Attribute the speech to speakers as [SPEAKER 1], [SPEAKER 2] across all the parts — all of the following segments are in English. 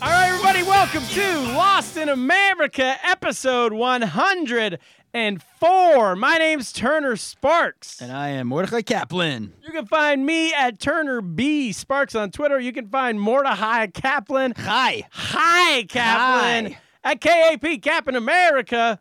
[SPEAKER 1] All right, everybody, welcome to Lost in America, episode 104. My name's Turner Sparks.
[SPEAKER 2] And I am Mordechai Kaplan.
[SPEAKER 1] You can find me at Turner B Sparks on Twitter. You can find Mordechai Kaplan.
[SPEAKER 2] Hi.
[SPEAKER 1] Hi, Kaplan.
[SPEAKER 2] Hi.
[SPEAKER 1] At KAP Cap in America.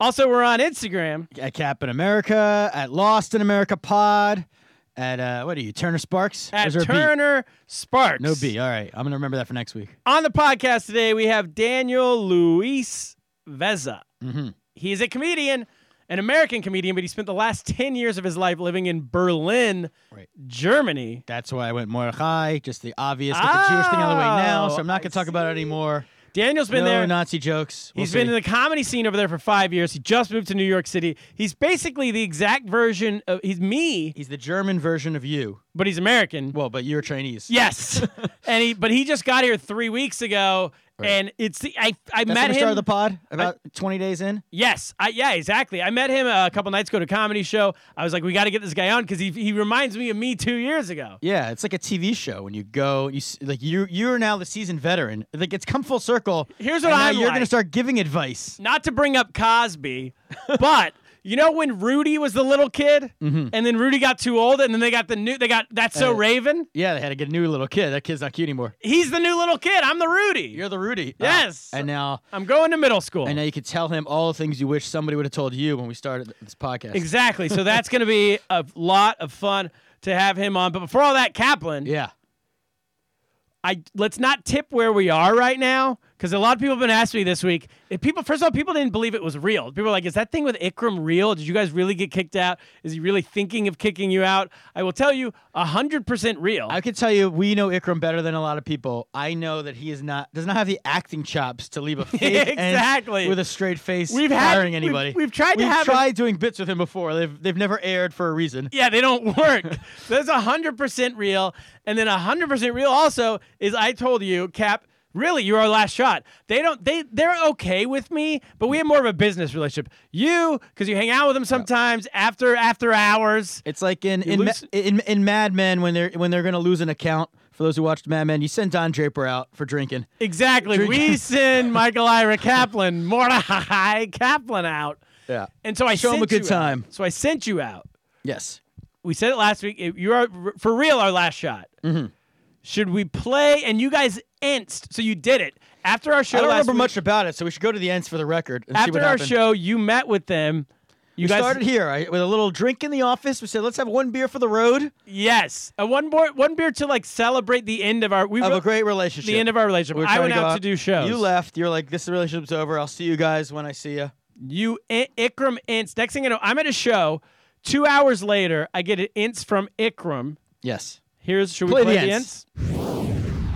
[SPEAKER 1] Also, we're on Instagram.
[SPEAKER 2] At Cap in America, at Lost in America Pod, at, uh, what are you, Turner Sparks? Or
[SPEAKER 1] At
[SPEAKER 2] is there a B?
[SPEAKER 1] Turner Sparks.
[SPEAKER 2] No B. All right. I'm going to remember that for next week.
[SPEAKER 1] On the podcast today, we have Daniel Luis Veza.
[SPEAKER 2] Mm-hmm.
[SPEAKER 1] He is a comedian, an American comedian, but he spent the last 10 years of his life living in Berlin,
[SPEAKER 2] Right.
[SPEAKER 1] Germany.
[SPEAKER 2] That's why I went Mordechai, just the obvious, get the Jewish thing out of the way now. So I'm
[SPEAKER 1] Oh,
[SPEAKER 2] not going to
[SPEAKER 1] I
[SPEAKER 2] talk about it anymore.
[SPEAKER 1] Daniel's been
[SPEAKER 2] no
[SPEAKER 1] there.
[SPEAKER 2] Nazi jokes. We'll
[SPEAKER 1] He's been in
[SPEAKER 2] see.
[SPEAKER 1] the comedy scene over there for five years. He just moved to New York City. He's basically the exact version of he's me,
[SPEAKER 2] He's the German version of you.
[SPEAKER 1] but he's American.
[SPEAKER 2] Well, but you're Chinese.
[SPEAKER 1] Yes, and he but he just got here three weeks ago, and it's the I I met
[SPEAKER 2] That's when we
[SPEAKER 1] him.
[SPEAKER 2] started the pod about 20 days in.
[SPEAKER 1] Yes, I, yeah, exactly. I met him a couple nights ago at a comedy show. I was like, we got to get this guy on because he, he reminds me of me two years ago.
[SPEAKER 2] Yeah, it's like a TV show when you go, you s- like you you're now the seasoned veteran. Like it's come full circle.
[SPEAKER 1] Here's what
[SPEAKER 2] and now
[SPEAKER 1] I'm
[SPEAKER 2] you're
[SPEAKER 1] like.
[SPEAKER 2] gonna start giving advice.
[SPEAKER 1] Not to bring up Cosby, but you know when Rudy was the little kid, and then Rudy got too old, and then they got the new they got that's so
[SPEAKER 2] Mm-hmm. Uh,
[SPEAKER 1] Raven.
[SPEAKER 2] Yeah, they had to get a new little kid. That kid's not cute anymore.
[SPEAKER 1] He's the new little kid. I'm the Rudy.
[SPEAKER 2] You're the Rudy. Ah,
[SPEAKER 1] Yes.
[SPEAKER 2] and now
[SPEAKER 1] I'm going to middle school.
[SPEAKER 2] and now you could tell him all the things you wish somebody would have told you when we started this podcast.
[SPEAKER 1] Exactly. So that's going to be a lot of fun to have him on. But before all that, Kaplan.
[SPEAKER 2] Yeah.
[SPEAKER 1] I let's not tip where we are right now because a lot of people have been asking me this week. If people, first of all, people didn't believe it was real. People were like, "Is that thing with Ikram real? Did you guys really get kicked out? Is he really thinking of kicking you out?" I will tell you, hundred percent real.
[SPEAKER 2] I could tell you we know Ikram better than a lot of people. I know that he is not does not have the acting chops to leave a fake end
[SPEAKER 1] Exactly.
[SPEAKER 2] with a straight face
[SPEAKER 1] We've had-
[SPEAKER 2] hiring
[SPEAKER 1] we've-
[SPEAKER 2] anybody.
[SPEAKER 1] we've tried to have him-
[SPEAKER 2] tried doing bits with him before. They've they've never aired for a reason.
[SPEAKER 1] yeah, they don't work. so that's hundred percent real. And then hundred percent real also is I told you, Cap. Really, you're our last shot. They don't. They they're okay with me, but we have more of a business relationship. You, because you hang out with them sometimes after after hours.
[SPEAKER 2] It's like in in, Ma-
[SPEAKER 1] lose-
[SPEAKER 2] in in Mad Men when they're when they're gonna lose an account. For those who watched Mad Men, you send Don Draper out for drinking.
[SPEAKER 1] Exactly.
[SPEAKER 2] Drink-
[SPEAKER 1] We send Michael Ira Kaplan, Mordecai Kaplan out.
[SPEAKER 2] Yeah.
[SPEAKER 1] And so I
[SPEAKER 2] Show 'em
[SPEAKER 1] sent
[SPEAKER 2] a good
[SPEAKER 1] you
[SPEAKER 2] time.
[SPEAKER 1] Out. So I sent you out.
[SPEAKER 2] Yes.
[SPEAKER 1] We said it last week. It- You are for real our last shot.
[SPEAKER 2] Mm-hmm.
[SPEAKER 1] Should we play? And you guys ensed, so you did it after our show.
[SPEAKER 2] I don't
[SPEAKER 1] last
[SPEAKER 2] remember
[SPEAKER 1] week-
[SPEAKER 2] much about it, so we should go to the ends for the record. And see
[SPEAKER 1] After
[SPEAKER 2] what
[SPEAKER 1] our
[SPEAKER 2] happened.
[SPEAKER 1] show, you met with them. You
[SPEAKER 2] we
[SPEAKER 1] guys
[SPEAKER 2] started here right, with a little drink in the office. We said, let's have one beer for the road
[SPEAKER 1] Yes, a one beer, one beer to like celebrate the end of our. We
[SPEAKER 2] of
[SPEAKER 1] wrote-
[SPEAKER 2] a great relationship.
[SPEAKER 1] the end of our relationship.
[SPEAKER 2] We were
[SPEAKER 1] I
[SPEAKER 2] trying
[SPEAKER 1] went
[SPEAKER 2] to go
[SPEAKER 1] out to do shows.
[SPEAKER 2] You left. You're like, this relationship's over. I'll see you guys when I see you.
[SPEAKER 1] You I- Ikram Ints. Next thing I know, I'm at a show. Two hours later, I get an Ints from Ikram.
[SPEAKER 2] Yes.
[SPEAKER 1] Here's should
[SPEAKER 2] Play
[SPEAKER 1] we play
[SPEAKER 2] the
[SPEAKER 1] the
[SPEAKER 2] Ints.
[SPEAKER 1] Ints?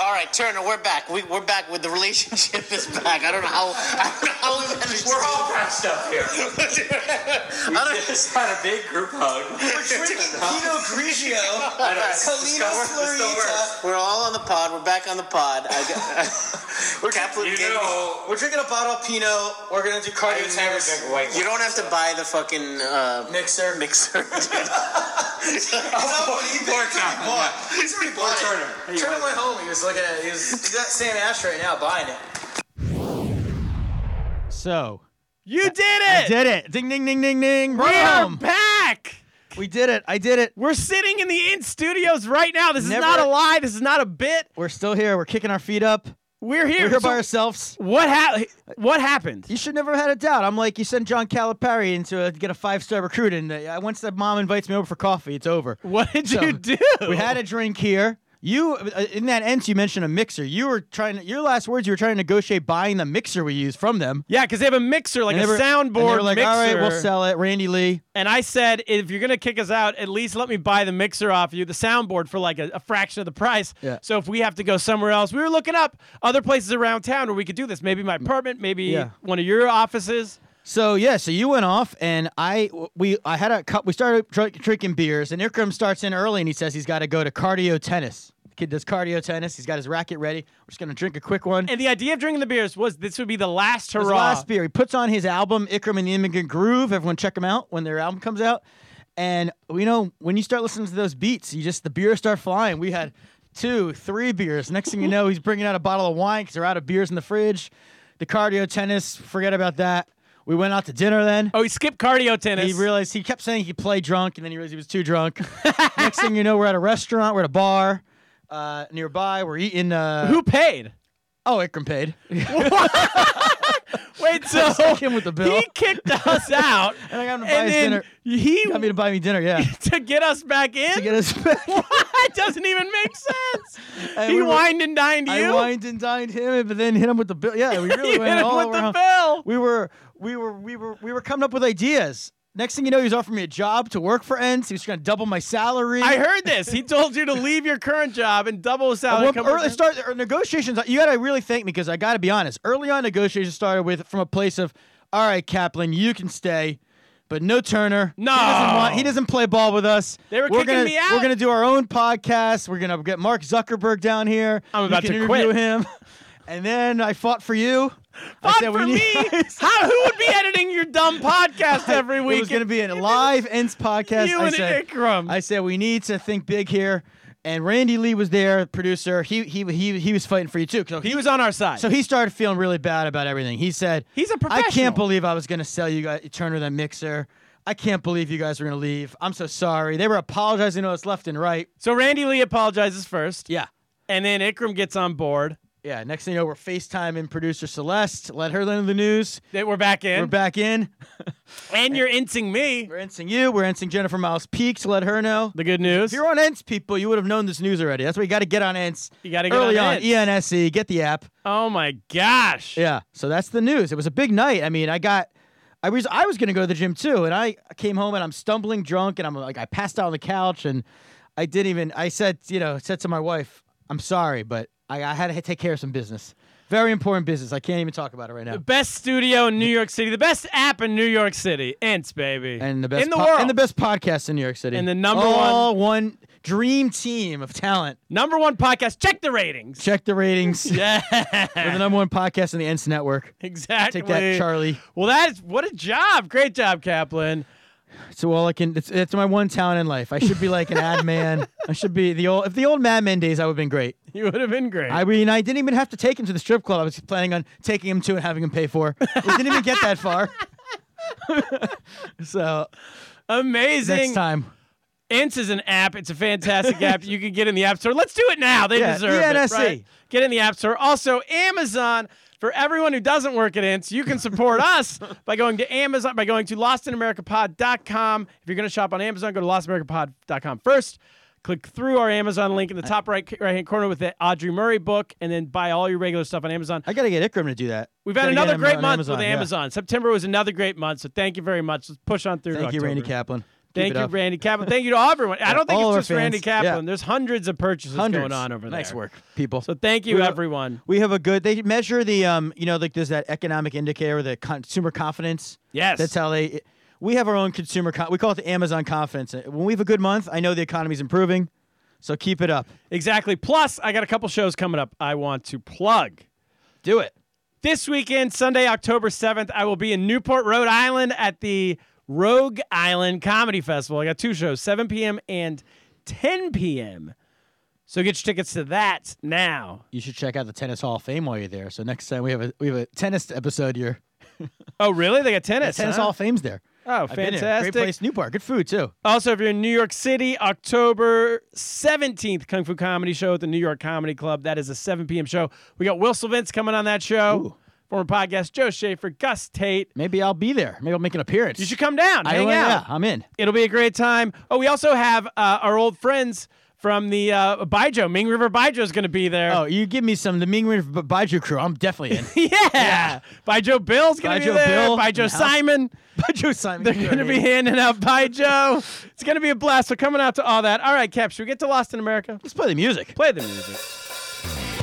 [SPEAKER 3] All right, Turner, we're back. We, we're back with the relationship is back. I don't know how. I don't know how we managed.
[SPEAKER 4] We're all pressed up here. We just had a big group hug.
[SPEAKER 5] Pinot Grigio,
[SPEAKER 4] I know, this
[SPEAKER 5] Calino
[SPEAKER 4] is the worst, this is the
[SPEAKER 5] Florita.
[SPEAKER 3] We're all on the pod. We're back on the pod. I got,
[SPEAKER 5] We're
[SPEAKER 3] Kaplan
[SPEAKER 4] You
[SPEAKER 3] gave me-
[SPEAKER 4] know,
[SPEAKER 5] We're drinking a bottle of Pinot. We're gonna do
[SPEAKER 4] I
[SPEAKER 5] cardio
[SPEAKER 4] never drink white wine.
[SPEAKER 3] you don't have to buy the fucking uh,
[SPEAKER 5] mixer.
[SPEAKER 3] mixer.
[SPEAKER 5] He's already
[SPEAKER 4] Kaplan,
[SPEAKER 5] bought. He's already bought it.
[SPEAKER 4] Turner. Hey,
[SPEAKER 5] Turner, my
[SPEAKER 4] what?
[SPEAKER 5] homie, was looking at. it. He was he's at San Ash right now buying it.
[SPEAKER 2] So
[SPEAKER 1] You did
[SPEAKER 2] I
[SPEAKER 1] it.
[SPEAKER 2] did it. Ding ding ding ding ding.
[SPEAKER 1] We are
[SPEAKER 2] Boom.
[SPEAKER 1] back.
[SPEAKER 2] We did it. I did it.
[SPEAKER 1] We're sitting in the Int studios right now. This is
[SPEAKER 2] Never- e-
[SPEAKER 1] not a lie. This is not a bit.
[SPEAKER 2] We're still here. We're kicking our feet up.
[SPEAKER 1] We're here.
[SPEAKER 2] We're here
[SPEAKER 1] So
[SPEAKER 2] by ourselves.
[SPEAKER 1] what happened? What happened?
[SPEAKER 2] You should never have had a doubt. I'm like, you send John Calipari in to uh, get a five star recruit, and uh, once the mom invites me over for coffee, it's over.
[SPEAKER 1] What did
[SPEAKER 2] So,
[SPEAKER 1] you do?
[SPEAKER 2] We had a drink here. You uh, in that ends you mentioned a mixer. You were trying to, your last words. You were trying to negotiate buying the mixer we use from them.
[SPEAKER 1] Yeah, because they have a mixer, like
[SPEAKER 2] And
[SPEAKER 1] a
[SPEAKER 2] they were- and they
[SPEAKER 1] soundboard
[SPEAKER 2] were like,
[SPEAKER 1] mixer.
[SPEAKER 2] all right, we'll sell it. Randy Lee.
[SPEAKER 1] And I said, if you're gonna kick us out, at least let me buy the mixer off you, the soundboard for like a, a fraction of the price.
[SPEAKER 2] Yeah.
[SPEAKER 1] So if we have to go somewhere else, we were looking up other places around town where we could do this. Maybe my apartment, maybe
[SPEAKER 2] Mm. Yeah.
[SPEAKER 1] one of your offices.
[SPEAKER 2] So yeah, so you went off, and I we I had a cup. We started dr- drinking beers, and Ikram starts in early, and he says he's got to go to cardio tennis. Kid does cardio tennis. He's got his racket ready. We're just gonna drink a quick one.
[SPEAKER 1] And the idea of drinking the beers was this would be the last hurrah.
[SPEAKER 2] his last beer. He puts on his album Ikram and the Immigrant Groove. Everyone check him out when their album comes out. And you know, when you start listening to those beats, you just the beers start flying. We had two, three beers. Next thing you know, he's bringing out a bottle of wine because they're out of beers in the fridge. The cardio tennis, forget about that. We went out to dinner then.
[SPEAKER 1] Oh, he skipped cardio tennis.
[SPEAKER 2] He realized he kept saying he played drunk, and then he realized he was too drunk. Next thing you know, we're at a restaurant, we're at a bar uh, nearby. We're eating. Uh,
[SPEAKER 1] Who paid?
[SPEAKER 2] Oh, Ikram paid.
[SPEAKER 1] Wait, so
[SPEAKER 2] sent him with the bill.
[SPEAKER 1] he kicked us out,
[SPEAKER 2] And I got him to buy
[SPEAKER 1] and
[SPEAKER 2] his
[SPEAKER 1] then
[SPEAKER 2] dinner.
[SPEAKER 1] he
[SPEAKER 2] Got me to buy me dinner. Yeah,
[SPEAKER 1] to get us back in.
[SPEAKER 2] to get us back.
[SPEAKER 1] it doesn't even make sense.
[SPEAKER 2] And
[SPEAKER 1] he
[SPEAKER 2] we were-
[SPEAKER 1] wined and dined you.
[SPEAKER 2] I wined and dined him, but then hit him with the bill. Yeah, we really
[SPEAKER 1] you
[SPEAKER 2] went
[SPEAKER 1] hit him
[SPEAKER 2] all
[SPEAKER 1] with
[SPEAKER 2] around.
[SPEAKER 1] the bell.
[SPEAKER 2] We were, we were, we were, we were coming up with ideas. Next thing you know, he was offering me a job to work for Ents. He was going to double my salary.
[SPEAKER 1] I heard this. He told you to leave your current job and double his salary.
[SPEAKER 2] Well,
[SPEAKER 1] come
[SPEAKER 2] early
[SPEAKER 1] with-
[SPEAKER 2] start or negotiations. You got to really thank me because I got to be honest. Early on, negotiations started with from a place of, all right, Kaplan, you can stay, but no Turner.
[SPEAKER 1] No.
[SPEAKER 2] he doesn't, want, he doesn't play ball with us.
[SPEAKER 1] They were
[SPEAKER 2] we're
[SPEAKER 1] kicking
[SPEAKER 2] gonna,
[SPEAKER 1] me out.
[SPEAKER 2] We're gonna do our own podcast. We're gonna get Mark Zuckerberg down here.
[SPEAKER 1] I'm
[SPEAKER 2] You
[SPEAKER 1] about
[SPEAKER 2] can
[SPEAKER 1] to
[SPEAKER 2] interview
[SPEAKER 1] quit.
[SPEAKER 2] him. And then I fought for you. I
[SPEAKER 1] Fun
[SPEAKER 2] said, we
[SPEAKER 1] for
[SPEAKER 2] need-
[SPEAKER 1] me. How? Who would be editing your dumb podcast every week?
[SPEAKER 2] It was going to be a live ends podcast.
[SPEAKER 1] You
[SPEAKER 2] I
[SPEAKER 1] and
[SPEAKER 2] said,
[SPEAKER 1] Ikram.
[SPEAKER 2] I said we need to think big here. And Randy Lee was there, producer. He he he, he was fighting for you too. So
[SPEAKER 1] He was on our side.
[SPEAKER 2] So he started feeling really bad about everything. He said,
[SPEAKER 1] He's a
[SPEAKER 2] I
[SPEAKER 1] professional."
[SPEAKER 2] can't believe I was going to sell you guys Turner that mixer. I can't believe you guys were going to leave. I'm so sorry. They were apologizing to us left and right.
[SPEAKER 1] so Randy Lee apologizes first,
[SPEAKER 2] Yeah.
[SPEAKER 1] and then Ikram gets on board.
[SPEAKER 2] Yeah. Next thing you know, we're FaceTiming producer Celeste. Let her know the news.
[SPEAKER 1] They we're back in,
[SPEAKER 2] We're back in.
[SPEAKER 1] and you're inting me.
[SPEAKER 2] We're ensing you. We're ensing Jennifer Miles Peaks. Let her know.
[SPEAKER 1] The good news.
[SPEAKER 2] If you're on Ents, people, you would have known this news already. That's why you got to get on Ents.
[SPEAKER 1] You gotta get
[SPEAKER 2] early
[SPEAKER 1] on
[SPEAKER 2] on. E
[SPEAKER 1] Ents.
[SPEAKER 2] ENSE. Get the app.
[SPEAKER 1] Oh my gosh.
[SPEAKER 2] Yeah. So that's the news. It was a big night. I mean, I got. I was I was gonna go to the gym too, and I came home and I'm stumbling drunk, and I'm like I passed out on the couch, and I didn't even. I said, you know, said to my wife, "I'm sorry, but I, I had to take care of some business, very important business. I can't even talk about it right now."
[SPEAKER 1] Best studio in New York City. The best app in New York City. Ents, baby.
[SPEAKER 2] And the best
[SPEAKER 1] in the
[SPEAKER 2] po-
[SPEAKER 1] world.
[SPEAKER 2] and the best podcast in New York City,
[SPEAKER 1] And the number
[SPEAKER 2] all one dream team of talent.
[SPEAKER 1] number one podcast. Check the ratings.
[SPEAKER 2] Check the ratings.
[SPEAKER 1] yeah.
[SPEAKER 2] We're the number one podcast in the Ents Network.
[SPEAKER 1] Exactly.
[SPEAKER 2] Take that, Charlie.
[SPEAKER 1] Well, that is what a job. Great job, Kaplan.
[SPEAKER 2] So all I can it's, it's my one talent in life. I should be like an ad man. I should be the old if the old Mad Men days I would have been great.
[SPEAKER 1] You would have been great.
[SPEAKER 2] I mean I didn't even have to take him to the strip club. I was planning on taking him to and having him pay for. We didn't even get that far. so next
[SPEAKER 1] Amazing.
[SPEAKER 2] time.
[SPEAKER 1] Ints is an app. It's a fantastic app. You can get in the App Store. Let's do it now. They
[SPEAKER 2] Yeah, E
[SPEAKER 1] deserve it.
[SPEAKER 2] ENSE.
[SPEAKER 1] Right? Get in the App Store. Also, Amazon. For everyone who doesn't work at Ints, you can support us by going to Amazon, by going to lostinamericapod.com. If you're going to shop on Amazon, go to lostinamericapod.com first. Click through our Amazon link in the top right right hand corner with the Audrey Murray book, and then buy all your regular stuff on Amazon.
[SPEAKER 2] I gotta get Ikram to do that.
[SPEAKER 1] We've had
[SPEAKER 2] Gotta get
[SPEAKER 1] another
[SPEAKER 2] him
[SPEAKER 1] great
[SPEAKER 2] on
[SPEAKER 1] month with
[SPEAKER 2] yeah.
[SPEAKER 1] Amazon. September was another great month, so thank you very much. Let's push on through. to
[SPEAKER 2] Thank you, Randy
[SPEAKER 1] October.
[SPEAKER 2] Kaplan. Keep
[SPEAKER 1] Thank
[SPEAKER 2] it
[SPEAKER 1] you,
[SPEAKER 2] up.
[SPEAKER 1] Randy Kaplan. Thank you to everyone. I don't think
[SPEAKER 2] all
[SPEAKER 1] it's
[SPEAKER 2] our
[SPEAKER 1] just Randy
[SPEAKER 2] fans. Yeah.
[SPEAKER 1] Kaplan. There's hundreds of purchases
[SPEAKER 2] Hundreds.
[SPEAKER 1] going on over there.
[SPEAKER 2] Nice work, people.
[SPEAKER 1] So thank you,
[SPEAKER 2] We-
[SPEAKER 1] everyone.
[SPEAKER 2] We have a good. They measure the um. You know, like there's that economic indicator, the consumer confidence.
[SPEAKER 1] Yes.
[SPEAKER 2] That's how they. We have our own consumer. Con- we call it the Amazon confidence. When we have a good month, I know the economy's improving, so keep it up.
[SPEAKER 1] Exactly. Plus, I got a couple shows coming up I want to plug.
[SPEAKER 2] Do it.
[SPEAKER 1] This weekend, Sunday, October 7th, I will be in Newport, Rhode Island at the Rogue Island Comedy Festival. I got two shows, 7 p.m. and 10 p.m. So get your tickets to that now.
[SPEAKER 2] You should check out the Tennis Hall of Fame while you're there. So next time we have a we have a tennis episode here.
[SPEAKER 1] Oh, really? They got
[SPEAKER 2] The
[SPEAKER 1] tennis.
[SPEAKER 2] tennis
[SPEAKER 1] huh?
[SPEAKER 2] Hall of Fame's there.
[SPEAKER 1] Oh,
[SPEAKER 2] I've been there.
[SPEAKER 1] fantastic.
[SPEAKER 2] Great place, Newport. Good food too.
[SPEAKER 1] Also, if you're in New York City, October 17th, Kung Fu Comedy Show at the New York Comedy Club. That is a 7 p.m. show. We got Will Vince coming on that show.
[SPEAKER 2] Ooh.
[SPEAKER 1] Former podcast, Joe Schaefer, Gus Tate.
[SPEAKER 2] Maybe I'll be there. Maybe I'll make an appearance.
[SPEAKER 1] You should come down,
[SPEAKER 2] I,
[SPEAKER 1] hang
[SPEAKER 2] yeah,
[SPEAKER 1] out.
[SPEAKER 2] I'm in.
[SPEAKER 1] It'll be a great time. Oh, we also have uh, our old friends from the uh, Baijiu. Ming River Baijiu is going to be there.
[SPEAKER 2] Oh, you give me some the Ming Rin B- Baiju crew. I'm definitely in.
[SPEAKER 1] yeah. Baijiu Bill's going to be
[SPEAKER 2] Baijiu
[SPEAKER 1] there.
[SPEAKER 2] Bill in
[SPEAKER 1] Baijiu
[SPEAKER 2] the house.
[SPEAKER 1] Simon.
[SPEAKER 2] Baiju Simon.
[SPEAKER 1] They're going to be handing out Baijiu. It's going to be a blast. So coming out to all that. All right, Cap, should we get to Lost in America?
[SPEAKER 2] Let's play the music.
[SPEAKER 1] Play the music.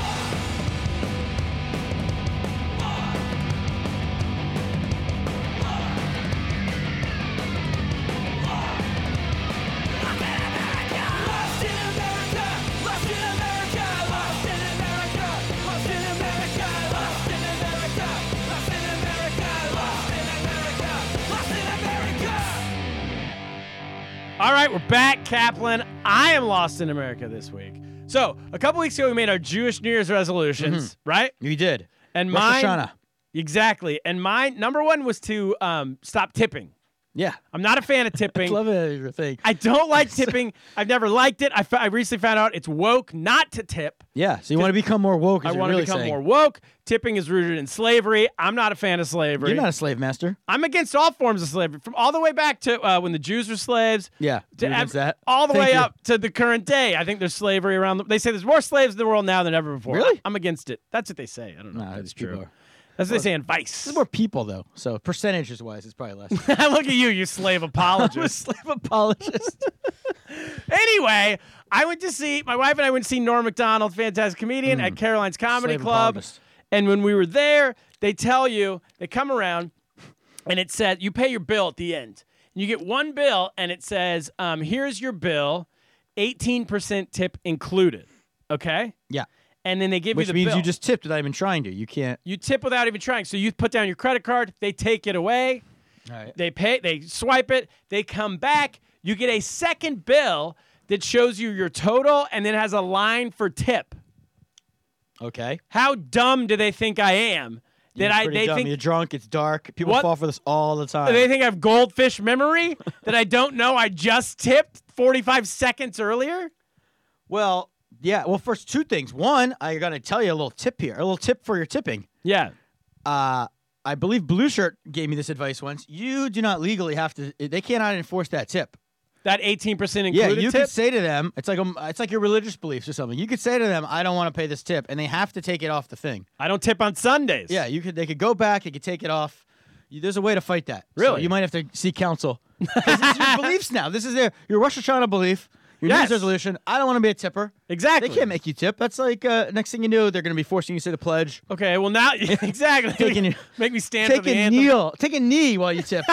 [SPEAKER 1] All right, we're back, Kaplan. I am lost in America this week. So, a couple weeks ago, we made our Jewish New Year's resolutions, right?
[SPEAKER 2] You did.
[SPEAKER 1] And
[SPEAKER 2] Mm-hmm. Rosh
[SPEAKER 1] mine,
[SPEAKER 2] Hashanah.
[SPEAKER 1] exactly. And my number one was to um, stop tipping.
[SPEAKER 2] Yeah.
[SPEAKER 1] I'm not a fan of tipping.
[SPEAKER 2] Love it. Thing.
[SPEAKER 1] I don't like tipping. I've never liked it. I fo- I recently found out it's woke not to tip.
[SPEAKER 2] Yeah. So you want to become more woke?
[SPEAKER 1] I
[SPEAKER 2] is what
[SPEAKER 1] want
[SPEAKER 2] you're
[SPEAKER 1] to become
[SPEAKER 2] really saying.
[SPEAKER 1] more woke. Tipping is rooted in slavery. I'm not a fan of slavery.
[SPEAKER 2] You're not a slave master.
[SPEAKER 1] I'm against all forms of slavery, from all the way back to uh, when the Jews were slaves.
[SPEAKER 2] Yeah,
[SPEAKER 1] to
[SPEAKER 2] you're against
[SPEAKER 1] ev-
[SPEAKER 2] that.
[SPEAKER 1] all the
[SPEAKER 2] Thank
[SPEAKER 1] way
[SPEAKER 2] you.
[SPEAKER 1] up to the current day. I think there's slavery around. The- they say there's more slaves in the world now than ever before.
[SPEAKER 2] Really?
[SPEAKER 1] I'm against it. That's what they say. I don't know.
[SPEAKER 2] Nah,
[SPEAKER 1] if that's
[SPEAKER 2] it's people
[SPEAKER 1] true.
[SPEAKER 2] are-
[SPEAKER 1] That's what they say in Vice.
[SPEAKER 2] There's more people though, so percentages wise, it's probably less.
[SPEAKER 1] Look at you, you slave
[SPEAKER 2] I'm a
[SPEAKER 1] apologist.
[SPEAKER 2] slave apologist.
[SPEAKER 1] anyway, I went to see my wife and I went to see Norm Macdonald, fantastic comedian,
[SPEAKER 2] Mm.
[SPEAKER 1] at Caroline's Comedy
[SPEAKER 2] Slave
[SPEAKER 1] Club.
[SPEAKER 2] apologist.
[SPEAKER 1] And when we were there, they tell you they come around, and it said you pay your bill at the end. And you get one bill, and it says, um, "Here's your bill, 18% tip included." Okay,
[SPEAKER 2] yeah.
[SPEAKER 1] and then they give
[SPEAKER 2] Which
[SPEAKER 1] you the
[SPEAKER 2] means
[SPEAKER 1] bill.
[SPEAKER 2] you just tipped without even trying to. You can't.
[SPEAKER 1] you tip without even trying. So you put down your credit card, they take it away.
[SPEAKER 2] All right.
[SPEAKER 1] They pay, they swipe it, they come back. You get a second bill that shows you your total and then has a line for tip.
[SPEAKER 2] Okay.
[SPEAKER 1] How dumb do they think I am? That
[SPEAKER 2] You're
[SPEAKER 1] I
[SPEAKER 2] pretty
[SPEAKER 1] they
[SPEAKER 2] dumb.
[SPEAKER 1] think
[SPEAKER 2] you're drunk. It's dark. People
[SPEAKER 1] What?
[SPEAKER 2] fall for this all the time.
[SPEAKER 1] they think I have goldfish memory that I don't know I just tipped 45 seconds earlier?
[SPEAKER 2] well, yeah. Well, first two things. One, I'm gonna tell you a little tip here. A little tip for your tipping.
[SPEAKER 1] Yeah.
[SPEAKER 2] Uh, I believe Blue Shirt gave me this advice once. You do not legally have to. They cannot enforce that tip.
[SPEAKER 1] That 18% included
[SPEAKER 2] Yeah, you
[SPEAKER 1] tip.
[SPEAKER 2] could say to them, it's like um it's like your religious beliefs or something. You could say to them, I don't want to pay this tip, and they have to take it off the thing.
[SPEAKER 1] I don't tip on Sundays.
[SPEAKER 2] Yeah, you could. They could go back. They could take it off. You, there's a way to fight that. So
[SPEAKER 1] Really?
[SPEAKER 2] you might have to seek counsel. 'Cause This is your beliefs now. This is their your Rosh Hashanah belief. Your New
[SPEAKER 1] Yes.
[SPEAKER 2] Year's resolution. I don't want to be a tipper.
[SPEAKER 1] Exactly.
[SPEAKER 2] They can't make you tip. That's like uh, next thing you know, they're going to be forcing you to say the pledge.
[SPEAKER 1] Okay, well now exactly.
[SPEAKER 2] Taking-
[SPEAKER 1] Make me stand for
[SPEAKER 2] Take
[SPEAKER 1] the
[SPEAKER 2] a
[SPEAKER 1] anthem.
[SPEAKER 2] kneel. Take a knee while you tip.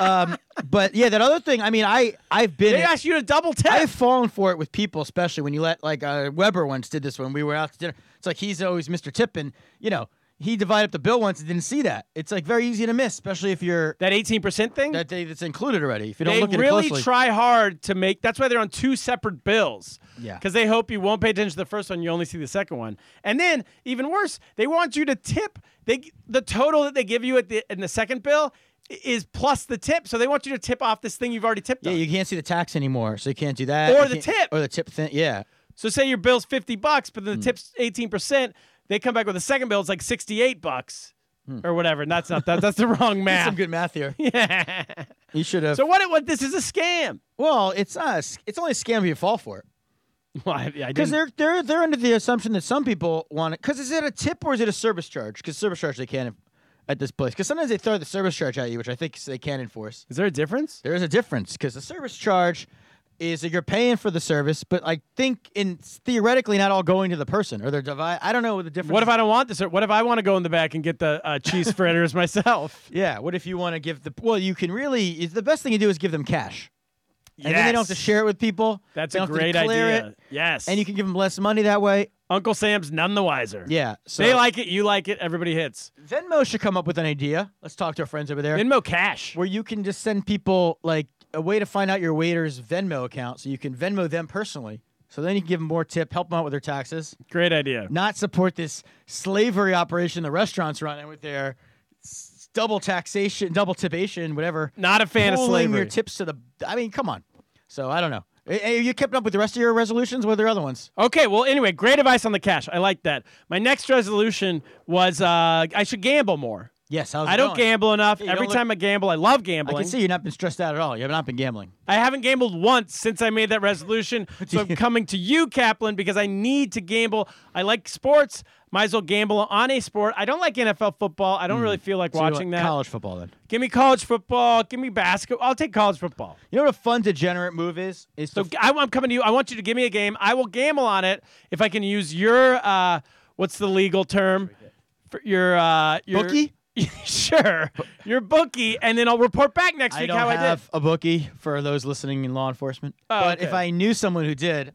[SPEAKER 2] um, but yeah, that other thing. I mean, I I've been.
[SPEAKER 1] They asked you to double tip.
[SPEAKER 2] I've fallen for it with people, especially when you let like uh, Weber once did this when we were out to dinner. It's like he's always Mr. Tip, and you know he divided up the bill once and didn't see that. It's like very easy to miss, especially if you're
[SPEAKER 1] that 18% thing?
[SPEAKER 2] that day that's included already. If you don't
[SPEAKER 1] they
[SPEAKER 2] look at
[SPEAKER 1] really
[SPEAKER 2] it closely,
[SPEAKER 1] try hard to make that's why they're on two separate bills
[SPEAKER 2] Yeah.
[SPEAKER 1] because they hope you won't pay attention to the first one you only see the second one and then even worse they want you to tip they the total that they give you at the in the second bill i- is plus the tip so they want you to tip off this thing you've already tipped
[SPEAKER 2] yeah,
[SPEAKER 1] on.
[SPEAKER 2] you can't see the tax anymore, so you can't do that.
[SPEAKER 1] Or
[SPEAKER 2] You
[SPEAKER 1] the
[SPEAKER 2] can't-
[SPEAKER 1] tip.
[SPEAKER 2] or the tip thing. Yeah,
[SPEAKER 1] so say your bill's 50 bucks but
[SPEAKER 2] Hmm.
[SPEAKER 1] then the tip's 18% they come back with a second bill it's like 68 bucks or whatever and that's not that that's the wrong
[SPEAKER 2] Did
[SPEAKER 1] math
[SPEAKER 2] Hmm. some good math here.
[SPEAKER 1] yeah.
[SPEAKER 2] You should have.
[SPEAKER 1] so what it- what this is a scam
[SPEAKER 2] well, it's not. a s- It's only a scam if you fall for it.
[SPEAKER 1] well, I, I didn't-
[SPEAKER 2] Because they're they're they're under the assumption that some people want it. Because is it a tip or is it a service charge? Because service charge they can't at this place. Because sometimes they throw the service charge at you, which I think they can enforce.
[SPEAKER 1] is there a difference
[SPEAKER 2] There is a difference because the service charge is that you're paying for the service, but I think in theoretically not all going to the person or they're divide. I don't know what the difference.
[SPEAKER 1] What if
[SPEAKER 2] is.
[SPEAKER 1] I don't want this? Or what if I want to go in the back and get the uh, cheese fritters myself?
[SPEAKER 2] Yeah. What if you want to give the? Well, you can really. is- The best thing you do is give them cash, and then they don't have to
[SPEAKER 1] Yes.
[SPEAKER 2] share it with people.
[SPEAKER 1] That's
[SPEAKER 2] They
[SPEAKER 1] a
[SPEAKER 2] don't have to
[SPEAKER 1] great
[SPEAKER 2] declare
[SPEAKER 1] idea.
[SPEAKER 2] it,
[SPEAKER 1] Yes.
[SPEAKER 2] and you can give them less money that way.
[SPEAKER 1] Uncle Sam's none the wiser.
[SPEAKER 2] Yeah. So
[SPEAKER 1] They like it. You like it. Everybody hits.
[SPEAKER 2] Venmo should come up with an idea. Let's talk to our friends over there.
[SPEAKER 1] Venmo cash.
[SPEAKER 2] where you can just send people like a way to find out your waiter's Venmo account, so you can Venmo them personally. So then you can give them more tip, help them out with their taxes,
[SPEAKER 1] Great idea.
[SPEAKER 2] not support this slavery operation the restaurants running with their s- double taxation, double tipation, whatever.
[SPEAKER 1] Not a fan of
[SPEAKER 2] pulling
[SPEAKER 1] slavery.
[SPEAKER 2] your tips to the. I mean, come on. So I don't know. Eh, eh, you kept up with the rest of your resolutions? What are the other ones?
[SPEAKER 1] okay. Well, anyway, great advice on the cash. I like that. My next resolution was uh, I should gamble more.
[SPEAKER 2] Yes, how's it
[SPEAKER 1] I don't
[SPEAKER 2] going?
[SPEAKER 1] gamble enough.
[SPEAKER 2] Yeah, you
[SPEAKER 1] Every
[SPEAKER 2] don't look-
[SPEAKER 1] time I gamble, I love
[SPEAKER 2] I
[SPEAKER 1] gambling.
[SPEAKER 2] can see you've not been stressed out at all. You have not been gambling.
[SPEAKER 1] I haven't gambled once since I made that resolution. So I'm coming to you, Kaplan, because I need to gamble. I like sports. Might as well gamble on a sport. I don't like NFL football. I don't really feel like
[SPEAKER 2] Hmm. So you
[SPEAKER 1] watching
[SPEAKER 2] want
[SPEAKER 1] that.
[SPEAKER 2] college football then.
[SPEAKER 1] Give me college football. Give me basketball. I'll take college football.
[SPEAKER 2] You know what a fun degenerate move is? Is
[SPEAKER 1] So
[SPEAKER 2] to
[SPEAKER 1] I, am coming to you. I want you to give me a game. I will gamble on it if I can use your uh, what's the legal term for your uh, your
[SPEAKER 2] Bookie?
[SPEAKER 1] sure, your bookie, and then I'll report back next
[SPEAKER 2] I
[SPEAKER 1] week
[SPEAKER 2] don't
[SPEAKER 1] how I did.
[SPEAKER 2] have a bookie for those listening in law enforcement.
[SPEAKER 1] Oh,
[SPEAKER 2] but if
[SPEAKER 1] okay.
[SPEAKER 2] I knew someone who did,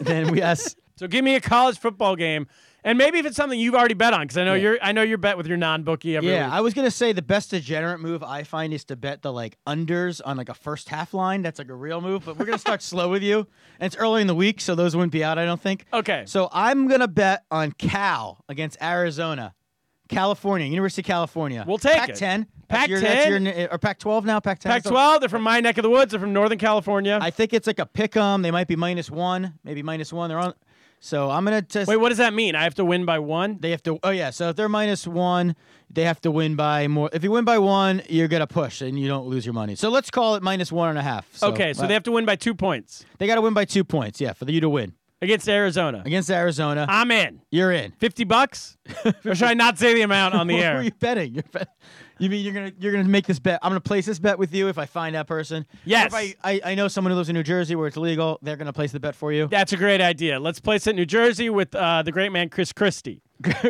[SPEAKER 2] then yes,
[SPEAKER 1] So give me a college football game, and maybe if it's something you've already bet on, because I know
[SPEAKER 2] Yeah.
[SPEAKER 1] you're I know your bet with your non-bookie every
[SPEAKER 2] yeah.
[SPEAKER 1] week.
[SPEAKER 2] I was gonna say the best degenerate move I find is to bet the like unders on like a first half line. That's like a real move. But we're gonna start slow with you, and it's early in the week, so those wouldn't be out. I don't think.
[SPEAKER 1] okay, so
[SPEAKER 2] So I'm gonna bet on Cal against Arizona, California, University of California.
[SPEAKER 1] We'll take
[SPEAKER 2] Pac
[SPEAKER 1] it.
[SPEAKER 2] Pac-10. That's your- that's your- or Pac-12 now. Pac-10. is the-
[SPEAKER 1] Pac-12. They're from my neck of the woods. They're from Northern California.
[SPEAKER 2] I think it's like a pick 'em. They might be minus one, maybe minus one. They're on. So I'm gonna test.
[SPEAKER 1] Wait, what does that mean? I have to win by one.
[SPEAKER 2] They have to. Oh yeah. So if they're minus one, they have to win by more. If you win by one, you're gonna push and you don't lose your money. So let's call it minus one and a half. So,
[SPEAKER 1] okay, so
[SPEAKER 2] uh,
[SPEAKER 1] they have to win by two points
[SPEAKER 2] they got to win by two points. Yeah, for you to win
[SPEAKER 1] against Arizona.
[SPEAKER 2] against Arizona.
[SPEAKER 1] I'm in.
[SPEAKER 2] you're in.
[SPEAKER 1] 50 bucks? or should I not say the amount on the
[SPEAKER 2] What
[SPEAKER 1] air?
[SPEAKER 2] were you betting? You're bet- you mean you're gonna you're gonna make this bet? I'm gonna place this bet with you if I find that person. Or
[SPEAKER 1] Yes.
[SPEAKER 2] If I, I I know someone who lives in New Jersey where it's legal. They're gonna place the bet for you.
[SPEAKER 1] That's a great idea. Let's place it in New Jersey with uh, the great man Chris Christie.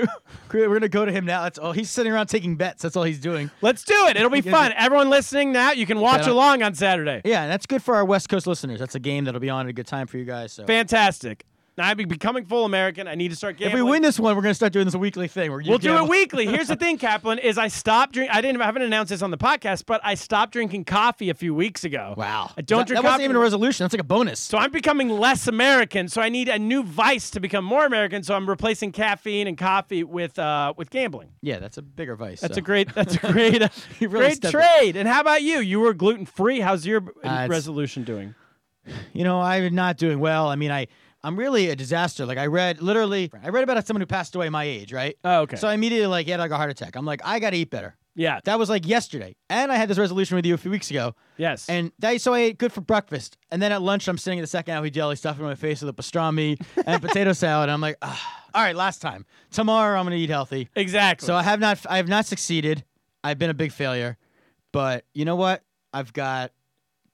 [SPEAKER 2] We're gonna go to him now. That's all. He's sitting around taking bets. That's all he's doing.
[SPEAKER 1] Let's do it. It'll be fun. Everyone listening now, you can watch
[SPEAKER 2] Bet on-
[SPEAKER 1] along on Saturday.
[SPEAKER 2] Yeah, and that's good for our West Coast listeners. That's a game that'll be on at a good time for you guys. So
[SPEAKER 1] Fantastic. Now I'm becoming full American. I need to start
[SPEAKER 2] if
[SPEAKER 1] gambling.
[SPEAKER 2] we win this one, we're gonna start doing this a weekly thing. We're gonna
[SPEAKER 1] We'll do it
[SPEAKER 2] gamble.
[SPEAKER 1] weekly. Here's the thing, Kaplan, is I stopped drinking. I didn't I haven't announced this on the podcast, but I stopped drinking coffee a few weeks ago.
[SPEAKER 2] Wow.
[SPEAKER 1] I don't
[SPEAKER 2] that,
[SPEAKER 1] drink
[SPEAKER 2] That wasn't
[SPEAKER 1] coffee.
[SPEAKER 2] even a resolution. That's like a bonus.
[SPEAKER 1] So I'm becoming less American. So I need a new vice to become more American. So I'm replacing caffeine and coffee with uh, with gambling.
[SPEAKER 2] yeah, that's a bigger vice.
[SPEAKER 1] That's
[SPEAKER 2] so.
[SPEAKER 1] a great. That's a great. uh,
[SPEAKER 2] You really
[SPEAKER 1] great
[SPEAKER 2] stepped up.
[SPEAKER 1] trade. And how about you? You were gluten free. How's your uh,
[SPEAKER 2] it's-
[SPEAKER 1] resolution doing?
[SPEAKER 2] you know, I'm not doing well. I mean, I I'm really a disaster. Like I read literally, I read about someone who passed away my age, right?
[SPEAKER 1] Oh, okay.
[SPEAKER 2] So I immediately like had like a heart attack. I'm like, I gotta eat better.
[SPEAKER 1] Yeah.
[SPEAKER 2] That was like yesterday, and I had this resolution with you a few weeks ago.
[SPEAKER 1] yes.
[SPEAKER 2] And that, so I ate good for breakfast, and then at lunch I'm sitting in the second hour with jelly stuffing my face with a pastrami and potato salad. And I'm like, ah, all right, last time. Tomorrow I'm gonna eat healthy.
[SPEAKER 1] exactly.
[SPEAKER 2] So I have not I have not succeeded. I've been a big failure. But you know what? I've got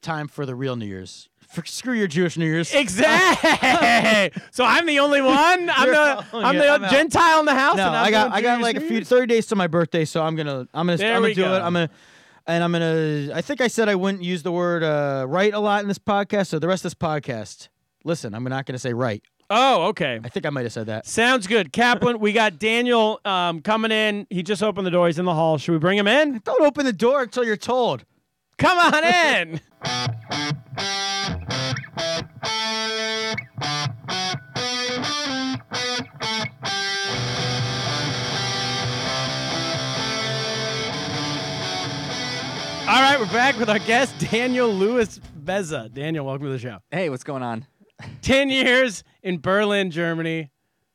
[SPEAKER 2] time for the real New Year's. For, screw your Jewish New Year's.
[SPEAKER 1] exactly. so I'm the only one. I'm
[SPEAKER 2] You're
[SPEAKER 1] the
[SPEAKER 2] all-
[SPEAKER 1] I'm
[SPEAKER 2] yeah,
[SPEAKER 1] the
[SPEAKER 2] I'm out.
[SPEAKER 1] Gentile in the house.
[SPEAKER 2] No,
[SPEAKER 1] and I'm
[SPEAKER 2] I got
[SPEAKER 1] doing
[SPEAKER 2] I got
[SPEAKER 1] Jewish
[SPEAKER 2] like a
[SPEAKER 1] New
[SPEAKER 2] few
[SPEAKER 1] Year's?
[SPEAKER 2] 30 days to my birthday, so I'm gonna I'm gonna
[SPEAKER 1] There
[SPEAKER 2] I'm
[SPEAKER 1] we
[SPEAKER 2] gonna do
[SPEAKER 1] go.
[SPEAKER 2] it. I'm gonna and I'm gonna I think I said I wouldn't use the word uh, right a lot in this podcast, so the rest of this podcast. Listen, I'm not gonna say right.
[SPEAKER 1] Oh, okay.
[SPEAKER 2] I think I might have said that.
[SPEAKER 1] Sounds good, Kaplan. we got Daniel um, coming in. He just opened the door. He's in the hall. Should we bring him in?
[SPEAKER 2] Don't open the door until you're told.
[SPEAKER 1] Come on in. All right, we're back with our guest, Daniel Lewis Beza. Daniel, welcome to the show.
[SPEAKER 6] Hey, what's going on?
[SPEAKER 1] 10 years in Berlin, Germany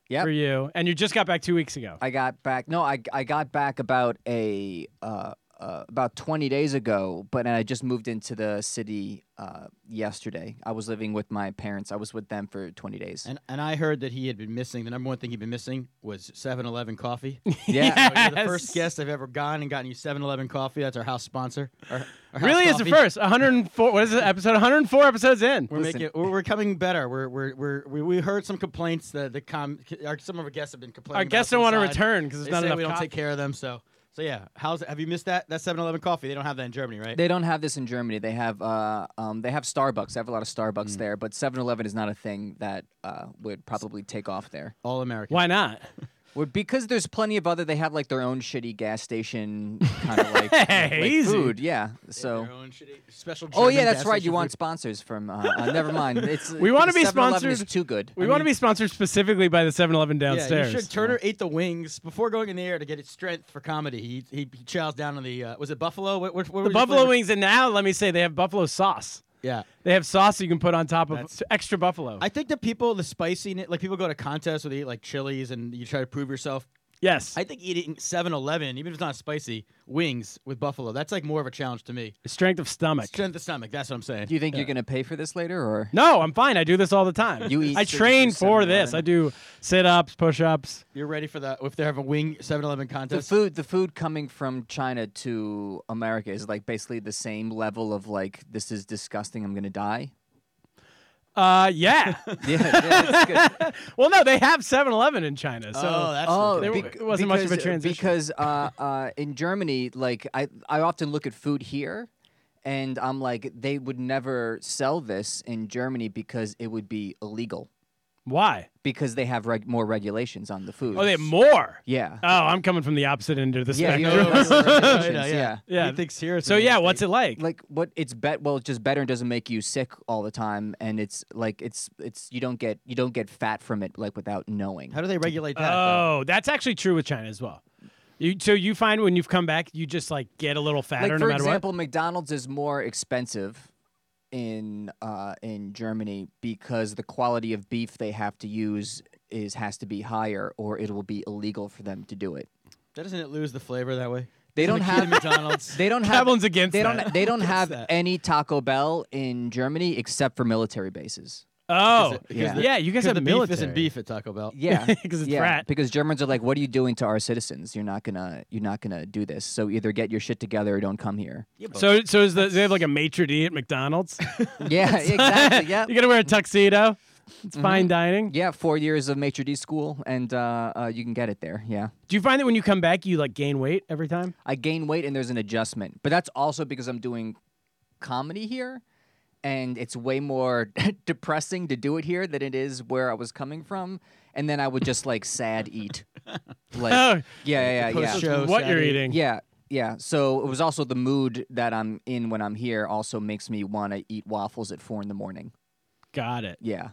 [SPEAKER 6] Yep.
[SPEAKER 1] for you, and you just got back two weeks ago.
[SPEAKER 6] I got back. No, I, I got back about a uh, uh, about 20 days ago, but and I just moved into the city uh, yesterday. I was living with my parents. I was with them for 20 days.
[SPEAKER 2] And and I heard that he had been missing. The number one thing he'd been missing was 7-Eleven coffee.
[SPEAKER 6] yeah.
[SPEAKER 2] You're the
[SPEAKER 1] Yes.
[SPEAKER 2] first guest I've ever gone and gotten you 7-Eleven coffee. That's our house sponsor. Our, our house
[SPEAKER 1] Really is the
[SPEAKER 2] coffee.
[SPEAKER 1] first. 104. What is it? Episode 104 episodes in.
[SPEAKER 2] We're making. We're, we're coming better. We're, we're we're we we heard some complaints that the com our, some of our guests have been complaining.
[SPEAKER 1] Our
[SPEAKER 2] about
[SPEAKER 1] guests
[SPEAKER 2] us
[SPEAKER 1] don't wanna
[SPEAKER 2] inside.
[SPEAKER 1] return 'cause there's
[SPEAKER 2] They
[SPEAKER 1] not
[SPEAKER 2] say
[SPEAKER 1] enough
[SPEAKER 2] We don't
[SPEAKER 1] coffee.
[SPEAKER 2] take care of them. So so yeah. How's have you missed that? That 7-Eleven coffee. They don't have that in Germany, right?
[SPEAKER 6] They don't have this in Germany. They have uh, um, they have Starbucks. They have a lot of Starbucks there, but 7-Eleven is not a thing that uh, would probably take off there.
[SPEAKER 2] All American.
[SPEAKER 1] Why not?
[SPEAKER 6] Well, because there's plenty of other. They have like their own shitty gas station kind of like, like
[SPEAKER 1] easy.
[SPEAKER 6] food. Yeah. So.
[SPEAKER 2] Their own shitty- special.
[SPEAKER 6] Oh
[SPEAKER 2] German
[SPEAKER 6] yeah, that's
[SPEAKER 2] gas
[SPEAKER 6] right.
[SPEAKER 2] station
[SPEAKER 6] You want
[SPEAKER 2] food.
[SPEAKER 6] sponsors from? Uh, uh, never mind. It's
[SPEAKER 1] We wanna be
[SPEAKER 6] 7-Eleven
[SPEAKER 1] sponsored-
[SPEAKER 6] Is too good.
[SPEAKER 1] We want to be sponsored specifically by the 7-Eleven
[SPEAKER 2] Yeah,
[SPEAKER 1] downstairs.
[SPEAKER 2] you should. Turner ate the wings before going in the air to get its strength for comedy. He he, he chows down on the uh, was it buffalo? What, what, what
[SPEAKER 1] the buffalo wings, and now let me say they have buffalo sauce.
[SPEAKER 2] Yeah,
[SPEAKER 1] They have sauce you can put on top of
[SPEAKER 2] That's-
[SPEAKER 1] extra buffalo.
[SPEAKER 2] I think that people the spicy like people go to contests where they eat like chilies and you try to prove yourself.
[SPEAKER 1] Yes,
[SPEAKER 2] I think eating 7-Eleven, even if it's not spicy, wings with buffalo, that's like more of a challenge to me.
[SPEAKER 1] strength of stomach.
[SPEAKER 2] Strength of stomach, that's what I'm saying.
[SPEAKER 6] Do you think you're gonna pay for this later, or
[SPEAKER 1] No, I'm fine. I do this all the time.
[SPEAKER 6] You eat
[SPEAKER 1] I
[SPEAKER 6] six
[SPEAKER 1] train
[SPEAKER 6] or
[SPEAKER 1] for
[SPEAKER 6] seven
[SPEAKER 1] this.
[SPEAKER 6] eleven.
[SPEAKER 1] I do sit ups, push ups.
[SPEAKER 2] You're ready for that if they have a wing 7-Eleven
[SPEAKER 6] the
[SPEAKER 2] contest?
[SPEAKER 6] food? The food coming from China to America is like basically the same level of like this is disgusting. I'm gonna die.
[SPEAKER 1] Uh, yeah.
[SPEAKER 6] Yeah, yeah that's good.
[SPEAKER 1] well, no, they have 7-Eleven in China, so
[SPEAKER 2] oh, that's
[SPEAKER 6] Oh,
[SPEAKER 1] There
[SPEAKER 6] bec-
[SPEAKER 1] w- it wasn't much of a
[SPEAKER 6] because-
[SPEAKER 1] transition.
[SPEAKER 6] Because uh, uh, in Germany, like I, I often look at food here, and I'm like, they would never sell this in Germany because it would be illegal
[SPEAKER 1] why?
[SPEAKER 6] because they have reg- more regulations on the food.
[SPEAKER 1] Oh, they have more.
[SPEAKER 6] Yeah.
[SPEAKER 1] Oh, I'm coming from the opposite end of the
[SPEAKER 6] yeah, you
[SPEAKER 1] spectrum.
[SPEAKER 6] have less regulations,
[SPEAKER 2] yeah.
[SPEAKER 6] yeah.
[SPEAKER 1] Yeah.
[SPEAKER 2] He thinks here.
[SPEAKER 1] so yeah, what's it like?
[SPEAKER 6] Like what it's bet well, it's just better and doesn't make you sick all the time, and it's like it's it's you don't get you don't get fat from it like without knowing.
[SPEAKER 2] How do they regulate that? though?
[SPEAKER 1] oh, that's actually true with China as well. You, so you find when you've come back, you just like get a little fatter
[SPEAKER 6] like
[SPEAKER 1] no
[SPEAKER 6] for
[SPEAKER 1] matter
[SPEAKER 6] example, McDonald's is more expensive in uh, in Germany because the quality of beef they have to use is has to be higher, or it will be illegal for them to do it.
[SPEAKER 2] Doesn't it lose the flavor that way?
[SPEAKER 6] They don't
[SPEAKER 2] Doesn't it
[SPEAKER 6] have
[SPEAKER 2] keep it McDonald's.
[SPEAKER 6] they don't
[SPEAKER 1] what.
[SPEAKER 6] have
[SPEAKER 1] Everyone's against
[SPEAKER 6] they
[SPEAKER 1] that.
[SPEAKER 6] don't they don't have
[SPEAKER 2] that.
[SPEAKER 6] any Taco Bell in Germany except for military bases.
[SPEAKER 1] Oh,
[SPEAKER 2] Because
[SPEAKER 1] yeah.
[SPEAKER 2] the-
[SPEAKER 1] yeah, you guys
[SPEAKER 2] Because
[SPEAKER 1] have
[SPEAKER 2] the
[SPEAKER 1] military.
[SPEAKER 2] beef isn't beef at Taco Bell.
[SPEAKER 6] Yeah,
[SPEAKER 1] 'Cause it's
[SPEAKER 6] yeah,
[SPEAKER 1] frat.
[SPEAKER 6] Because Germans are like, "What are you doing to our citizens? You're not gonna, you're not gonna do this. So either get your shit together or don't come here."
[SPEAKER 1] So, so is the, they have like a maitre d at McDonald's.
[SPEAKER 6] yeah, exactly. Yeah,
[SPEAKER 1] you gotta wear a tuxedo. It's
[SPEAKER 2] Mm-hmm.
[SPEAKER 1] fine dining.
[SPEAKER 6] Yeah, four years of maitre d school, and uh, uh, you can get it there. Yeah,
[SPEAKER 1] Do you find that when you come back, you like gain weight every time?
[SPEAKER 6] I gain weight, and there's an adjustment, but that's also because I'm doing comedy here, and it's way more depressing to do it here than it is where I was coming from. And then I would just like sad eat, like
[SPEAKER 1] Oh.
[SPEAKER 6] yeah, yeah, yeah, yeah.
[SPEAKER 2] Post-show
[SPEAKER 1] what you're
[SPEAKER 2] Saturday.
[SPEAKER 1] eating?
[SPEAKER 6] yeah. Yeah, so it was also the mood that I'm in when I'm here also makes me want to eat waffles at four in the morning.
[SPEAKER 1] Got it.
[SPEAKER 6] Yeah,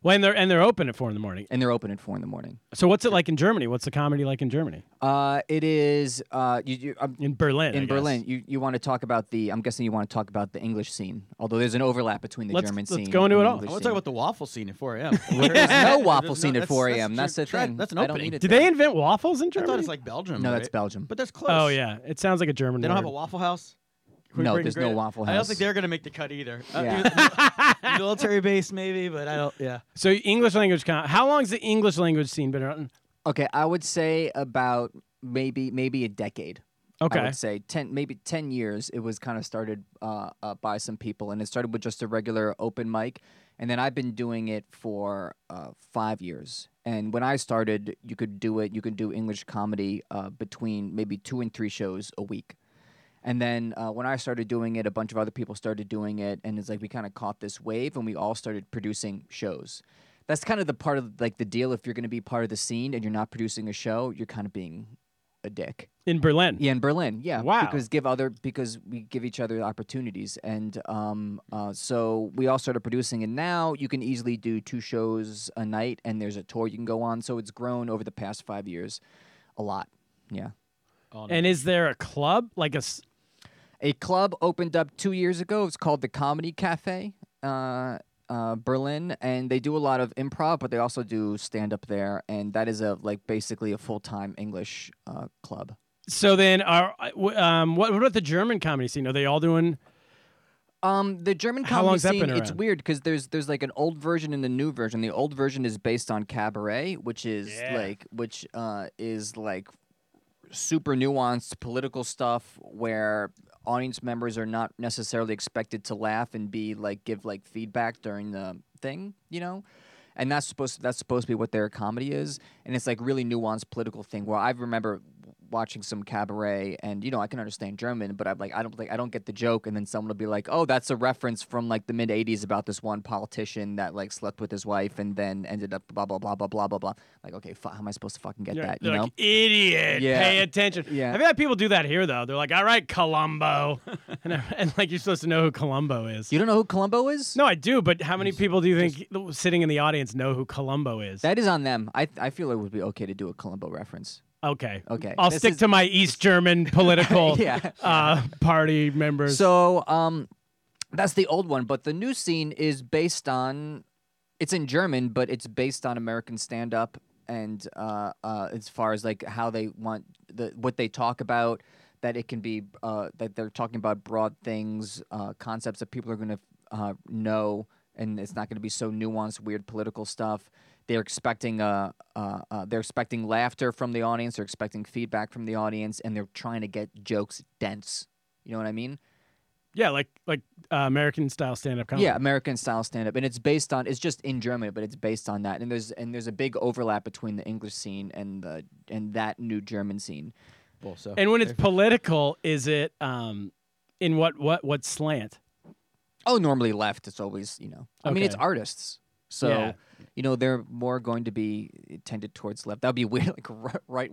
[SPEAKER 1] When they're and they're open at four in the morning.
[SPEAKER 6] and they're open at four in the morning.
[SPEAKER 1] So what's it like in Germany? What's the comedy like in Germany?
[SPEAKER 6] Uh, it is uh, you, you, I'm,
[SPEAKER 1] In Berlin. I
[SPEAKER 6] in
[SPEAKER 1] guess.
[SPEAKER 6] Berlin, you, you want to talk about the? I'm guessing you want to talk about the English scene, although there's an overlap between the
[SPEAKER 1] Let's-
[SPEAKER 6] German
[SPEAKER 1] let's
[SPEAKER 6] scene.
[SPEAKER 1] go into
[SPEAKER 6] and
[SPEAKER 1] it
[SPEAKER 6] the
[SPEAKER 1] all.
[SPEAKER 6] English
[SPEAKER 2] I want to
[SPEAKER 6] scene.
[SPEAKER 2] talk about the waffle scene at 4 a.m.
[SPEAKER 6] There's no waffle
[SPEAKER 2] There's
[SPEAKER 6] scene
[SPEAKER 2] no-
[SPEAKER 6] at
[SPEAKER 2] that's-
[SPEAKER 6] 4
[SPEAKER 2] that's
[SPEAKER 6] a.m. That's,
[SPEAKER 2] true.
[SPEAKER 6] the
[SPEAKER 2] Try-
[SPEAKER 6] thing.
[SPEAKER 2] that's an
[SPEAKER 6] I don't
[SPEAKER 2] opening.
[SPEAKER 6] need it
[SPEAKER 1] Did
[SPEAKER 6] there.
[SPEAKER 1] they invent waffles in
[SPEAKER 2] I
[SPEAKER 1] Germany?
[SPEAKER 2] thought it's like Belgium.
[SPEAKER 6] No, that's
[SPEAKER 2] right?
[SPEAKER 6] Belgium.
[SPEAKER 2] But that's close.
[SPEAKER 1] oh yeah, it sounds like a German.
[SPEAKER 2] They don't have
[SPEAKER 1] word.
[SPEAKER 2] a Waffle House. Quick
[SPEAKER 6] No,
[SPEAKER 2] Break
[SPEAKER 6] there's
[SPEAKER 2] and
[SPEAKER 6] no
[SPEAKER 2] Great-
[SPEAKER 6] Waffle
[SPEAKER 2] I don't
[SPEAKER 6] House.
[SPEAKER 2] think they're gonna make the cut either. Uh,
[SPEAKER 6] Yeah.
[SPEAKER 2] either- military base maybe, but I don't. Yeah.
[SPEAKER 1] So English language. Com- How long's the English language scene been around?
[SPEAKER 6] Okay, I would say about maybe maybe a decade. I
[SPEAKER 1] Okay.
[SPEAKER 6] would say ten, maybe ten years. It was kind of started uh, uh, by some people, and it started with just a regular open mic, and then I've been doing it for uh, five years. And when I started, you could do it. You could do English comedy uh, between maybe two and three shows a week. And then uh, when I started doing it, a bunch of other people started doing it, and it's like we kind of caught this wave, and we all started producing shows. That's kind of the part of like the deal. If you're going to be part of the scene and you're not producing a show, you're kind of being a dick.
[SPEAKER 1] In Berlin.
[SPEAKER 6] Yeah, in Berlin. Yeah.
[SPEAKER 1] Wow.
[SPEAKER 6] Because give other because we give each other opportunities, and um, uh, so we all started producing. And now you can easily do two shows a night, and there's a tour you can go on. So it's grown over the past five years, a lot. Yeah.
[SPEAKER 1] And is there a club like a? s-
[SPEAKER 6] A club opened up two years ago. It's called the Comedy Cafe, uh, uh, Berlin, and they do a lot of improv, but they also do stand up there, and that is a like basically a full time English uh, club.
[SPEAKER 1] So then, are w- um, what, what about the German comedy scene? Are they all doing?
[SPEAKER 6] Um, the German
[SPEAKER 1] How
[SPEAKER 6] comedy
[SPEAKER 1] long's that
[SPEAKER 6] scene,
[SPEAKER 1] been
[SPEAKER 6] it's
[SPEAKER 1] around?
[SPEAKER 6] weird because there's there's like an old version and a new version. The old version is based on cabaret, which is
[SPEAKER 1] Yeah.
[SPEAKER 6] like which uh, is like super nuanced political stuff where audience members are not necessarily expected to laugh and be like give like feedback during the thing, you know? And that's supposed that's supposed to be what their comedy is, and it's like really nuanced political thing. Where I remember watching some cabaret, and you know I can understand German, but I'm like I don't like I don't get the joke, and then someone will be like, "Oh, that's a reference from like the mid '80s about this one politician that like slept with his wife and then ended up blah blah blah blah blah blah blah." Like, okay, fu- how am I supposed to fucking get
[SPEAKER 1] They're-
[SPEAKER 6] that? Uh, You
[SPEAKER 1] they're
[SPEAKER 6] know?
[SPEAKER 1] like, idiot.
[SPEAKER 6] Yeah.
[SPEAKER 1] Pay attention.
[SPEAKER 6] Yeah.
[SPEAKER 1] I've had people do that here though. They're like, all right, Columbo, and, I- and like you're supposed to know who Columbo is.
[SPEAKER 6] You don't know who Columbo is?
[SPEAKER 1] no, I do, but how many people do you think sitting in the audience know who Columbo is?
[SPEAKER 6] That is on them. I I feel it would be okay to do a Columbo reference.
[SPEAKER 1] okay.
[SPEAKER 6] Okay.
[SPEAKER 1] I'll
[SPEAKER 6] This
[SPEAKER 1] stick
[SPEAKER 6] is-
[SPEAKER 1] to my East German political
[SPEAKER 6] Yeah.
[SPEAKER 1] uh, party members.
[SPEAKER 6] So um, that's the old one, but the new scene is based on. It's in German, but it's based on American stand up. and uh, uh, as far as like how they want the what they talk about, that it can be uh, that they're talking about broad things, uh, concepts that people are going to uh, know, and it's not going to be so nuanced, weird political stuff. They're expecting uh, uh, uh, they're expecting laughter from the audience. They're expecting feedback from the audience, and they're trying to get jokes dense. You know what I mean?
[SPEAKER 1] Yeah, like like uh, American style stand up comedy.
[SPEAKER 6] Yeah, American style stand up, and it's based on it's just in Germany, but it's based on that. And there's and there's a big overlap between the English scene and the and that new German scene.
[SPEAKER 2] Well, so
[SPEAKER 1] And when it's political, is it um in what what what slant?
[SPEAKER 6] Oh, normally left. It's always you know. I mean, it's
[SPEAKER 1] Okay.
[SPEAKER 6] artists, so
[SPEAKER 1] Yeah.
[SPEAKER 6] you know they're more going to be tended towards left. That would be weird, like right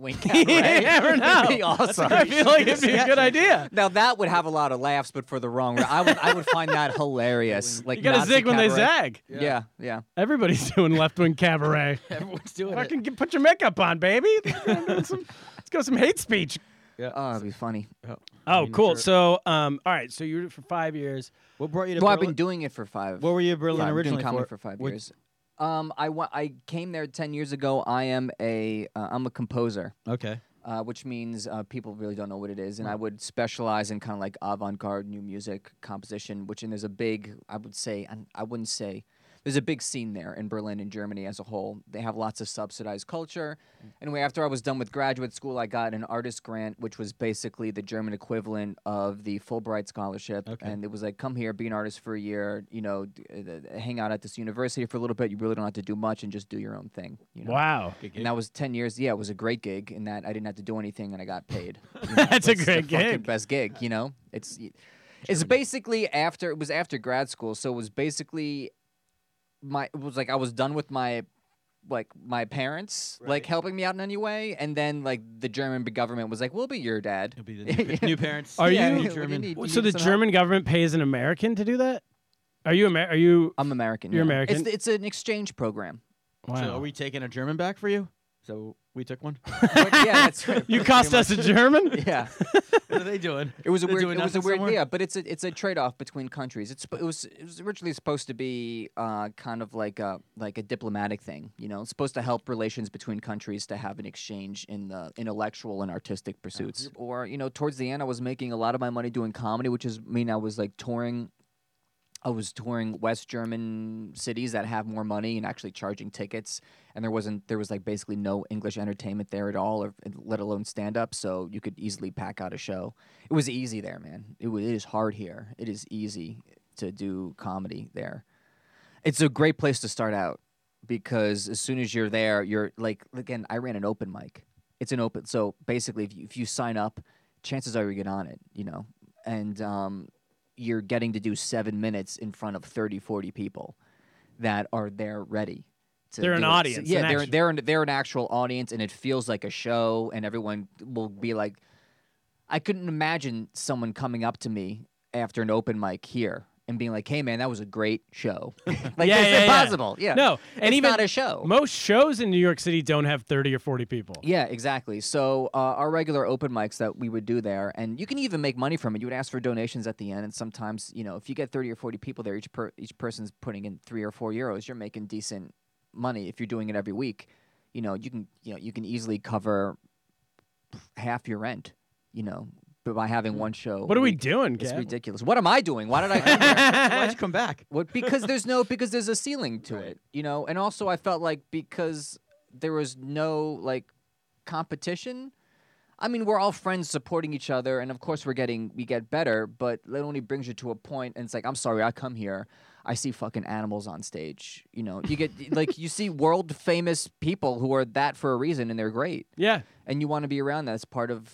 [SPEAKER 6] wing. Right?
[SPEAKER 1] you never know.
[SPEAKER 6] That'd be awesome.
[SPEAKER 1] I feel like it'd be a good idea.
[SPEAKER 6] Now that would have a lot of laughs, but for the wrong. re- I would I would find that hilarious. Like
[SPEAKER 1] You gotta
[SPEAKER 6] Nazi
[SPEAKER 1] zig when they
[SPEAKER 6] cabaret.
[SPEAKER 1] zag.
[SPEAKER 6] Yeah, yeah.
[SPEAKER 1] Everybody's doing left wing cabaret.
[SPEAKER 2] everyone's doing it.
[SPEAKER 1] Fucking get, put your makeup on, baby. some, let's go some hate speech.
[SPEAKER 6] Oh, it'd be funny.
[SPEAKER 1] Oh, cool. So, um, all right. So you were for five years.
[SPEAKER 2] What brought you to
[SPEAKER 6] Well, I've
[SPEAKER 2] Berlin?
[SPEAKER 6] been doing it for five.
[SPEAKER 2] What were you in Berlin
[SPEAKER 6] Yeah, I've been
[SPEAKER 2] originally
[SPEAKER 6] doing comedy
[SPEAKER 2] for?
[SPEAKER 6] for, five
[SPEAKER 2] What-
[SPEAKER 6] years. Um, I wa- I came there ten years ago. I am a uh, I'm a composer,
[SPEAKER 2] Okay.
[SPEAKER 6] uh, which means uh, people really don't know what it is, and I would specialize in kind of like avant-garde new music composition, which and there's a big I would say and I wouldn't say there's a big scene there in Berlin and Germany as a whole. They have lots of subsidized culture. Anyway, after I was done with graduate school, I got an artist grant, which was basically the German equivalent of the Fulbright scholarship. And it was like, come here, be an artist for a year, you know, d- uh, hang out at this university for a little bit. You really don't have to do much and just do your own thing. You know?
[SPEAKER 1] Wow,
[SPEAKER 6] And that was 10 years. Yeah, it was a great gig in that I didn't have to do anything and I got paid.
[SPEAKER 1] that's a
[SPEAKER 6] It's the
[SPEAKER 1] great
[SPEAKER 6] fucking
[SPEAKER 1] gig.
[SPEAKER 6] Best gig, you know. It's it's basically after it was after grad school, so it was basically my it was like I was done with my like my parents like helping me out in any way, and then like the German government was like, "We'll be your dad."
[SPEAKER 2] You'll be the new, new parents.
[SPEAKER 1] Are you-
[SPEAKER 6] Yeah, we
[SPEAKER 1] New
[SPEAKER 6] need-
[SPEAKER 2] German.
[SPEAKER 6] we need
[SPEAKER 1] So the
[SPEAKER 6] some help.
[SPEAKER 1] German government pays an American to do that. Are you Amer- Are you?
[SPEAKER 6] I'm American.
[SPEAKER 1] You're
[SPEAKER 6] yeah.
[SPEAKER 1] American?
[SPEAKER 6] It's, it's an exchange program.
[SPEAKER 1] Wow.
[SPEAKER 2] So are we taking a German back for you? So we took one.
[SPEAKER 6] But yeah, that's right.
[SPEAKER 1] you cost us a German.
[SPEAKER 6] Yeah,
[SPEAKER 2] what are they doing?
[SPEAKER 6] it was a
[SPEAKER 2] They're
[SPEAKER 6] weird.
[SPEAKER 2] doing
[SPEAKER 6] It was a
[SPEAKER 2] nothing
[SPEAKER 6] weird.
[SPEAKER 2] somewhere?
[SPEAKER 6] Yeah, but it's a it's a trade off between countries. It's sp- it was it was originally supposed to be uh, kind of like a like a diplomatic thing. You know, it's supposed to help relations between countries to have an exchange in the intellectual and artistic pursuits. Or you know, towards the end, I was making a lot of my money doing comedy, which is mean I was like touring. I was touring West German cities that have more money and actually charging tickets, and there wasn't there was like basically no English entertainment there at all, or let alone stand up. So you could easily pack out a show. It was easy there, man. It was it is hard here. It is easy to do comedy there. It's a great place to start out because as soon as you're there, you're like again. I ran an open mic. It's an open. So basically, if you, if you sign up, chances are you get on it. You know, and um, you're getting to do seven minutes in front of 30, 40 people that are there ready. To
[SPEAKER 1] They're an
[SPEAKER 6] do it. So-
[SPEAKER 1] audience,
[SPEAKER 6] yeah,
[SPEAKER 1] an
[SPEAKER 6] they're
[SPEAKER 1] actual-
[SPEAKER 6] they're an, they're an actual audience, and it feels like a show, and everyone will be like, I couldn't imagine someone coming up to me after an open mic here and being like, "Hey, man, that was a great show." like
[SPEAKER 1] Yeah,
[SPEAKER 6] it's
[SPEAKER 1] yeah, yeah.
[SPEAKER 6] impossible. Yeah.
[SPEAKER 1] No, and
[SPEAKER 6] it's
[SPEAKER 1] even-
[SPEAKER 6] not a show.
[SPEAKER 1] Most shows in New York City don't have thirty or forty people.
[SPEAKER 6] yeah, exactly. So uh, our regular open mics that we would do there, and you can even make money from it. You would ask for donations at the end, and sometimes you know if you get thirty or forty people there, each per- each person's putting in three or four euros. You're making decent money if you're doing it every week. You know you can you know you can easily cover half your rent. You know, but by having one show.
[SPEAKER 1] Mm. What
[SPEAKER 6] a
[SPEAKER 1] are we
[SPEAKER 6] week.
[SPEAKER 1] doing,
[SPEAKER 6] It's
[SPEAKER 1] Gab?
[SPEAKER 6] ridiculous. What am I doing? Why did I come here?
[SPEAKER 2] Why'd you come back?
[SPEAKER 6] What? Because there's no because there's a ceiling to it, you know. And also, I felt like because there was no like competition. I mean, we're all friends supporting each other, and of course, we're getting we get better. But it only brings you to a point, and it's like, I'm sorry, I come here, I see fucking animals on stage. You know, you get like you see world famous people who are that for a reason, and they're great,
[SPEAKER 1] Yeah.
[SPEAKER 6] and you want to be around that. It's part of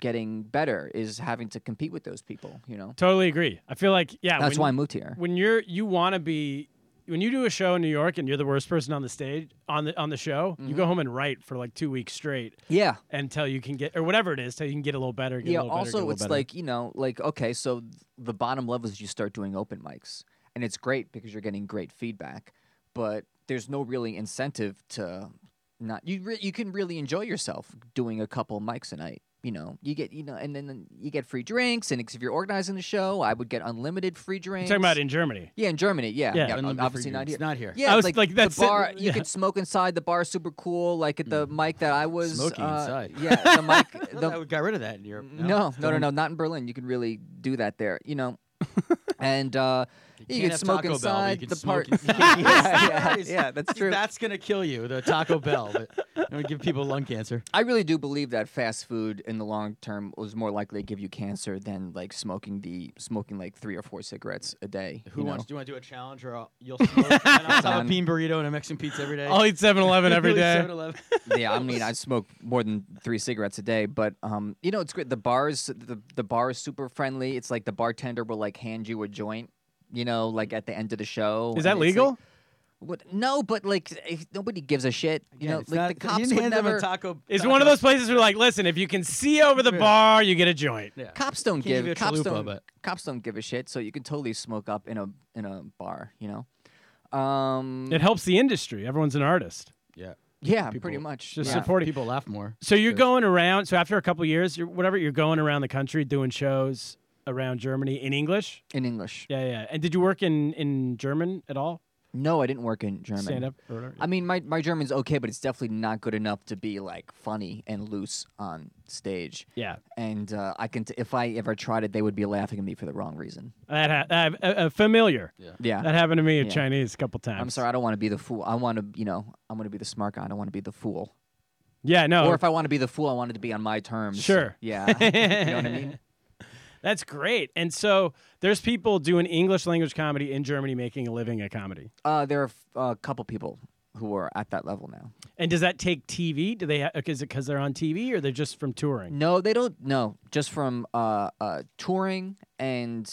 [SPEAKER 6] getting better is having to compete with those people. You know,
[SPEAKER 1] Totally agree. I feel like yeah.
[SPEAKER 6] that's
[SPEAKER 1] when-
[SPEAKER 6] why I moved here.
[SPEAKER 1] when you're you want to be when you do a show in New York and you're the worst person on the stage on the on the show, you go home and write for like two weeks straight
[SPEAKER 6] Mm-hmm. Yeah.
[SPEAKER 1] until you can get or whatever it is till you can get a little better. Get a
[SPEAKER 6] yeah
[SPEAKER 1] little better, get a
[SPEAKER 6] also
[SPEAKER 1] little
[SPEAKER 6] it's
[SPEAKER 1] better.
[SPEAKER 6] like you know like okay so th- the bottom level is you start doing open mics and it's great because you're getting great feedback but there's no really incentive to not you re- you can really enjoy yourself doing a couple mics a night you you know, you get you know, and then you get free drinks. And 'cause if you're organizing the show, I would get unlimited free drinks.
[SPEAKER 1] Talking about in Germany.
[SPEAKER 6] Yeah, in Germany. Yeah,
[SPEAKER 1] Yeah.
[SPEAKER 2] Unlimited free
[SPEAKER 6] obviously not
[SPEAKER 2] drinks.
[SPEAKER 6] here.
[SPEAKER 2] Not here.
[SPEAKER 6] Yeah,
[SPEAKER 1] I was
[SPEAKER 6] like,
[SPEAKER 1] like, that's it,
[SPEAKER 6] the bar. You
[SPEAKER 1] yeah.
[SPEAKER 6] could smoke inside. The bar super cool. Like at the mic that I was
[SPEAKER 2] Smoking
[SPEAKER 6] uh,
[SPEAKER 2] Mm. inside.
[SPEAKER 6] Yeah, the mic.
[SPEAKER 2] I
[SPEAKER 6] the-
[SPEAKER 2] thought we got rid of that in Europe.
[SPEAKER 6] no, no, no, no, not in Berlin. You could really do that there. You know, and uh, you,
[SPEAKER 2] can't
[SPEAKER 6] could
[SPEAKER 2] have
[SPEAKER 6] smoke
[SPEAKER 2] Taco Bell, but you
[SPEAKER 6] inside
[SPEAKER 2] can
[SPEAKER 6] the
[SPEAKER 2] smoke
[SPEAKER 6] park.
[SPEAKER 2] in- you
[SPEAKER 6] yeah,
[SPEAKER 2] can't
[SPEAKER 6] yeah, yeah, that's true.
[SPEAKER 2] That's gonna kill you, the Taco Bell. But it would give people lung cancer.
[SPEAKER 6] I really do believe that fast food in the long term was more likely to give you cancer than like smoking the smoking like three or four cigarettes a day.
[SPEAKER 2] Who
[SPEAKER 6] you know?
[SPEAKER 2] wants? Do you want to do a challenge or a- you'll smoke? and I'll have
[SPEAKER 6] Done.
[SPEAKER 2] a bean burrito and a Mexican pizza every day.
[SPEAKER 1] I'll eat 7-Eleven every
[SPEAKER 2] Really,
[SPEAKER 1] day.
[SPEAKER 2] 7-Eleven.
[SPEAKER 6] yeah, I mean, I smoke more than three cigarettes a day, but um, you know, it's great. The bars, the the bar is super friendly. It's like the bartender will like hand you a joint, you know, like at the end of the show.
[SPEAKER 1] Is that
[SPEAKER 6] and it's,
[SPEAKER 1] legal?
[SPEAKER 6] like- what? No, but like eh, nobody gives a shit. You
[SPEAKER 2] Yeah,
[SPEAKER 6] know,
[SPEAKER 2] it's
[SPEAKER 6] like
[SPEAKER 2] not-
[SPEAKER 6] the
[SPEAKER 2] you
[SPEAKER 6] cops
[SPEAKER 2] didn't
[SPEAKER 6] would
[SPEAKER 2] hand them a
[SPEAKER 6] never.
[SPEAKER 2] taco.
[SPEAKER 1] It's
[SPEAKER 2] taco.
[SPEAKER 1] one of those places where like, listen, if you can see over the bar, you get a joint.
[SPEAKER 2] Yeah.
[SPEAKER 6] Cops don't
[SPEAKER 2] give
[SPEAKER 6] give,
[SPEAKER 2] you a
[SPEAKER 6] cops
[SPEAKER 2] chalupa,
[SPEAKER 6] don't
[SPEAKER 2] but-
[SPEAKER 6] cops don't give a shit. So you can totally smoke up in a in a bar, you know. Um,
[SPEAKER 1] It helps the industry. Everyone's an artist.
[SPEAKER 2] Yeah.
[SPEAKER 6] yeah,
[SPEAKER 2] people-
[SPEAKER 6] pretty much.
[SPEAKER 1] Just
[SPEAKER 6] yeah.
[SPEAKER 1] supporting.
[SPEAKER 2] People laugh more.
[SPEAKER 1] So you're going around. So after a couple years, you're whatever you're going around the country doing shows around Germany in English.
[SPEAKER 6] in English.
[SPEAKER 1] Yeah, yeah. And did you work in in German at all?
[SPEAKER 6] No, I didn't work in German.
[SPEAKER 1] Stand up or whatever.
[SPEAKER 6] I mean, my, my German's okay, but it's definitely not good enough to be like funny and loose on stage.
[SPEAKER 1] Yeah,
[SPEAKER 6] And uh, I can, t- if I ever tried it, they would be laughing at me for the wrong reason.
[SPEAKER 1] that ha- uh, uh, uh, familiar.
[SPEAKER 6] Yeah.
[SPEAKER 1] That happened to me in
[SPEAKER 6] Yeah.
[SPEAKER 1] Chinese a couple times.
[SPEAKER 6] I'm sorry. I don't want to be the fool. I want to, you know, I want to be the smart guy. I don't want to be the fool.
[SPEAKER 1] Yeah, no.
[SPEAKER 6] Or if I want to be the fool, I want it to be on my terms.
[SPEAKER 1] Oh. Sure.
[SPEAKER 6] Yeah. you know what I mean?
[SPEAKER 1] That's great. And so there's people doing English language comedy in Germany making a living at comedy.
[SPEAKER 6] Uh, there are a couple people who are at that level now.
[SPEAKER 1] And does that take TV? Do they ha- is it because they're on TV or they're just from touring?
[SPEAKER 6] No, they don't. No, just from uh, uh, touring and,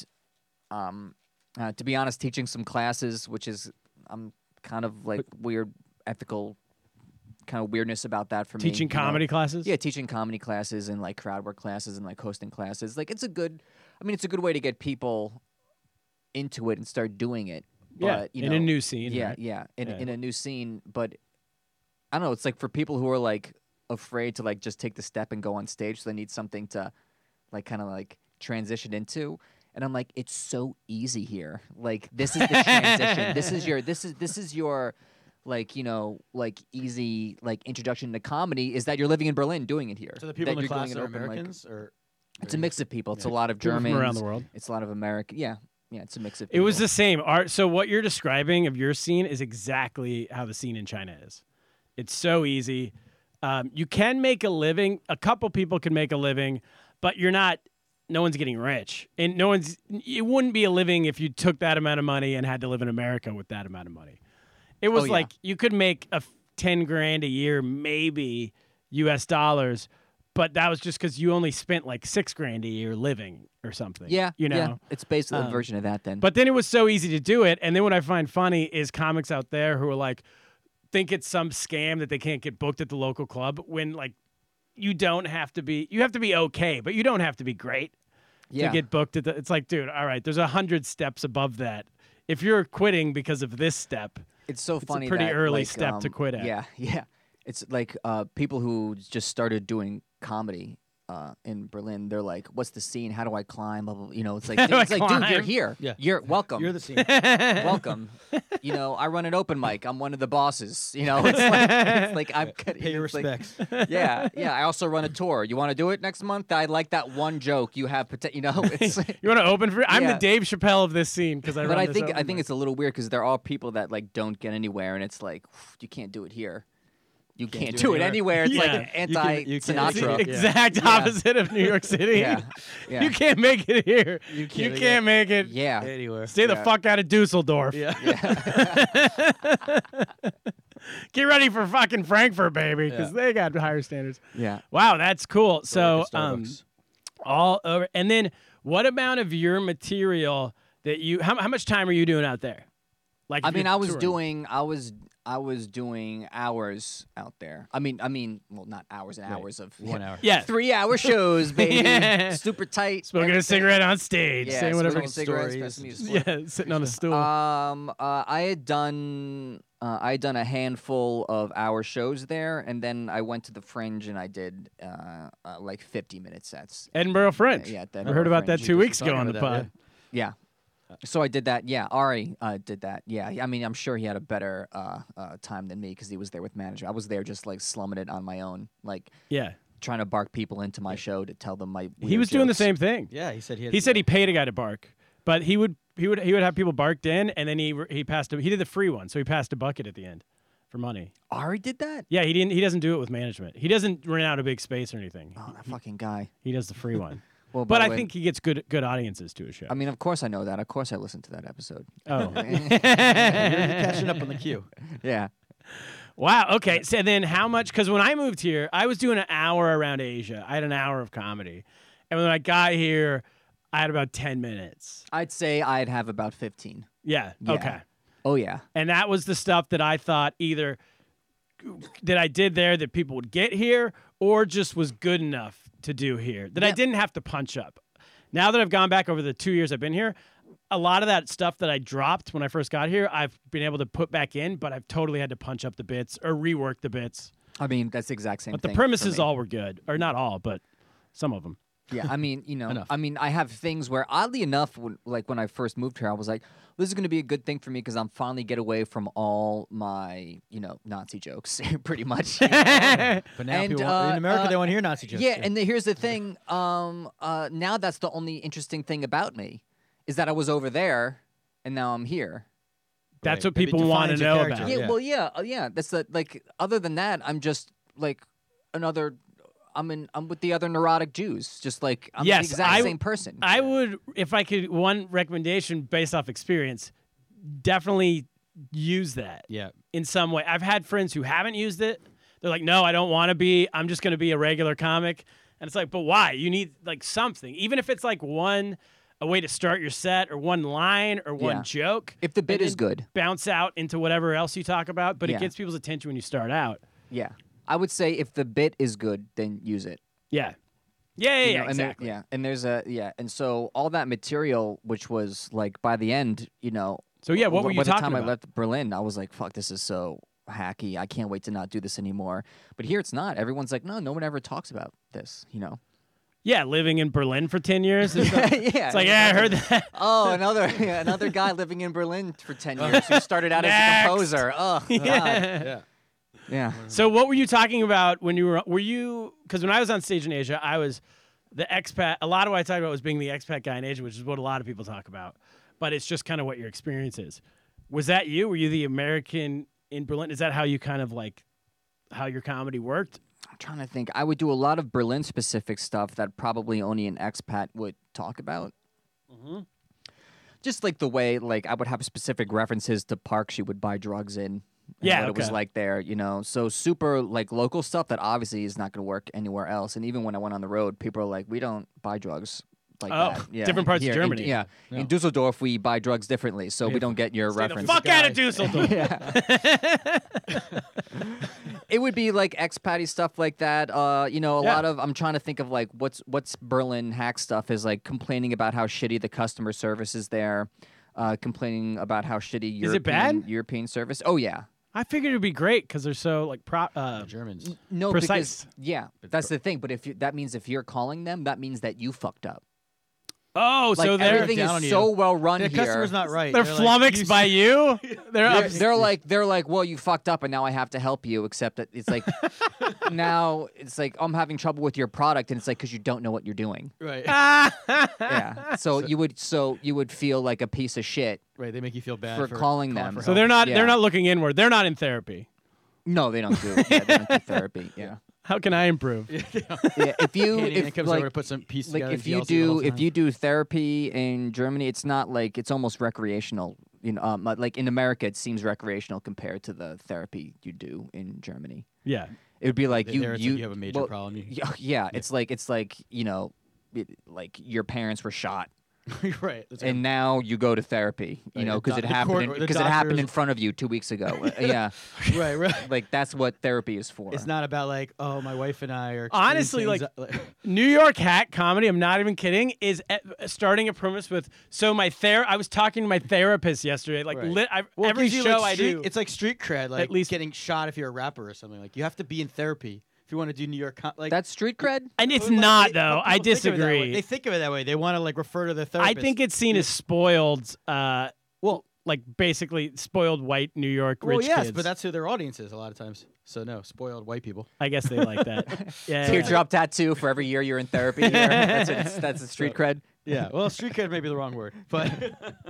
[SPEAKER 6] um, uh, to be honest, teaching some classes, which is I'm kind of like weird ethical, kind of weirdness about that for me.
[SPEAKER 1] Teaching
[SPEAKER 6] you know?
[SPEAKER 1] comedy classes?
[SPEAKER 6] Mm. Yeah, teaching comedy classes and like crowd work classes and like hosting classes. Like it's a good, I mean, it's a good way to get people into it and start doing it.
[SPEAKER 1] Yeah,
[SPEAKER 6] But, you
[SPEAKER 1] in
[SPEAKER 6] know,
[SPEAKER 1] a new scene,
[SPEAKER 6] Yeah,
[SPEAKER 1] right?
[SPEAKER 6] yeah, in,
[SPEAKER 1] Yeah.
[SPEAKER 6] in a new scene. But I don't know. It's like for people who are like afraid to like just take the step and go on stage, so they need something to like kind of like transition into. And I'm like, it's so easy here. Like this is the transition. this is your this is this is your like you know like easy like introduction to comedy is that you're living in Berlin doing it here.
[SPEAKER 2] So the people
[SPEAKER 6] that
[SPEAKER 2] in the
[SPEAKER 6] you're
[SPEAKER 2] class
[SPEAKER 6] doing it
[SPEAKER 2] are
[SPEAKER 6] open mic.
[SPEAKER 2] Americans, or
[SPEAKER 6] It's a mix of people. It's a lot of
[SPEAKER 1] People from
[SPEAKER 6] Germans
[SPEAKER 1] around the world.
[SPEAKER 6] It's a lot of American. Yeah, yeah. It's a mix of.
[SPEAKER 1] It was
[SPEAKER 6] people.
[SPEAKER 1] the same art. So what you're describing of your scene is exactly how the scene in China is. It's so easy. Um, you can make a living. A couple people can make a living, but you're not. No one's getting rich, and no one's. It wouldn't be a living if you took that amount of money and had to live in America with that amount of money. It was
[SPEAKER 6] Oh, yeah.
[SPEAKER 1] like you could make a f- ten grand a year, maybe U.S. dollars, but that was just because you only spent like six grand a year living or something.
[SPEAKER 6] Yeah,
[SPEAKER 1] you know.
[SPEAKER 6] yeah. It's basically
[SPEAKER 1] Um,
[SPEAKER 6] a version of that then.
[SPEAKER 1] But then it was so easy to do it. And then what I find funny is comics out there who are like, think it's some scam that they can't get booked at the local club when like you don't have to be, you have to be okay, but you don't have to be great
[SPEAKER 6] yeah,
[SPEAKER 1] to get booked at the, it's like, dude, all right, there's a hundred steps above that. If you're quitting because of this step,
[SPEAKER 6] it's so
[SPEAKER 1] a
[SPEAKER 6] funny.
[SPEAKER 1] pretty
[SPEAKER 6] that,
[SPEAKER 1] early
[SPEAKER 6] like,
[SPEAKER 1] step to
[SPEAKER 6] um,
[SPEAKER 1] quit at.
[SPEAKER 6] Yeah, yeah. It's like uh, people who just started doing comedy uh, in Berlin. They're like, "What's the scene? How do I climb?" Blah, blah, blah. You know, it's like,
[SPEAKER 1] do I
[SPEAKER 6] it's like, dude,
[SPEAKER 1] climb?"
[SPEAKER 6] you're here.
[SPEAKER 2] Yeah.
[SPEAKER 6] you're welcome.
[SPEAKER 2] you're the scene.
[SPEAKER 6] welcome. you know, I run an open mic. I'm one of the bosses. You know, it's like, it's like I'm
[SPEAKER 2] Pay your respects.
[SPEAKER 6] yeah, yeah. I also run a tour. You want to do it next month? I like that one joke you have. Poten- you know, it's.
[SPEAKER 1] you want to open for, I'm the
[SPEAKER 6] Yeah.
[SPEAKER 1] Dave Chappelle of this scene. Cause I,
[SPEAKER 6] But
[SPEAKER 1] run
[SPEAKER 6] I
[SPEAKER 1] this
[SPEAKER 6] think I
[SPEAKER 1] open
[SPEAKER 6] think
[SPEAKER 1] mic.
[SPEAKER 6] it's a little weird because they're all people that like don't get anywhere, and it's like you can't do it here. You can't, do, it anywhere. It's
[SPEAKER 1] Yeah.
[SPEAKER 6] like
[SPEAKER 2] You can-
[SPEAKER 6] anti
[SPEAKER 2] you can-
[SPEAKER 1] It's the
[SPEAKER 6] Sinatra.
[SPEAKER 2] Yeah.
[SPEAKER 1] exact opposite of New York City.
[SPEAKER 6] Yeah. Yeah.
[SPEAKER 1] You can't make it here. You
[SPEAKER 2] can't
[SPEAKER 1] you
[SPEAKER 2] make
[SPEAKER 1] can't make it.
[SPEAKER 6] Yeah.
[SPEAKER 2] Anywhere.
[SPEAKER 1] Stay the
[SPEAKER 6] Yeah.
[SPEAKER 1] fuck out of Dusseldorf.
[SPEAKER 2] Yeah.
[SPEAKER 1] Get ready for fucking Frankfurt, baby, because
[SPEAKER 2] Yeah.
[SPEAKER 1] they got higher standards.
[SPEAKER 6] Yeah.
[SPEAKER 1] Wow, that's cool.
[SPEAKER 2] Or
[SPEAKER 1] So,
[SPEAKER 2] at
[SPEAKER 1] um,
[SPEAKER 2] Starbucks.
[SPEAKER 1] all over. And then, what amount of your material that you? How, how much time are you doing out there? Like,
[SPEAKER 6] I
[SPEAKER 1] if
[SPEAKER 6] mean,
[SPEAKER 1] you're
[SPEAKER 6] I was
[SPEAKER 1] touring.
[SPEAKER 6] doing I was I was doing hours out there. I mean, I mean, well, not hours and hours of
[SPEAKER 2] One hour.
[SPEAKER 1] yeah,
[SPEAKER 6] three hour shows, baby.
[SPEAKER 1] Yeah.
[SPEAKER 6] Super tight.
[SPEAKER 1] smoking a
[SPEAKER 6] everything.
[SPEAKER 1] cigarette on stage,
[SPEAKER 6] Yeah,
[SPEAKER 1] saying whatever.
[SPEAKER 6] smoking cigarettes,
[SPEAKER 2] stories.
[SPEAKER 6] pressing music.
[SPEAKER 1] Yeah, sitting on a stool.
[SPEAKER 6] Um, uh, I had done uh, Uh, I had done a handful of hour shows there, and then I went to the Fringe and I did uh, uh, like 50 minute sets.
[SPEAKER 1] Edinburgh Fringe.
[SPEAKER 6] Yeah,
[SPEAKER 1] I
[SPEAKER 6] that
[SPEAKER 1] heard about that
[SPEAKER 6] Fringe, you
[SPEAKER 1] two weeks
[SPEAKER 6] just
[SPEAKER 1] ago on the
[SPEAKER 2] about that,
[SPEAKER 1] pod.
[SPEAKER 6] Yeah. So I did that. Yeah, Ari uh, did that. Yeah, I mean, I'm sure he had a better uh, uh, time than me because he was there with manager. I was there just like slumming it on my own, like
[SPEAKER 1] Yeah,
[SPEAKER 6] trying to bark people into my show to tell them my.
[SPEAKER 1] he
[SPEAKER 6] weird
[SPEAKER 1] was doing the
[SPEAKER 6] jokes.
[SPEAKER 1] same thing.
[SPEAKER 2] Yeah, he said he. Had
[SPEAKER 1] He said he paid a guy to bark, but he would he would he would have people barked in, and then he he passed a, he did the free one, so he passed a bucket at the end for money.
[SPEAKER 6] Ari did that.
[SPEAKER 1] Yeah, he didn't. He doesn't do it with management. He doesn't rent out a big space or anything.
[SPEAKER 6] Oh, that fucking guy.
[SPEAKER 1] He does the free one.
[SPEAKER 6] Well, by
[SPEAKER 1] but
[SPEAKER 6] the
[SPEAKER 1] I
[SPEAKER 6] way-
[SPEAKER 1] think he gets good good audiences to his show.
[SPEAKER 6] I mean, of course I know that. Of course I listened to that episode.
[SPEAKER 1] oh,
[SPEAKER 2] catching up on the queue.
[SPEAKER 6] yeah.
[SPEAKER 1] wow. Okay. So then, how much? Because when I moved here, I was doing an hour around Asia. I had an hour of comedy, and when I got here, I had about ten minutes.
[SPEAKER 6] I'd say I'd have about 15.
[SPEAKER 1] Yeah.
[SPEAKER 6] Yeah.
[SPEAKER 1] Okay.
[SPEAKER 6] Oh, yeah.
[SPEAKER 1] And that was the stuff that I thought either that I did there that people would get here or just was good enough to do here that I didn't have to punch up. Now that I've gone back over the two years I've been here, a lot of that stuff that I dropped when I first got here, I've been able to put back in, but I've totally had to punch up the bits or rework the bits.
[SPEAKER 6] I mean, that's the exact same
[SPEAKER 1] But the
[SPEAKER 6] thing. for
[SPEAKER 1] premises
[SPEAKER 6] me.
[SPEAKER 1] all were good, or not all, but some of them.
[SPEAKER 6] Yeah, I mean, you know, I mean, I have things where, oddly enough, when, like when I first moved here, I was like, "This is going to be a good thing for me because I'm finally get away from all my, you know, Nazi jokes, pretty much." you know?
[SPEAKER 2] But now
[SPEAKER 6] And,
[SPEAKER 2] people want-
[SPEAKER 6] uh,
[SPEAKER 2] in America
[SPEAKER 6] uh,
[SPEAKER 2] they want to hear Nazi jokes.
[SPEAKER 6] yeah, and the, here's the thing. Um, uh, now that's the only interesting thing about me is that I was over there, and now I'm here.
[SPEAKER 1] That's
[SPEAKER 2] Right.
[SPEAKER 1] what people
[SPEAKER 2] Maybe
[SPEAKER 1] want to
[SPEAKER 2] defines your
[SPEAKER 1] know
[SPEAKER 2] character.
[SPEAKER 1] about.
[SPEAKER 6] yeah,
[SPEAKER 2] yeah.
[SPEAKER 6] well, yeah, uh, yeah. That's the like. Other than that, I'm just like another. I'm in. I'm with the other neurotic Jews. Just like I'm
[SPEAKER 1] Yes,
[SPEAKER 6] the exact
[SPEAKER 1] I-
[SPEAKER 6] same person.
[SPEAKER 1] I would, if I could, one recommendation based off experience, definitely use that
[SPEAKER 2] yeah.
[SPEAKER 1] in some way. I've had friends who haven't used it. They're like, no, I don't want to be. I'm just going to be a regular comic. And it's like, but why? You need like something, even if it's like one, a way to start your set or one line or one
[SPEAKER 6] Yeah.
[SPEAKER 1] joke.
[SPEAKER 6] if the bit
[SPEAKER 1] and
[SPEAKER 6] is
[SPEAKER 1] then
[SPEAKER 6] good.
[SPEAKER 1] bounce out into whatever else you talk about, but
[SPEAKER 6] Yeah.
[SPEAKER 1] it gets people's attention when you start out.
[SPEAKER 6] Yeah. I would say if the bit is good, then use it.
[SPEAKER 1] Yeah. Yeah, yeah,
[SPEAKER 6] you
[SPEAKER 1] yeah,
[SPEAKER 6] know, and there-
[SPEAKER 1] exactly.
[SPEAKER 6] yeah. And there's a yeah, and so all that material, which was like by the end, you know.
[SPEAKER 1] So, yeah, what
[SPEAKER 6] wh-
[SPEAKER 1] were you
[SPEAKER 6] by
[SPEAKER 1] talking
[SPEAKER 6] the time I
[SPEAKER 1] about?
[SPEAKER 6] left Berlin, I was like, "Fuck, this is so hacky. I can't wait to not do this anymore." But here, it's not. Everyone's like, "No, no one ever talks about this," you know.
[SPEAKER 1] Yeah, living in Berlin for 10 years. It's like,
[SPEAKER 6] yeah.
[SPEAKER 1] it's like, yeah, I heard that.
[SPEAKER 6] Oh, another yeah, another guy living in Berlin for ten years who started out as
[SPEAKER 1] Next.
[SPEAKER 6] a composer. Oh, God.
[SPEAKER 2] Yeah.
[SPEAKER 6] yeah.
[SPEAKER 1] So what were you talking about when you were were you because when I was on stage in Asia, I was the expat. A lot of what I talked about was being the expat guy in Asia, which is what a lot of people talk about. But it's just kind of what your experience is. Was that you? Were you the American in Berlin? Is that how you kind of like how your comedy worked?
[SPEAKER 6] I'm trying to think. I would do a lot of Berlin specific stuff that probably only an expat would talk about.
[SPEAKER 1] Mm-hmm.
[SPEAKER 6] Just like the way, like I would have specific references to parks you would buy drugs in. and
[SPEAKER 1] Yeah,
[SPEAKER 6] what it was
[SPEAKER 1] okay.
[SPEAKER 6] like there, you know. So super like local stuff that obviously is not going to work anywhere else. And even when I went on the road, people are like, "We don't buy drugs." Like
[SPEAKER 1] Oh,
[SPEAKER 6] that. Yeah.
[SPEAKER 1] different parts of
[SPEAKER 6] Here in-
[SPEAKER 1] Germany.
[SPEAKER 6] yeah, in Dusseldorf we buy drugs differently, so we don't get your
[SPEAKER 1] Stay the
[SPEAKER 6] reference.
[SPEAKER 1] fuck out of Dusseldorf.
[SPEAKER 6] it would be like expatty stuff like that. Uh, you know, a
[SPEAKER 1] Yeah.
[SPEAKER 6] lot of I'm trying to think of like what's what's Berlin hack stuff is like complaining about how shitty the customer service is there, uh, complaining about how shitty European,
[SPEAKER 1] Is it bad?
[SPEAKER 6] European service. Oh yeah,
[SPEAKER 1] I figured it'd be great because they're so like pro. Uh,
[SPEAKER 2] Germans.
[SPEAKER 6] no,
[SPEAKER 1] Precise.
[SPEAKER 6] because yeah, that's the thing. But if you, that means if you're calling them, that means that you fucked up.
[SPEAKER 1] oh,
[SPEAKER 6] Like
[SPEAKER 1] so they're
[SPEAKER 6] everything
[SPEAKER 2] Down on
[SPEAKER 6] is
[SPEAKER 2] you.
[SPEAKER 6] so well run
[SPEAKER 2] The
[SPEAKER 6] here.
[SPEAKER 2] customer's not right.
[SPEAKER 1] they're
[SPEAKER 2] like,
[SPEAKER 1] flummoxed
[SPEAKER 2] you-
[SPEAKER 1] by you. They're
[SPEAKER 6] They're,
[SPEAKER 1] up.
[SPEAKER 6] they're like they're like, well, you fucked up, and now I have to help you. Except that it's like now it's like I'm having trouble with your product, and it's like because you don't know what you're doing.
[SPEAKER 2] Right.
[SPEAKER 6] yeah. So, you would so you would feel like a piece of shit.
[SPEAKER 2] Right. They make you feel bad
[SPEAKER 6] For calling them.
[SPEAKER 2] for
[SPEAKER 1] so
[SPEAKER 2] help.
[SPEAKER 1] they're not.
[SPEAKER 6] Yeah.
[SPEAKER 1] They're not looking inward. They're not in therapy.
[SPEAKER 6] No, they don't do. it. Yeah, they don't do therapy. Yeah.
[SPEAKER 1] How can I improve?
[SPEAKER 6] yeah. If you
[SPEAKER 2] Handy man
[SPEAKER 6] if
[SPEAKER 2] comes
[SPEAKER 6] like,
[SPEAKER 2] over to put some piece
[SPEAKER 6] like
[SPEAKER 2] together
[SPEAKER 6] if
[SPEAKER 2] and
[SPEAKER 6] you
[SPEAKER 2] yells at the whole
[SPEAKER 6] do if
[SPEAKER 2] time.
[SPEAKER 6] you do therapy in Germany, it's not like it's almost recreational. You know, um, uh, like in America, it seems recreational compared to the therapy you do in Germany.
[SPEAKER 1] Yeah.
[SPEAKER 6] It would be like
[SPEAKER 2] Th-
[SPEAKER 6] you
[SPEAKER 2] there it's like
[SPEAKER 6] you,
[SPEAKER 2] you have a major
[SPEAKER 6] well,
[SPEAKER 2] problem. You-
[SPEAKER 6] Yeah, yeah, it's like it's like you know, it, like your parents were shot
[SPEAKER 2] You're right. That's
[SPEAKER 6] and now you go to therapy, you
[SPEAKER 2] Right,
[SPEAKER 6] know,
[SPEAKER 2] the
[SPEAKER 6] because
[SPEAKER 2] doc-
[SPEAKER 6] it
[SPEAKER 2] the
[SPEAKER 6] happened
[SPEAKER 2] court- the
[SPEAKER 6] because it happened in
[SPEAKER 2] doctors-
[SPEAKER 6] front of you two weeks ago. Uh, yeah,
[SPEAKER 2] good. right, right.
[SPEAKER 6] like that's what therapy is for.
[SPEAKER 2] It's not about like, oh, my wife and I are
[SPEAKER 1] Honestly,
[SPEAKER 2] experiencing
[SPEAKER 1] like-
[SPEAKER 2] anxi-
[SPEAKER 1] New York hack comedy. I'm not even kidding. Is at, starting a premise with so my ther. I was talking to my therapist yesterday. Like
[SPEAKER 2] Right.
[SPEAKER 1] lit. I,
[SPEAKER 2] Well, it
[SPEAKER 1] every
[SPEAKER 2] gives
[SPEAKER 1] show
[SPEAKER 2] you, like,
[SPEAKER 1] I
[SPEAKER 2] street-
[SPEAKER 1] do,
[SPEAKER 2] it's like street cred. Like at
[SPEAKER 1] least-
[SPEAKER 2] least getting shot if you're a rapper or something. Like you have to be in therapy if you want to do New York. Com- like
[SPEAKER 6] that's street cred.
[SPEAKER 1] and it's
[SPEAKER 2] but, like,
[SPEAKER 1] not
[SPEAKER 2] they-
[SPEAKER 1] though.
[SPEAKER 2] but
[SPEAKER 1] I
[SPEAKER 2] people think of it that way.
[SPEAKER 1] disagree.
[SPEAKER 2] They think of it that way. They want to like refer to
[SPEAKER 1] I
[SPEAKER 2] their therapist.
[SPEAKER 1] think it's seen as spoiled. Uh, well, like basically spoiled white New York rich
[SPEAKER 2] well, yes,
[SPEAKER 1] kids.
[SPEAKER 2] but that's who their audience is a lot of times. So no, spoiled white people.
[SPEAKER 1] I guess they like that. yeah.
[SPEAKER 6] Teardrop tattoo for every year you're in therapy. Here. That's what it's, that's a street cred.
[SPEAKER 2] Yeah. Well, street cred may be the wrong word, but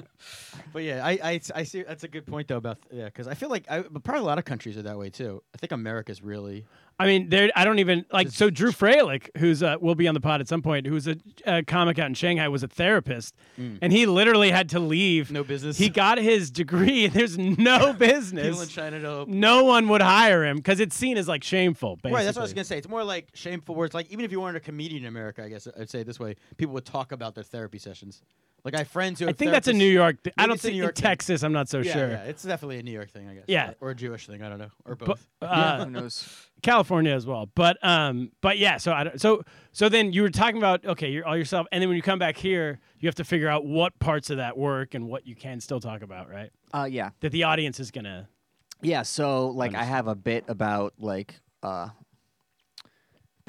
[SPEAKER 2] but yeah, I, I I see that's a good point though about yeah because I feel like I but probably a lot of countries are that way too. I think America's really
[SPEAKER 1] I mean, there. I don't even like. So Drew Fralick, who's uh, will be on the pod at some point, who's a, a comic out in Shanghai, was a therapist, and he literally had to leave.
[SPEAKER 2] Mm. No business.
[SPEAKER 1] He got his degree. and There's no
[SPEAKER 2] people in
[SPEAKER 1] business.
[SPEAKER 2] China to open.
[SPEAKER 1] No one would hire him because it's seen as like shameful. Basically.
[SPEAKER 2] Right, that's what I was gonna say. It's more like shameful words. Like even if you weren't a comedian in America, I guess I'd say it this way: people would talk about their therapy sessions. Like I have friends who.
[SPEAKER 1] I
[SPEAKER 2] have
[SPEAKER 1] think that's a
[SPEAKER 2] therapists-
[SPEAKER 1] New York. Th- I
[SPEAKER 2] Maybe
[SPEAKER 1] don't
[SPEAKER 2] it's a
[SPEAKER 1] think
[SPEAKER 2] New
[SPEAKER 1] in
[SPEAKER 2] York thing.
[SPEAKER 1] Texas. I'm not so
[SPEAKER 2] Yeah,
[SPEAKER 1] sure.
[SPEAKER 2] yeah, it's definitely a New York thing, I guess.
[SPEAKER 1] Yeah.
[SPEAKER 2] or, or a Jewish thing. I don't know, or
[SPEAKER 1] But,
[SPEAKER 2] both.
[SPEAKER 1] uh,
[SPEAKER 6] Who knows?
[SPEAKER 1] California as well. But um, but yeah. So I don't, so so then you were talking about okay, you're all yourself, and then when you come back here, you have to figure out what parts of that work and what you can still talk about, right?
[SPEAKER 6] Uh, yeah.
[SPEAKER 1] That the audience is gonna.
[SPEAKER 6] Yeah, so like I have a bit about like uh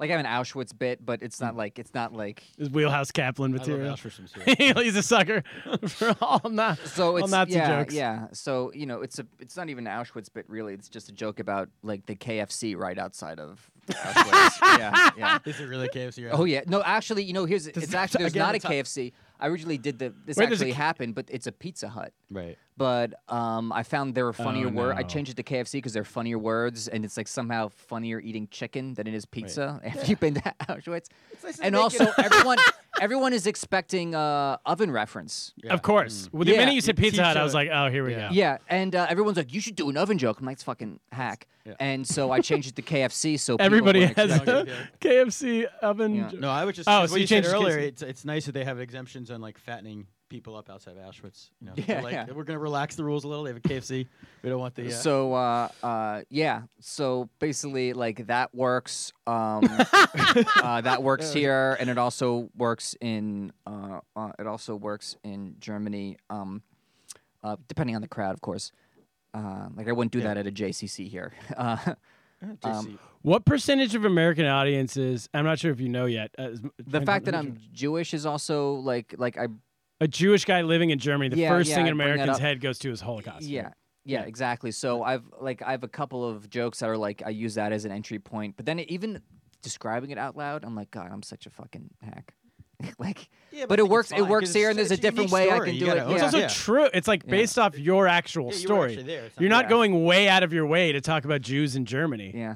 [SPEAKER 6] like I have an Auschwitz bit, but it's not like it's not like
[SPEAKER 1] Is wheelhouse Kaplan
[SPEAKER 2] I love
[SPEAKER 1] material?
[SPEAKER 2] Auschwitz material.
[SPEAKER 1] He's a sucker for all not
[SPEAKER 6] so
[SPEAKER 1] all
[SPEAKER 6] it's
[SPEAKER 1] Nazi
[SPEAKER 6] yeah,
[SPEAKER 1] jokes.
[SPEAKER 6] yeah. So, you know, it's a it's not even an Auschwitz bit really. It's just a joke about like the KFC right outside of Auschwitz. yeah, yeah.
[SPEAKER 2] Is it really KFC? Or
[SPEAKER 6] Oh yeah. No, actually, you know, here's it's actually there's
[SPEAKER 2] again,
[SPEAKER 6] not a
[SPEAKER 2] it's not-
[SPEAKER 6] KFC. I originally did the this
[SPEAKER 1] Wait, there's a
[SPEAKER 6] actually
[SPEAKER 1] K-
[SPEAKER 6] happened, but it's a Pizza Hut.
[SPEAKER 2] right.
[SPEAKER 6] but um, I found there were funnier
[SPEAKER 1] Oh,
[SPEAKER 6] words. I
[SPEAKER 1] no.
[SPEAKER 6] changed it to KFC because they're funnier words, and it's like somehow funnier eating chicken than it is pizza. If you've been to Auschwitz,
[SPEAKER 2] nice to
[SPEAKER 6] and
[SPEAKER 2] make
[SPEAKER 6] also everyone everyone is expecting uh, oven reference. Yeah,
[SPEAKER 1] Of course. Well, the
[SPEAKER 6] Yeah.
[SPEAKER 1] minute you said Pizza Hut, I
[SPEAKER 2] Pizza
[SPEAKER 1] was like, oh, here we
[SPEAKER 2] Mm. Yeah.
[SPEAKER 1] go.
[SPEAKER 6] and uh, everyone's like, "You should do an oven joke." I'm like, "It's fucking hack." And so I changed it to KFC. So people
[SPEAKER 1] Everybody
[SPEAKER 6] wouldn't
[SPEAKER 1] has
[SPEAKER 6] expect it.
[SPEAKER 1] a KFC oven.
[SPEAKER 6] Yeah.
[SPEAKER 1] joke.
[SPEAKER 2] No, I was just.
[SPEAKER 1] Oh,
[SPEAKER 2] what
[SPEAKER 1] so
[SPEAKER 2] you,
[SPEAKER 1] you
[SPEAKER 2] said
[SPEAKER 1] changed
[SPEAKER 2] earlier.
[SPEAKER 1] KFC.
[SPEAKER 2] It's it's nice that they have exemptions on like fattening people up outside of Auschwitz. You know?
[SPEAKER 6] Yeah,
[SPEAKER 2] like,
[SPEAKER 6] yeah.
[SPEAKER 2] We're gonna relax the rules a little. They have a KFC. We don't want the. Uh,
[SPEAKER 6] So uh, uh, yeah, so basically like that works. Um, uh, that works here, and it also works in uh, uh, it also works in Germany. Um, uh, depending on the crowd, of course. Uh, like I wouldn't do that at a JCC here. Uh,
[SPEAKER 2] JC.
[SPEAKER 1] What percentage of American audiences? I'm not sure if you know yet. Uh, is-
[SPEAKER 6] the fact that I'm Jewish is also like like I
[SPEAKER 1] a Jewish guy living in Germany, the
[SPEAKER 6] Yeah,
[SPEAKER 1] first
[SPEAKER 6] yeah,
[SPEAKER 1] thing
[SPEAKER 6] I
[SPEAKER 1] in
[SPEAKER 6] bring that
[SPEAKER 1] American's
[SPEAKER 6] up.
[SPEAKER 1] head goes to is Holocaust.
[SPEAKER 6] yeah. Yeah, exactly. So I've like I have a couple of jokes that are like I use that as an entry point, but then even describing it out loud, I'm like, God, I'm such a fucking hack. like,
[SPEAKER 2] Yeah, but
[SPEAKER 6] but,
[SPEAKER 2] I think
[SPEAKER 6] it
[SPEAKER 2] it's
[SPEAKER 6] works.
[SPEAKER 2] fine,
[SPEAKER 6] It
[SPEAKER 2] 'cause
[SPEAKER 6] works here, and
[SPEAKER 2] it's
[SPEAKER 6] there's
[SPEAKER 2] such
[SPEAKER 6] a
[SPEAKER 2] a unique
[SPEAKER 6] different way I
[SPEAKER 2] story.
[SPEAKER 6] can
[SPEAKER 2] You
[SPEAKER 6] do
[SPEAKER 2] gotta
[SPEAKER 6] it.
[SPEAKER 2] own
[SPEAKER 1] It's
[SPEAKER 6] Yeah.
[SPEAKER 1] also
[SPEAKER 2] Yeah.
[SPEAKER 1] true. It's like based off your actual
[SPEAKER 2] Yeah, you were
[SPEAKER 1] story.
[SPEAKER 2] actually there. It's not
[SPEAKER 1] You're not
[SPEAKER 6] Yeah.
[SPEAKER 1] going way out of your way to talk about Jews in Germany.
[SPEAKER 6] yeah,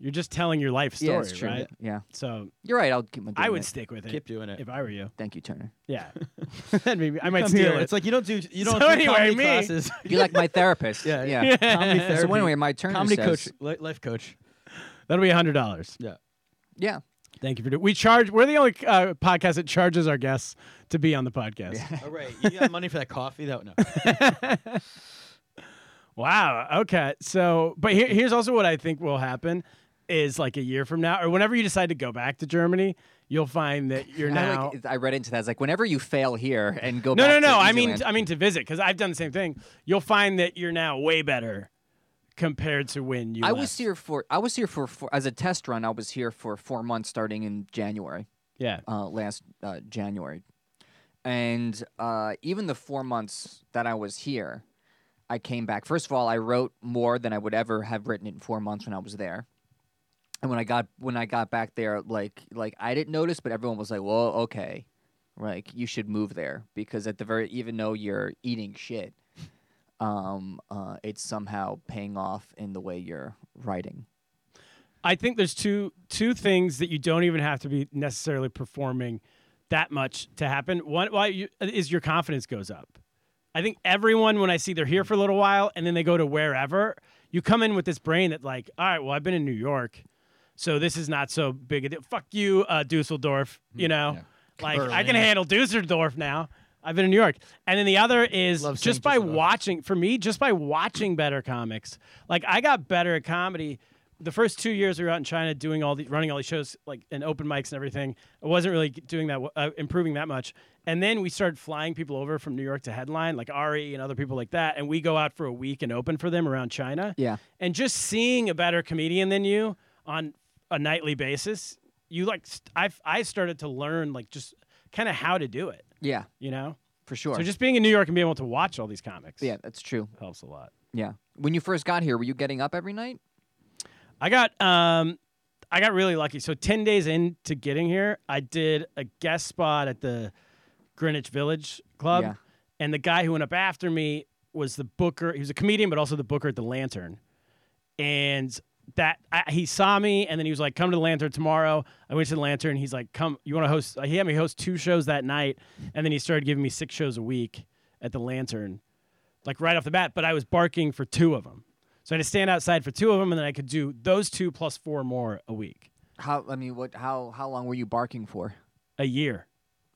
[SPEAKER 1] You're just telling your life story,
[SPEAKER 6] yeah, it's true.
[SPEAKER 1] right?
[SPEAKER 6] Yeah,
[SPEAKER 1] So
[SPEAKER 6] you're right. I'll keep my.
[SPEAKER 1] I
[SPEAKER 6] doing
[SPEAKER 1] would
[SPEAKER 6] it.
[SPEAKER 1] stick with it.
[SPEAKER 2] Keep doing it.
[SPEAKER 1] If I were you,
[SPEAKER 6] Thank you, Turner.
[SPEAKER 1] yeah. That'd be, I might
[SPEAKER 2] Come
[SPEAKER 1] steal
[SPEAKER 2] here.
[SPEAKER 1] it.
[SPEAKER 2] It's like you don't do you
[SPEAKER 1] So
[SPEAKER 2] don't do
[SPEAKER 1] anyway,
[SPEAKER 2] comedy
[SPEAKER 1] me-
[SPEAKER 2] classes.
[SPEAKER 6] You like my therapist?
[SPEAKER 2] Yeah,
[SPEAKER 6] yeah.
[SPEAKER 2] comedy therapy.
[SPEAKER 6] So anyway, my Turner
[SPEAKER 2] comedy
[SPEAKER 6] says,
[SPEAKER 2] coach, li- life coach.
[SPEAKER 1] That'll be hundred dollars.
[SPEAKER 2] Yeah.
[SPEAKER 6] Yeah,
[SPEAKER 1] Thank you for doing. We charge. We're the only uh, podcast that charges our guests to be on the podcast.
[SPEAKER 2] All right, you got money for that coffee though? No.
[SPEAKER 1] Wow. Okay. So, but here, here's also what I think will happen is like a year from now, or whenever you decide to go back to Germany, you'll find that you're
[SPEAKER 6] I,
[SPEAKER 1] now.
[SPEAKER 6] like, I read into that. It's like whenever you fail here and go.
[SPEAKER 1] no,
[SPEAKER 6] back
[SPEAKER 1] no,
[SPEAKER 6] to
[SPEAKER 1] no. I mean,
[SPEAKER 6] Disneyland-
[SPEAKER 1] I mean to visit because I've done the same thing. You'll find that you're now way better compared to when you.
[SPEAKER 6] I
[SPEAKER 1] left.
[SPEAKER 6] was here for I was here for, for as a test run. I was here for four months, starting in January
[SPEAKER 1] Yeah.
[SPEAKER 6] uh, last uh, January, and uh, even the four months that I was here, I came back. First of all, I wrote more than I would ever have written in four months when I was there. And when I got when I got back there, like like I didn't notice, but everyone was like, "Well, okay, like you should move there because at the very even though you're eating shit, um, uh, it's somehow paying off in the way you're writing."
[SPEAKER 1] I think there's two two things that you don't even have to be necessarily performing that much to happen. One, why you, is your confidence goes up. I think everyone when I see they're here for a little while and then they go to wherever, you come in with this brain that like, all right, well I've been in New York, so this is not so big a deal. Fuck you, uh, Dusseldorf. You know, Like I can
[SPEAKER 2] Berlin.
[SPEAKER 1] handle Dusseldorf now. I've been in New York. And then the other is
[SPEAKER 2] Love
[SPEAKER 1] just
[SPEAKER 2] St.
[SPEAKER 1] by
[SPEAKER 2] Dusseldorf.
[SPEAKER 1] watching for me, just by watching better comics. Like I got better at comedy. The first two years we were out in China doing all the running all these shows like and open mics and everything. I wasn't really doing that w- uh, improving that much. And then we started flying people over from New York to headline like Ari and other people like that and we go out for a week and open for them around China.
[SPEAKER 6] Yeah.
[SPEAKER 1] And just seeing a better comedian than you on a nightly basis, you like st- I I started to learn like just kind of how to do it,
[SPEAKER 6] Yeah,
[SPEAKER 1] you know?
[SPEAKER 6] for sure.
[SPEAKER 1] So just being in New York and being able to watch all these comics
[SPEAKER 6] yeah, that's true.
[SPEAKER 1] helps a lot.
[SPEAKER 6] Yeah. When you first got here, were you getting up every night?
[SPEAKER 1] I got um I got really lucky. So 10 days into getting here, I did a guest spot at the Greenwich Village Club.
[SPEAKER 6] Yeah.
[SPEAKER 1] And the guy who went up after me was the booker. He was a comedian, but also the booker at the Lantern. And that I, he saw me, and then he was like, "Come to the Lantern tomorrow." I went to the Lantern. He's like, "Come, you want to host?" He had me host two shows that night, and then he started giving me six shows a week at the Lantern, like right off the bat. But I was barking for two of them, so I had to stand outside for two of them, and then I could do those two plus four more a week,
[SPEAKER 6] How I mean, what? How how long were you barking for?
[SPEAKER 1] a year.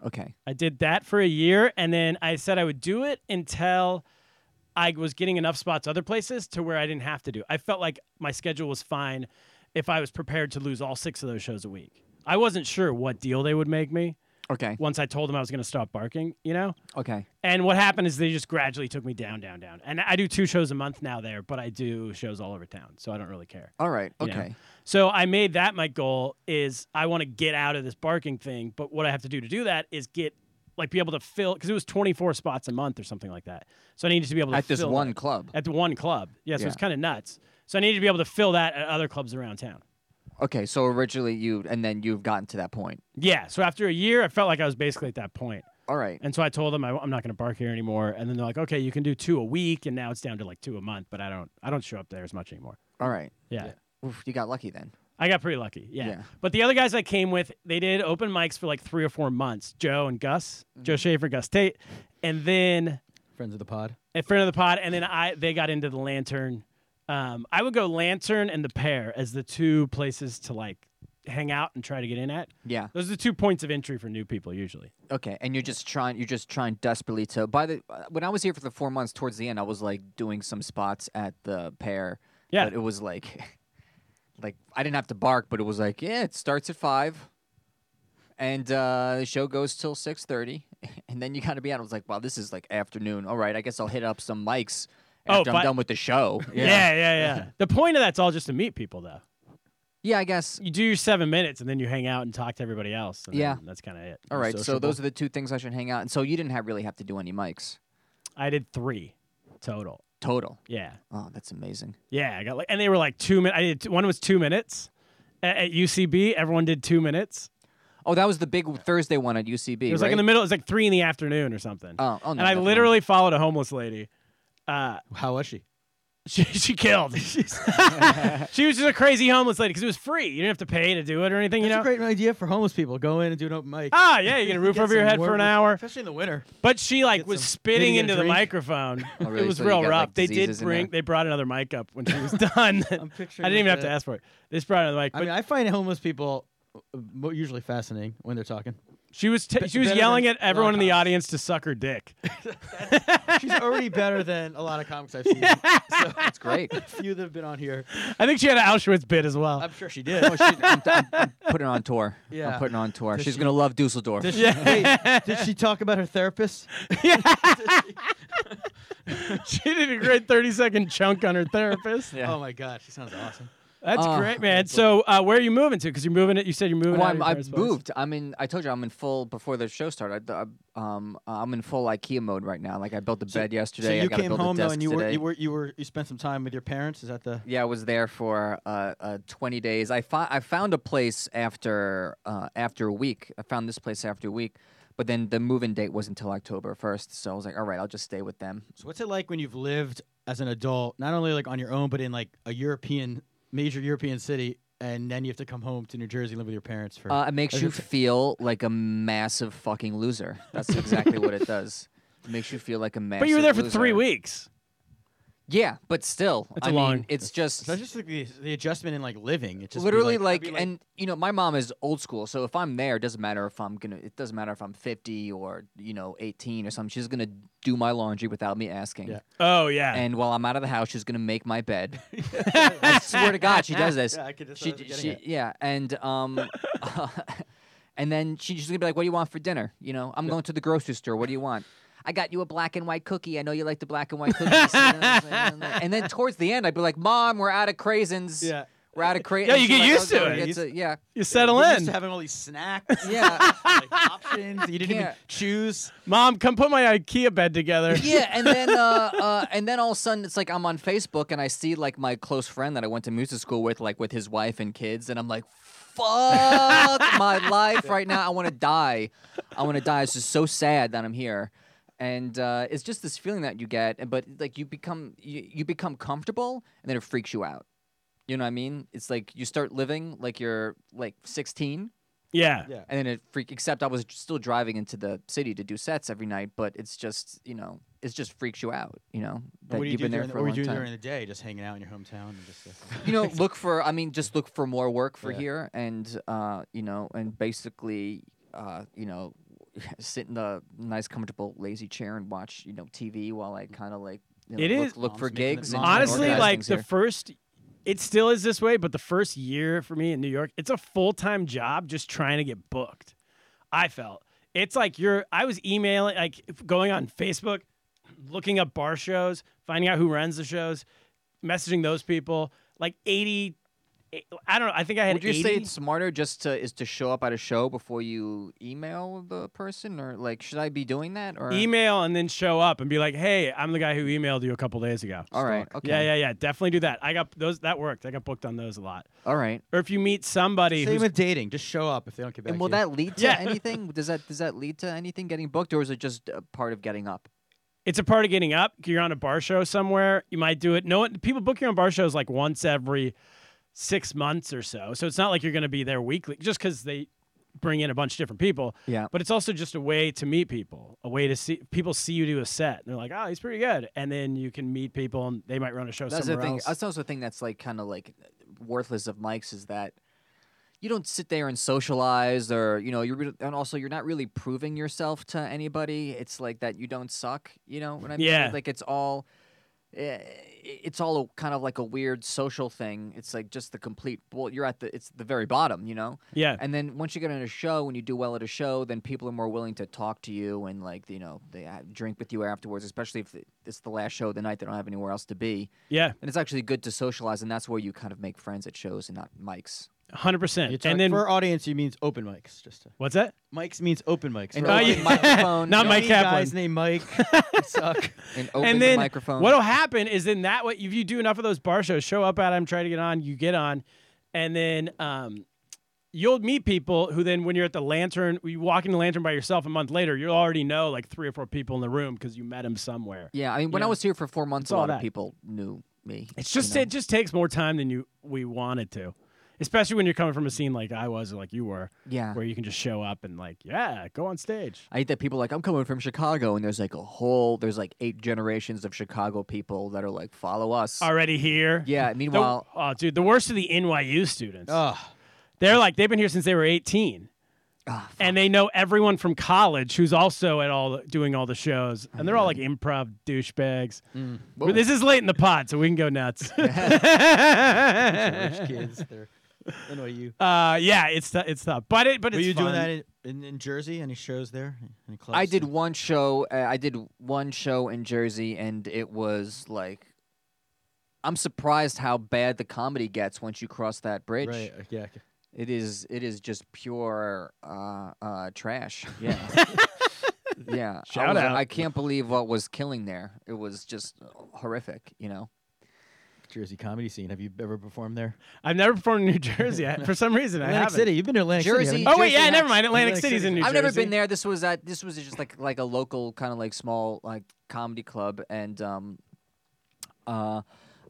[SPEAKER 6] Okay.
[SPEAKER 1] I did that for a year, and then I said I would do it until I was getting enough spots other places to where I didn't have to do. I felt like my schedule was fine if I was prepared to lose all six of those shows a week. I wasn't sure what deal they would make me
[SPEAKER 6] Okay.
[SPEAKER 1] once I told them I was going to stop barking, you know?
[SPEAKER 6] Okay.
[SPEAKER 1] And what happened is they just gradually took me down, down, down. And I do two shows a month now there, but I do shows all over town, so I don't really care.
[SPEAKER 6] All right.
[SPEAKER 1] you know?
[SPEAKER 6] Okay.
[SPEAKER 1] So I made that my goal is I want to get out of this barking thing, but what I have to do to do that is get like be able to fill because it was 24 spots a month or something like that. So I needed to be able to
[SPEAKER 6] At this
[SPEAKER 1] fill
[SPEAKER 6] one
[SPEAKER 1] that-
[SPEAKER 6] club.
[SPEAKER 1] at the one club. Yeah, so it's
[SPEAKER 6] Yeah.
[SPEAKER 1] kind of nuts. So I needed to be able to fill that at other clubs around town.
[SPEAKER 6] Okay. So originally you, and then you've gotten to that point.
[SPEAKER 1] Yeah, so after a year, I felt like I was basically at that point.
[SPEAKER 6] All right.
[SPEAKER 1] And so I told them I, am not going to bark here anymore. And then they're like, okay, you can do two a week, and now it's down to like two a month. But I don't, I don't show up there as much anymore.
[SPEAKER 6] All right.
[SPEAKER 1] yeah.
[SPEAKER 6] Oof, you got lucky then.
[SPEAKER 1] I got pretty lucky. Yeah.
[SPEAKER 6] Yeah.
[SPEAKER 1] But the other guys I came with, they did open mics for like three or four months. Joe and Gus, Joe Schaefer, Gus Tate, and then
[SPEAKER 2] Mm-hmm. Friends of the pod.
[SPEAKER 1] in front of the pod, and then I they got into the Lantern. Um, I would go Lantern and the Pair as the two places to like hang out and try to get in at.
[SPEAKER 6] Yeah.
[SPEAKER 1] Those are the two points of entry for new people usually.
[SPEAKER 6] Okay. And you're just trying. You're just trying desperately to. By the uh, when I was here for the four months, towards the end, I was like doing some spots at the pair.
[SPEAKER 1] Yeah.
[SPEAKER 6] But it was like, like I didn't have to bark, but it was like, yeah, it starts at five, and uh, the show goes till six thirty, and then you got to be out. I was like, wow, this is like afternoon. All right, I guess I'll hit up some mics
[SPEAKER 1] Oh,
[SPEAKER 6] after
[SPEAKER 1] but-
[SPEAKER 6] I'm done with the show.
[SPEAKER 1] Yeah, yeah, yeah. the point of that's all just to meet people though.
[SPEAKER 6] Yeah, I guess.
[SPEAKER 1] You do your seven minutes and then you hang out and talk to everybody else. And
[SPEAKER 6] Yeah.
[SPEAKER 1] then that's kind of it.
[SPEAKER 6] All right, so those are the two things I should hang out. And so you didn't have really have to do any mics
[SPEAKER 1] I did three total.
[SPEAKER 6] total.
[SPEAKER 1] Yeah.
[SPEAKER 6] Oh, that's amazing.
[SPEAKER 1] Yeah, I got like, and they were like two minutes. I did two, one was two minutes at, at UCB. Everyone did two minutes.
[SPEAKER 6] Oh, that was the big Thursday one at UCB.
[SPEAKER 1] It was like in the
[SPEAKER 6] right?
[SPEAKER 1] middle. It was like three in the afternoon or something.
[SPEAKER 6] Oh, oh no,
[SPEAKER 1] and I
[SPEAKER 6] never mind.
[SPEAKER 1] literally followed a homeless lady. Uh,
[SPEAKER 2] How was she?
[SPEAKER 1] she, she killed. She's- she was just a crazy homeless lady because it was free. You didn't have to pay to do it or anything.
[SPEAKER 2] That's
[SPEAKER 1] you know.
[SPEAKER 2] a great idea for homeless people. Go in and do an open mic.
[SPEAKER 1] Ah, yeah, you get a roof
[SPEAKER 2] Get
[SPEAKER 1] over your
[SPEAKER 2] some
[SPEAKER 1] head for
[SPEAKER 2] warm-
[SPEAKER 1] an hour.
[SPEAKER 2] especially in the winter.
[SPEAKER 1] But she like
[SPEAKER 2] Get
[SPEAKER 1] was
[SPEAKER 2] some-
[SPEAKER 1] spitting
[SPEAKER 2] maybe get a
[SPEAKER 1] into the
[SPEAKER 2] drink.
[SPEAKER 1] microphone.
[SPEAKER 6] Oh, really?
[SPEAKER 1] It was
[SPEAKER 6] So you
[SPEAKER 1] real
[SPEAKER 6] got,
[SPEAKER 1] rough.
[SPEAKER 6] like,
[SPEAKER 1] they did
[SPEAKER 6] diseases in
[SPEAKER 1] bring.
[SPEAKER 6] there?
[SPEAKER 1] They brought another mic up when she was done.
[SPEAKER 2] I'm picturing
[SPEAKER 1] I didn't even have to
[SPEAKER 2] that.
[SPEAKER 1] ask for it. They just brought another mic.
[SPEAKER 2] I
[SPEAKER 1] but-
[SPEAKER 2] mean, I find homeless people uh, mo- usually fascinating when they're talking.
[SPEAKER 1] She was t-
[SPEAKER 2] Be-
[SPEAKER 1] she was
[SPEAKER 2] better
[SPEAKER 1] yelling
[SPEAKER 2] than
[SPEAKER 1] at everyone in the
[SPEAKER 2] Lollipops.
[SPEAKER 1] audience to suck her dick.
[SPEAKER 2] She's already better than a lot of comics I've seen. So
[SPEAKER 6] That's great.
[SPEAKER 2] few that have been on here.
[SPEAKER 1] I think she had an Auschwitz bit as well.
[SPEAKER 2] I'm sure she did.
[SPEAKER 6] Oh, she, I'm, I'm, I'm putting her on tour.
[SPEAKER 2] Yeah.
[SPEAKER 6] I'm putting her on tour.
[SPEAKER 2] Does
[SPEAKER 6] She's
[SPEAKER 2] she-
[SPEAKER 6] gonna love Dusseldorf.
[SPEAKER 2] Did she, hey, did she talk about her therapist?
[SPEAKER 1] she did a great 30 second chunk on her therapist.
[SPEAKER 6] Yeah.
[SPEAKER 2] Oh my god, she sounds awesome.
[SPEAKER 1] That's
[SPEAKER 2] Ah,
[SPEAKER 6] Oh.
[SPEAKER 1] great, man. So uh, where are you moving to? Because you're moving it. You said you're moving.
[SPEAKER 6] Well,
[SPEAKER 1] out of
[SPEAKER 6] Oh, I'm,
[SPEAKER 1] your
[SPEAKER 6] I've
[SPEAKER 1] parents' place.
[SPEAKER 6] moved. I'm in. I told you I'm in full before the show started. I, I- um, I'm in full IKEA mode right now. Like I built the bed yesterday.
[SPEAKER 2] so
[SPEAKER 6] I
[SPEAKER 2] you
[SPEAKER 6] gotta
[SPEAKER 2] came
[SPEAKER 6] build
[SPEAKER 2] home
[SPEAKER 6] a
[SPEAKER 2] though,
[SPEAKER 6] desk
[SPEAKER 2] and you
[SPEAKER 6] today.
[SPEAKER 2] were, you were you were you spent some time with your parents. Is that the?
[SPEAKER 6] Yeah, I was there for uh, uh, 20 days. I, fo- I found a place after uh, after a week. I found this place after a week, but then the move-in date was until October 1st. So I was like, all right, I'll just stay with them.
[SPEAKER 2] So what's it like when you've lived as an adult, not only like on your own, but in like a European major European city, and then you have to come home to New Jersey and live with your parents for?
[SPEAKER 6] Uh, it makes you feel like a massive fucking loser. That's exactly what it does. It makes you feel like a massive.
[SPEAKER 1] But you were there for three
[SPEAKER 6] loser.
[SPEAKER 1] weeks.
[SPEAKER 6] Yeah, but still,
[SPEAKER 1] It's
[SPEAKER 6] I
[SPEAKER 1] a long-
[SPEAKER 6] mean, it's just
[SPEAKER 2] That's just like the, the adjustment in like living. It's just be
[SPEAKER 6] literally
[SPEAKER 2] like,
[SPEAKER 6] like, and you know my mom is old school so if i'm there it doesn't matter if i'm gonna it doesn't matter if i'm 50 or you know 18 or something she's gonna do my laundry without me asking
[SPEAKER 2] Yeah.
[SPEAKER 1] Oh yeah.
[SPEAKER 6] and while i'm out of the house she's gonna make my bed i swear to god she does this
[SPEAKER 2] Yeah, I could just- I
[SPEAKER 6] she,
[SPEAKER 2] was getting
[SPEAKER 6] she
[SPEAKER 2] it.
[SPEAKER 6] yeah and um and then she- she's gonna be like what do you want for dinner you know i'm going to the grocery store what do you want I got you a black and white cookie. I know you like the black and white cookies. and then towards the end, I'd be like, "Mom, we're out of craisins.
[SPEAKER 2] Yeah.
[SPEAKER 6] We're out of craisins."
[SPEAKER 1] Yeah, you get used to it.
[SPEAKER 6] It's
[SPEAKER 2] You-
[SPEAKER 6] a, yeah.
[SPEAKER 1] you settle
[SPEAKER 2] you're
[SPEAKER 1] in.
[SPEAKER 2] used to having all these snacks,
[SPEAKER 6] Yeah,
[SPEAKER 2] like, options. that You didn't even
[SPEAKER 6] Yeah.
[SPEAKER 2] choose.
[SPEAKER 1] Mom, come put my IKEA bed together.
[SPEAKER 6] yeah, and then uh, uh, and then all of a sudden it's like I'm on Facebook and I see like my close friend that I went to music school with, like with his wife and kids, and I'm like, fuck my life right now. I want to die. I want to die. It's just so sad that I'm here, and uh, it's just this feeling that you get, and- but like you become you, you become comfortable, and then it freaks you out. You know what I mean? It's like you start living like you're like 16,
[SPEAKER 1] Yeah.
[SPEAKER 2] Yeah.
[SPEAKER 6] and then it freak except i was still driving into the city to do sets every night but it's just you know it just freaks you out you know that
[SPEAKER 2] What do you
[SPEAKER 6] have
[SPEAKER 2] do
[SPEAKER 6] been there
[SPEAKER 2] during, the-
[SPEAKER 6] for a
[SPEAKER 2] what
[SPEAKER 6] long
[SPEAKER 2] do you do
[SPEAKER 6] time
[SPEAKER 2] during the day? Just hanging out in your hometown and just. uh,
[SPEAKER 6] you know look for i mean just look for more work for
[SPEAKER 2] Yeah.
[SPEAKER 6] here and uh you know and basically uh you know sit in the nice comfortable lazy chair and watch you know tv while i kind of like you know,
[SPEAKER 1] It
[SPEAKER 6] look,
[SPEAKER 1] is-
[SPEAKER 6] look for
[SPEAKER 2] Mom's making the-
[SPEAKER 6] gigs and
[SPEAKER 2] mom's making
[SPEAKER 1] Honestly,
[SPEAKER 6] organize
[SPEAKER 1] like
[SPEAKER 6] things
[SPEAKER 1] the
[SPEAKER 6] here.
[SPEAKER 1] first, it still is this way, but the first year for me in New York, it's a full time job just trying to get booked. I felt it's like you're, I was emailing, like going on Facebook, looking up bar shows, finding out who runs the shows, messaging those people, like 80. I don't know. I think I had
[SPEAKER 6] would you
[SPEAKER 1] 80.
[SPEAKER 6] say it's smarter just to is to show up at a show before you email the person or like should i be doing that or
[SPEAKER 1] email and then show up and be like, "Hey, I'm the guy who emailed you a couple days ago."
[SPEAKER 6] all right okay
[SPEAKER 1] Yeah, yeah, yeah. Definitely do that. I got those. That worked. I got booked on those a lot.
[SPEAKER 6] All right.
[SPEAKER 1] Or if you meet somebody
[SPEAKER 2] Same
[SPEAKER 1] who's
[SPEAKER 2] with dating. Just show up if they don't get back.
[SPEAKER 6] And will
[SPEAKER 2] to you.
[SPEAKER 6] that lead to
[SPEAKER 1] Yeah.
[SPEAKER 6] anything? Does that does that lead to anything getting booked, or is it just a part of getting up?
[SPEAKER 1] it's a part of getting up. You're on a bar show somewhere. You might do it. No, one- people book you on bar shows like once every six months or so. So it's not like you're going to be there weekly just because they bring in a bunch of different people.
[SPEAKER 6] Yeah.
[SPEAKER 1] But it's also just a way to meet people, a way to see people see you do a set. And they're like, oh, he's pretty good. And then you can meet people and they might run a show
[SPEAKER 6] That's the
[SPEAKER 1] somewhere
[SPEAKER 6] thing.
[SPEAKER 1] else.
[SPEAKER 6] That's also the thing that's like kind of like worthless of mics is that you don't sit there and socialize, or you know, you're re- and also you're not really proving yourself to anybody. It's like that you don't suck. You know what I mean?
[SPEAKER 1] Yeah.
[SPEAKER 6] Like it's all. eh, It's all a, kind of like a weird social thing. It's like just the complete. Well, you're at the. It's the very bottom, you know.
[SPEAKER 1] yeah.
[SPEAKER 6] And then once you get on a show and you do well at a show, then people are more willing to talk to you and like you know they uh, drink with you afterwards, especially if it's the last show of the night. They don't have anywhere else to be,
[SPEAKER 1] Yeah.
[SPEAKER 6] and it's actually good to socialize, and that's where you kind of make friends at shows and not mics.
[SPEAKER 1] 100%.
[SPEAKER 2] You're talking-
[SPEAKER 1] and then
[SPEAKER 2] for our audience, you means open mics. Just to,
[SPEAKER 1] what's that?
[SPEAKER 2] mics means open mics.
[SPEAKER 6] And
[SPEAKER 2] for our
[SPEAKER 6] open
[SPEAKER 1] yeah.
[SPEAKER 2] audience.
[SPEAKER 6] microphone,
[SPEAKER 1] Not
[SPEAKER 6] you
[SPEAKER 1] mic
[SPEAKER 2] Any
[SPEAKER 1] Kaplan.
[SPEAKER 2] guys named Mike suck.
[SPEAKER 6] and open
[SPEAKER 1] and then
[SPEAKER 6] the microphone.
[SPEAKER 1] what'll happen is then that way if you do enough of those bar shows, show up at them, try to get on, you get on, and then um, you'll meet people who then when you're at the lantern, you walk in the lantern by yourself a month later, you'll already know like three or four people in the room because you met them somewhere.
[SPEAKER 6] yeah, I mean, when
[SPEAKER 1] Yeah.
[SPEAKER 6] I was here for four months, a
[SPEAKER 1] all
[SPEAKER 6] lot of
[SPEAKER 1] that.
[SPEAKER 6] people knew me.
[SPEAKER 1] It's just
[SPEAKER 6] you know?
[SPEAKER 1] it just takes more time than you we wanted to, especially when you're coming from a scene like I was or like you were,
[SPEAKER 6] yeah.
[SPEAKER 1] where you can just show up and like yeah, go on stage.
[SPEAKER 6] I hate that people are like I'm coming from Chicago, and there's like a whole there's like eight generations of Chicago people that are like follow us.
[SPEAKER 1] Already here.
[SPEAKER 6] Yeah.
[SPEAKER 1] The-
[SPEAKER 6] Meanwhile,
[SPEAKER 1] oh, dude, the worst of the NYU students.
[SPEAKER 2] Ugh.
[SPEAKER 1] They're like they've been here since they were 18.
[SPEAKER 6] Ah,
[SPEAKER 1] and they know everyone from college who's also at all doing all the shows, and they're all like improv douchebags. Well, This is late in the pod, so we can go nuts.
[SPEAKER 2] Rich kids. They're NYU.
[SPEAKER 1] uh, yeah, it's tou- it's tough, but it but
[SPEAKER 2] Were
[SPEAKER 1] it's
[SPEAKER 2] you doing
[SPEAKER 1] fun.
[SPEAKER 2] that in, in, in Jersey? Any shows there? Any clubs?
[SPEAKER 6] I did one show. Uh, I did one show in Jersey, and it was like, I'm surprised how bad the comedy gets once you cross that bridge.
[SPEAKER 2] Right. uh, Yeah. okay.
[SPEAKER 6] It is. It is just pure uh, uh, trash.
[SPEAKER 2] Yeah.
[SPEAKER 6] Yeah. I,
[SPEAKER 1] Shout
[SPEAKER 6] was- uh,
[SPEAKER 1] out.
[SPEAKER 6] I can't believe what was killing there. It was just uh, horrific. You know.
[SPEAKER 2] Jersey comedy scene. Have you ever performed there?
[SPEAKER 1] I've never performed in New Jersey I- for some reason. I
[SPEAKER 2] Atlantic
[SPEAKER 1] haven't.
[SPEAKER 2] City. You've been to Atlantic
[SPEAKER 6] Jersey.
[SPEAKER 2] City. haven't
[SPEAKER 1] Oh wait, yeah,
[SPEAKER 6] Jersey
[SPEAKER 1] never
[SPEAKER 6] has-
[SPEAKER 1] mind. Atlantic
[SPEAKER 2] Atlantic
[SPEAKER 1] City's
[SPEAKER 2] City.
[SPEAKER 1] in New
[SPEAKER 6] I've
[SPEAKER 1] Jersey.
[SPEAKER 6] never been there. This was at this was just like like a local kind of like small like comedy club and um uh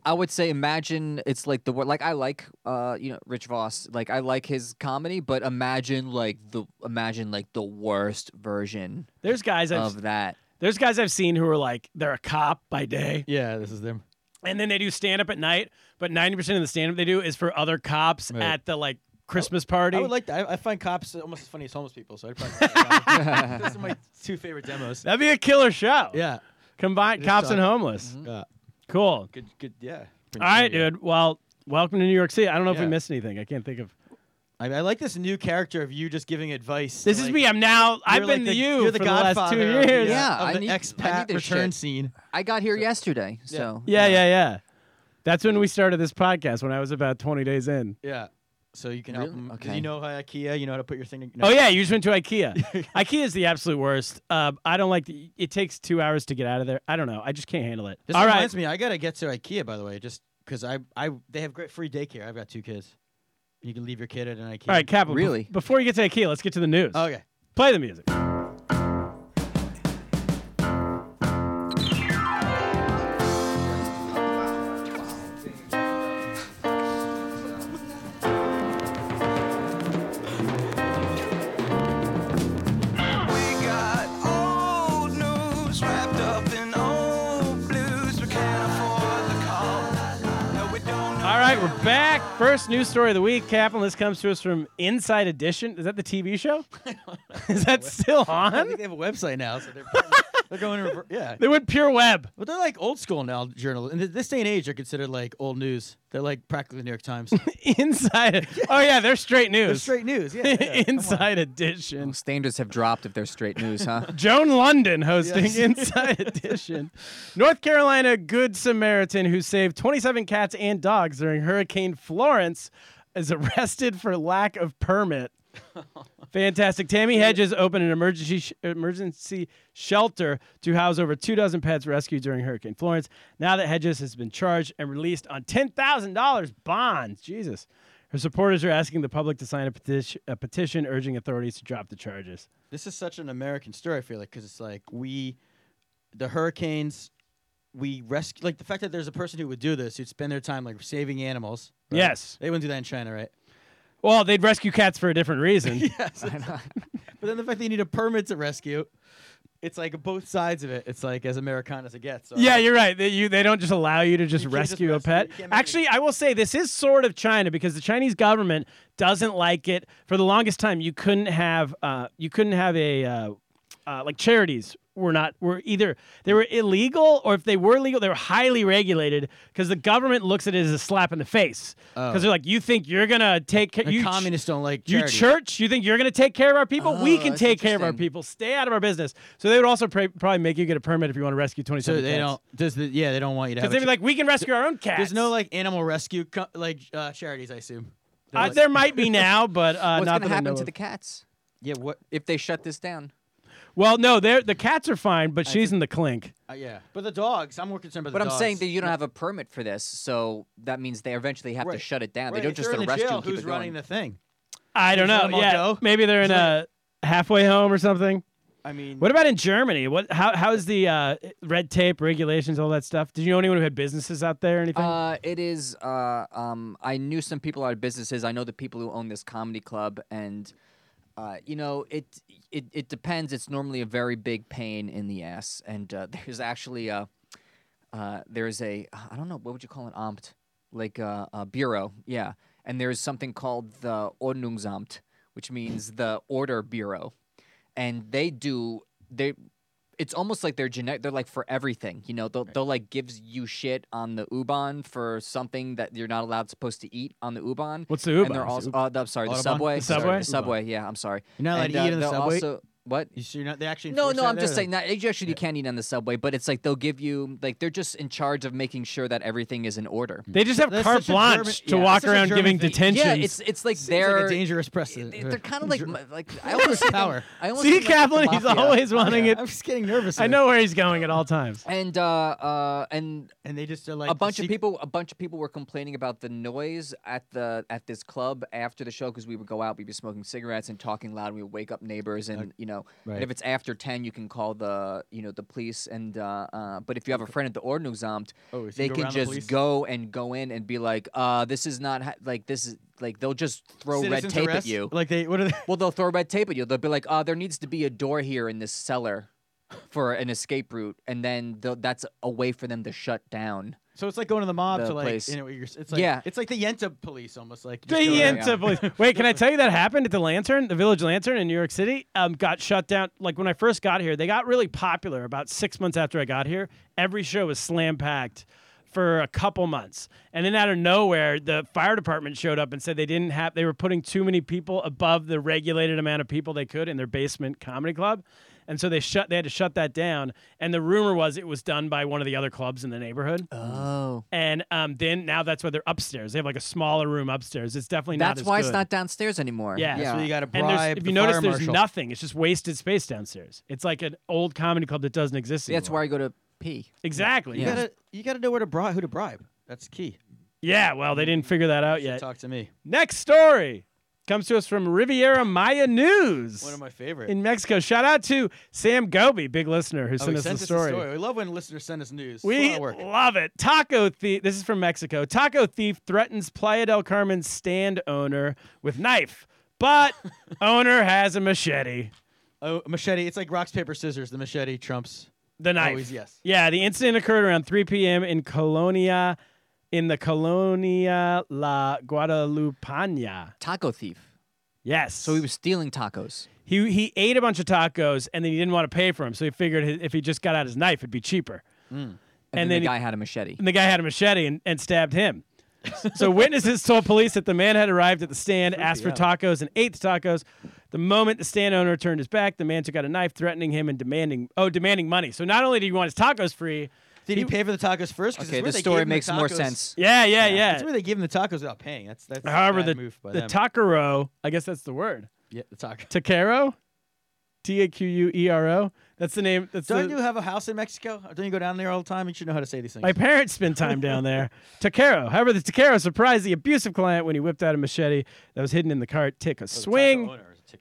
[SPEAKER 6] I would say imagine it's like the word like I like uh you know Rich Voss like I like his comedy but imagine like the imagine like the worst version
[SPEAKER 1] There's guys I've
[SPEAKER 6] of that.
[SPEAKER 1] there's guys I've seen who are like they're a cop by day,
[SPEAKER 2] you? Yeah. This is them.
[SPEAKER 1] And then they do stand up at night, but 90% of the stand up they do is for other cops at the like Christmas party.
[SPEAKER 2] I would like that. I, I find cops almost as funny as homeless people, so I'd probably. Those are my two favorite demos.
[SPEAKER 1] That'd be a killer show.
[SPEAKER 2] Yeah.
[SPEAKER 1] Combine cops
[SPEAKER 2] done.
[SPEAKER 1] and homeless.
[SPEAKER 2] Yeah.
[SPEAKER 1] Cool.
[SPEAKER 2] Good. Good. Yeah.
[SPEAKER 1] All right, dude. Well, welcome to New York City. I don't know if
[SPEAKER 2] Yeah.
[SPEAKER 1] we missed anything. I can't think of.
[SPEAKER 2] I, I like this new character of you just giving advice.
[SPEAKER 1] This is
[SPEAKER 2] like-
[SPEAKER 1] me. I'm now. I've
[SPEAKER 2] you're
[SPEAKER 1] been
[SPEAKER 2] like
[SPEAKER 1] to
[SPEAKER 2] the-
[SPEAKER 1] you
[SPEAKER 2] you're the
[SPEAKER 1] for the last two
[SPEAKER 2] godfather of the-
[SPEAKER 1] years.
[SPEAKER 6] Yeah.
[SPEAKER 2] of
[SPEAKER 6] I
[SPEAKER 2] the
[SPEAKER 6] need- I need
[SPEAKER 2] expat
[SPEAKER 6] this
[SPEAKER 2] return
[SPEAKER 6] shit.
[SPEAKER 2] scene.
[SPEAKER 6] I got here yesterday, so
[SPEAKER 1] Yeah, yeah, yeah. That's when we started this podcast when I was about 20 days in.
[SPEAKER 2] Yeah. So you can help
[SPEAKER 6] Really?
[SPEAKER 2] him. 'cause
[SPEAKER 6] Okay.
[SPEAKER 2] You know how IKEA. You know how to put your thing. You know,
[SPEAKER 1] Oh yeah, you just went to IKEA. IKEA is the absolute worst. Uh, I don't like. The, it takes two hours to get out of there. I don't know. I just can't handle it.
[SPEAKER 2] This
[SPEAKER 1] All right.
[SPEAKER 2] reminds me. I gotta get to IKEA by the way, just because I I they have great free daycare. I've got two kids. You can leave your kid at an IKEA. Oh,
[SPEAKER 1] All right, Kaplan. bef-
[SPEAKER 6] Really?
[SPEAKER 1] before you get to IKEA, let's get to the news.
[SPEAKER 2] Okay.
[SPEAKER 1] Play the music. All right, we're back. First news story of the week, Kaplan. This comes to us from Inside Edition. Is that the TV show? Is that still
[SPEAKER 2] I
[SPEAKER 1] on?
[SPEAKER 2] think they have a website now, so they're they're going to rever- yeah.
[SPEAKER 1] They went pure web.
[SPEAKER 2] But they're like old school now journal. In th- this day and age, they're considered like old news. They're like practically New York Times.
[SPEAKER 1] Inside. Oh yeah, they're straight news.
[SPEAKER 2] they're straight news. Yeah. yeah, come on.
[SPEAKER 1] Inside Edition.
[SPEAKER 6] standards have dropped if they're straight news, huh?
[SPEAKER 1] Joan London hosting
[SPEAKER 2] Yes.
[SPEAKER 1] Inside Edition. North Carolina Good Samaritan who saved 27 cats and dogs during Hurricane Florence is arrested for lack of permit. Fantastic. Tammy Hedges opened an emergency sh- emergency shelter to house over two dozen pets rescued during Hurricane Florence. Now that Hedges has been charged and released on ten thousand dollars bonds, Jesus, her supporters are asking the public to sign a petition, a petition urging authorities to drop the charges.
[SPEAKER 2] This is such an American story. I feel like because it's like we, the hurricanes, we rescue. Like the fact that there's a person who would do this, who'd spend their time like saving animals. right?
[SPEAKER 1] Yes.
[SPEAKER 2] They wouldn't do that in China, right?
[SPEAKER 1] Well, they'd rescue cats for a different reason.
[SPEAKER 2] But then the fact that you need a permit to rescue, it's like both sides of it. It's like as American as it gets. So
[SPEAKER 1] Yeah, you're right. They, you, they don't just allow you to just
[SPEAKER 2] You can't just
[SPEAKER 1] rescue
[SPEAKER 2] rescue-
[SPEAKER 1] a pet.
[SPEAKER 2] you can't make
[SPEAKER 1] Actually, I will say this is sort of China because the Chinese government doesn't like it. For the longest time, you couldn't have uh, you couldn't have a uh, uh, like charities were not were either they were illegal or if they were legal they were highly regulated because the government looks at it as a slap in the face because they're like you think you're gonna take care
[SPEAKER 2] Oh. The
[SPEAKER 1] you ch-
[SPEAKER 2] communists don't like
[SPEAKER 1] You
[SPEAKER 2] charity.
[SPEAKER 1] church, you think you're going to take care of our people? we
[SPEAKER 6] Oh,
[SPEAKER 1] can
[SPEAKER 6] that's
[SPEAKER 1] take care of our
[SPEAKER 6] interesting.
[SPEAKER 1] people. Stay out of our business. So they would also pra- probably make you get a permit if you want to rescue 27
[SPEAKER 2] So they
[SPEAKER 1] cats.
[SPEAKER 2] don't. Does the yeah? They don't want you to. Have
[SPEAKER 1] Because they'd be
[SPEAKER 2] a cha-
[SPEAKER 1] like, we can rescue our own cats.
[SPEAKER 2] there's no like animal rescue co- like uh, charities. I assume. They're
[SPEAKER 1] Uh,
[SPEAKER 2] like-
[SPEAKER 1] there might be now, but uh,
[SPEAKER 6] What's
[SPEAKER 1] not
[SPEAKER 6] gonna
[SPEAKER 1] that I
[SPEAKER 6] happen
[SPEAKER 1] know
[SPEAKER 6] to
[SPEAKER 1] of.
[SPEAKER 6] the cats
[SPEAKER 2] yeah. What?
[SPEAKER 6] if they shut this down?
[SPEAKER 1] Well, no, they're, the cats are fine, but she's in the clink.
[SPEAKER 2] Uh, yeah. But the dogs. I'm more concerned about
[SPEAKER 6] But
[SPEAKER 2] the
[SPEAKER 6] I'm
[SPEAKER 2] dogs.
[SPEAKER 6] saying that you don't have a permit for this, so that means they eventually have to
[SPEAKER 2] Right.
[SPEAKER 6] shut it down.
[SPEAKER 2] Right,
[SPEAKER 6] They don't
[SPEAKER 2] if
[SPEAKER 6] just
[SPEAKER 2] they're in
[SPEAKER 6] arrest
[SPEAKER 2] the
[SPEAKER 6] you
[SPEAKER 2] jail,
[SPEAKER 6] and keep
[SPEAKER 2] who's
[SPEAKER 6] it
[SPEAKER 2] running the
[SPEAKER 6] going.
[SPEAKER 2] thing?
[SPEAKER 1] I don't
[SPEAKER 2] let
[SPEAKER 1] know.
[SPEAKER 2] them all
[SPEAKER 1] Yeah,
[SPEAKER 2] go?
[SPEAKER 1] maybe they're in a halfway home or something.
[SPEAKER 2] I mean,
[SPEAKER 1] What about in Germany? What? How? How is the uh, red tape regulations, all that stuff? Did you know anyone who had businesses out there or anything?
[SPEAKER 6] Uh, it is. Uh, um, I knew some people out of businesses. I know the people who own this comedy club, and uh, you know, it it it depends. It's normally a very big pain in the ass, and uh, there's actually a uh, there's a I don't know what would you call an amt like a, a bureau, yeah. And there's something called the Ordnungsamt, which means the Order Bureau, and they do they it's almost like they're genetic. They're like for everything, you know. They'll, they'll like gives you shit on the Uban for something that you're not allowed supposed to eat on the Uban.
[SPEAKER 1] What's the Uban?
[SPEAKER 6] And they're
[SPEAKER 1] What's
[SPEAKER 6] also,
[SPEAKER 1] the
[SPEAKER 6] uh, the- I'm sorry, the
[SPEAKER 2] Autobahn?
[SPEAKER 6] subway.
[SPEAKER 2] The
[SPEAKER 6] Sorry,
[SPEAKER 1] subway?
[SPEAKER 6] the subway. Yeah, I'm sorry.
[SPEAKER 2] You're not allowed
[SPEAKER 6] And, uh,
[SPEAKER 2] to eat on the
[SPEAKER 6] they'll
[SPEAKER 2] subway?
[SPEAKER 6] Also, what?
[SPEAKER 2] You sure you're not? They actually.
[SPEAKER 6] No,
[SPEAKER 2] enforce
[SPEAKER 6] no,
[SPEAKER 2] that
[SPEAKER 6] I'm
[SPEAKER 2] there,
[SPEAKER 6] just
[SPEAKER 2] then?
[SPEAKER 6] saying that you actually you can't eat on the subway, but it's like they'll give you like they're just in charge of making sure that everything is in order.
[SPEAKER 1] they just have
[SPEAKER 2] that's
[SPEAKER 1] carte
[SPEAKER 2] such a
[SPEAKER 1] blanche
[SPEAKER 2] German-
[SPEAKER 1] to
[SPEAKER 2] yeah,
[SPEAKER 1] walk
[SPEAKER 2] that's such a
[SPEAKER 1] around
[SPEAKER 2] German
[SPEAKER 1] giving
[SPEAKER 2] thing.
[SPEAKER 1] detentions.
[SPEAKER 6] Yeah, it's it's like
[SPEAKER 2] Seems
[SPEAKER 6] they're
[SPEAKER 2] like a dangerous precedent.
[SPEAKER 6] they- They're kind of like ma- like I almost
[SPEAKER 2] power.
[SPEAKER 6] I almost
[SPEAKER 1] See,
[SPEAKER 6] think, like, the
[SPEAKER 1] Kaplan, he's
[SPEAKER 6] mafia.
[SPEAKER 1] always wanting
[SPEAKER 2] I'm
[SPEAKER 1] it.
[SPEAKER 2] just getting nervous.
[SPEAKER 1] I
[SPEAKER 2] here.
[SPEAKER 1] know where he's going at all times.
[SPEAKER 6] And uh, uh, and
[SPEAKER 2] And they just are like
[SPEAKER 6] a
[SPEAKER 2] the
[SPEAKER 6] bunch of
[SPEAKER 2] secret-
[SPEAKER 6] people a bunch of people were complaining about the noise at the at this club after the show because we would go out we'd be smoking cigarettes and talking loud and we would wake up neighbors and you know and
[SPEAKER 2] right.
[SPEAKER 6] if it's after 10 you can call the you know the police and uh, uh, but if you have a friend at the ordnungsamt
[SPEAKER 2] Oh, if you
[SPEAKER 6] they
[SPEAKER 2] go
[SPEAKER 6] can
[SPEAKER 2] around the
[SPEAKER 6] just
[SPEAKER 2] police?
[SPEAKER 6] go and go in and be like uh, this is not ha- like this is like they'll just throw
[SPEAKER 2] Citizens
[SPEAKER 6] red tape
[SPEAKER 2] arrest?
[SPEAKER 6] at you
[SPEAKER 2] Like they what are they?
[SPEAKER 6] well they'll throw red tape at you they'll be like uh, there needs to be a door here in this cellar for an escape route and then they'll- that's a way for them to shut down
[SPEAKER 2] So it's like going to the mob
[SPEAKER 6] The
[SPEAKER 2] to like,
[SPEAKER 6] place.
[SPEAKER 2] you know, you're, it's like,
[SPEAKER 6] Yeah.
[SPEAKER 2] it's like the Yenta police almost like. you
[SPEAKER 1] The
[SPEAKER 2] just go there.
[SPEAKER 1] Yenta police. Wait, can I tell you that happened at the Lantern, the Village Lantern in New York City? Um, got shut down. Like when I first got here, they got really popular about six months after I got here. Every show was slam packed for a couple months, and then out of nowhere, the fire department showed up and said they didn't have. They were putting too many people above the regulated amount of people they could in their basement comedy club. And so they shut. They had to shut that down. And the rumor was it was done by one of the other clubs in the neighborhood.
[SPEAKER 6] Oh,
[SPEAKER 1] And um, then now that's why they're upstairs. They have like a smaller room upstairs. It's definitely not.
[SPEAKER 6] that's
[SPEAKER 1] as
[SPEAKER 6] why it's
[SPEAKER 1] good.
[SPEAKER 6] not downstairs anymore.
[SPEAKER 1] Yeah.
[SPEAKER 2] So you got to
[SPEAKER 1] And there's,
[SPEAKER 2] bribe.
[SPEAKER 1] if
[SPEAKER 2] the
[SPEAKER 1] you notice,
[SPEAKER 2] fire
[SPEAKER 1] there's
[SPEAKER 2] marshal.
[SPEAKER 1] nothing. It's just wasted space downstairs. It's like an old comedy club that doesn't exist.
[SPEAKER 6] that's
[SPEAKER 1] anymore.
[SPEAKER 6] where I go to pee.
[SPEAKER 1] Exactly.
[SPEAKER 2] You
[SPEAKER 1] Yeah.
[SPEAKER 2] gotta, you gotta know where to bribe, who to bribe. That's key.
[SPEAKER 1] Well, they didn't figure that out yet.
[SPEAKER 2] Talk to me.
[SPEAKER 1] Next story comes to us from Riviera Maya News
[SPEAKER 2] One of my favorite.
[SPEAKER 1] in Mexico. Shout out to Sam Goby, big listener who
[SPEAKER 2] Oh,
[SPEAKER 1] sent
[SPEAKER 2] he
[SPEAKER 1] us
[SPEAKER 2] sent
[SPEAKER 1] the
[SPEAKER 2] us
[SPEAKER 1] story.
[SPEAKER 2] We love when listeners send us news. It's a lot
[SPEAKER 1] We
[SPEAKER 2] of work.
[SPEAKER 1] love it. Taco thief. This is from Mexico. Taco thief threatens Playa del Carmen stand owner with knife, but owner has a machete.
[SPEAKER 2] Oh, machete. It's like rocks, paper, scissors. The machete trumps.
[SPEAKER 1] The knife.
[SPEAKER 2] Always yes.
[SPEAKER 1] Yeah, the incident occurred around 3 p.m. in Colonia, in the Colonia La Guadalupana.
[SPEAKER 6] Taco thief.
[SPEAKER 1] Yes.
[SPEAKER 6] So he was stealing tacos.
[SPEAKER 1] he he ate a bunch of tacos and then he didn't want to pay for them, so he figured hi- if he just got out his knife, it'd be cheaper.
[SPEAKER 6] And,
[SPEAKER 1] And
[SPEAKER 6] then,
[SPEAKER 1] then he-
[SPEAKER 6] the guy had a machete.
[SPEAKER 1] and the guy had a machete and, and stabbed him. so witnesses told police that the man had arrived at the stand, asked for tacos, and ate the tacos. The moment the stand owner turned his back, the man took out a knife, threatening him and demanding oh demanding money. So not only did he want his tacos free,
[SPEAKER 2] Did he pay for the tacos first? 'Cause it's
[SPEAKER 6] Okay,
[SPEAKER 2] where
[SPEAKER 6] this
[SPEAKER 2] they
[SPEAKER 6] story
[SPEAKER 2] gave him the
[SPEAKER 6] makes more
[SPEAKER 2] tacos-
[SPEAKER 6] sense.
[SPEAKER 1] yeah, yeah, yeah.
[SPEAKER 2] That's where they give him the tacos without paying. That's that's. a
[SPEAKER 1] However,
[SPEAKER 2] bad
[SPEAKER 1] the
[SPEAKER 2] move by
[SPEAKER 1] the
[SPEAKER 2] them.
[SPEAKER 1] Takaro, I guess that's the word.
[SPEAKER 2] yeah, the taco.
[SPEAKER 1] Takaro, T A Q U E R O. That's the name. That's
[SPEAKER 2] Don't
[SPEAKER 1] the,
[SPEAKER 2] you have a house in Mexico? Don't you go down there all the time? You should know how to say these things.
[SPEAKER 1] my parents spend time down there. Takaro. However, the Takaro surprised the abusive client when he whipped out a machete that was hidden in the cart. Took
[SPEAKER 2] Oh,
[SPEAKER 1] a swing.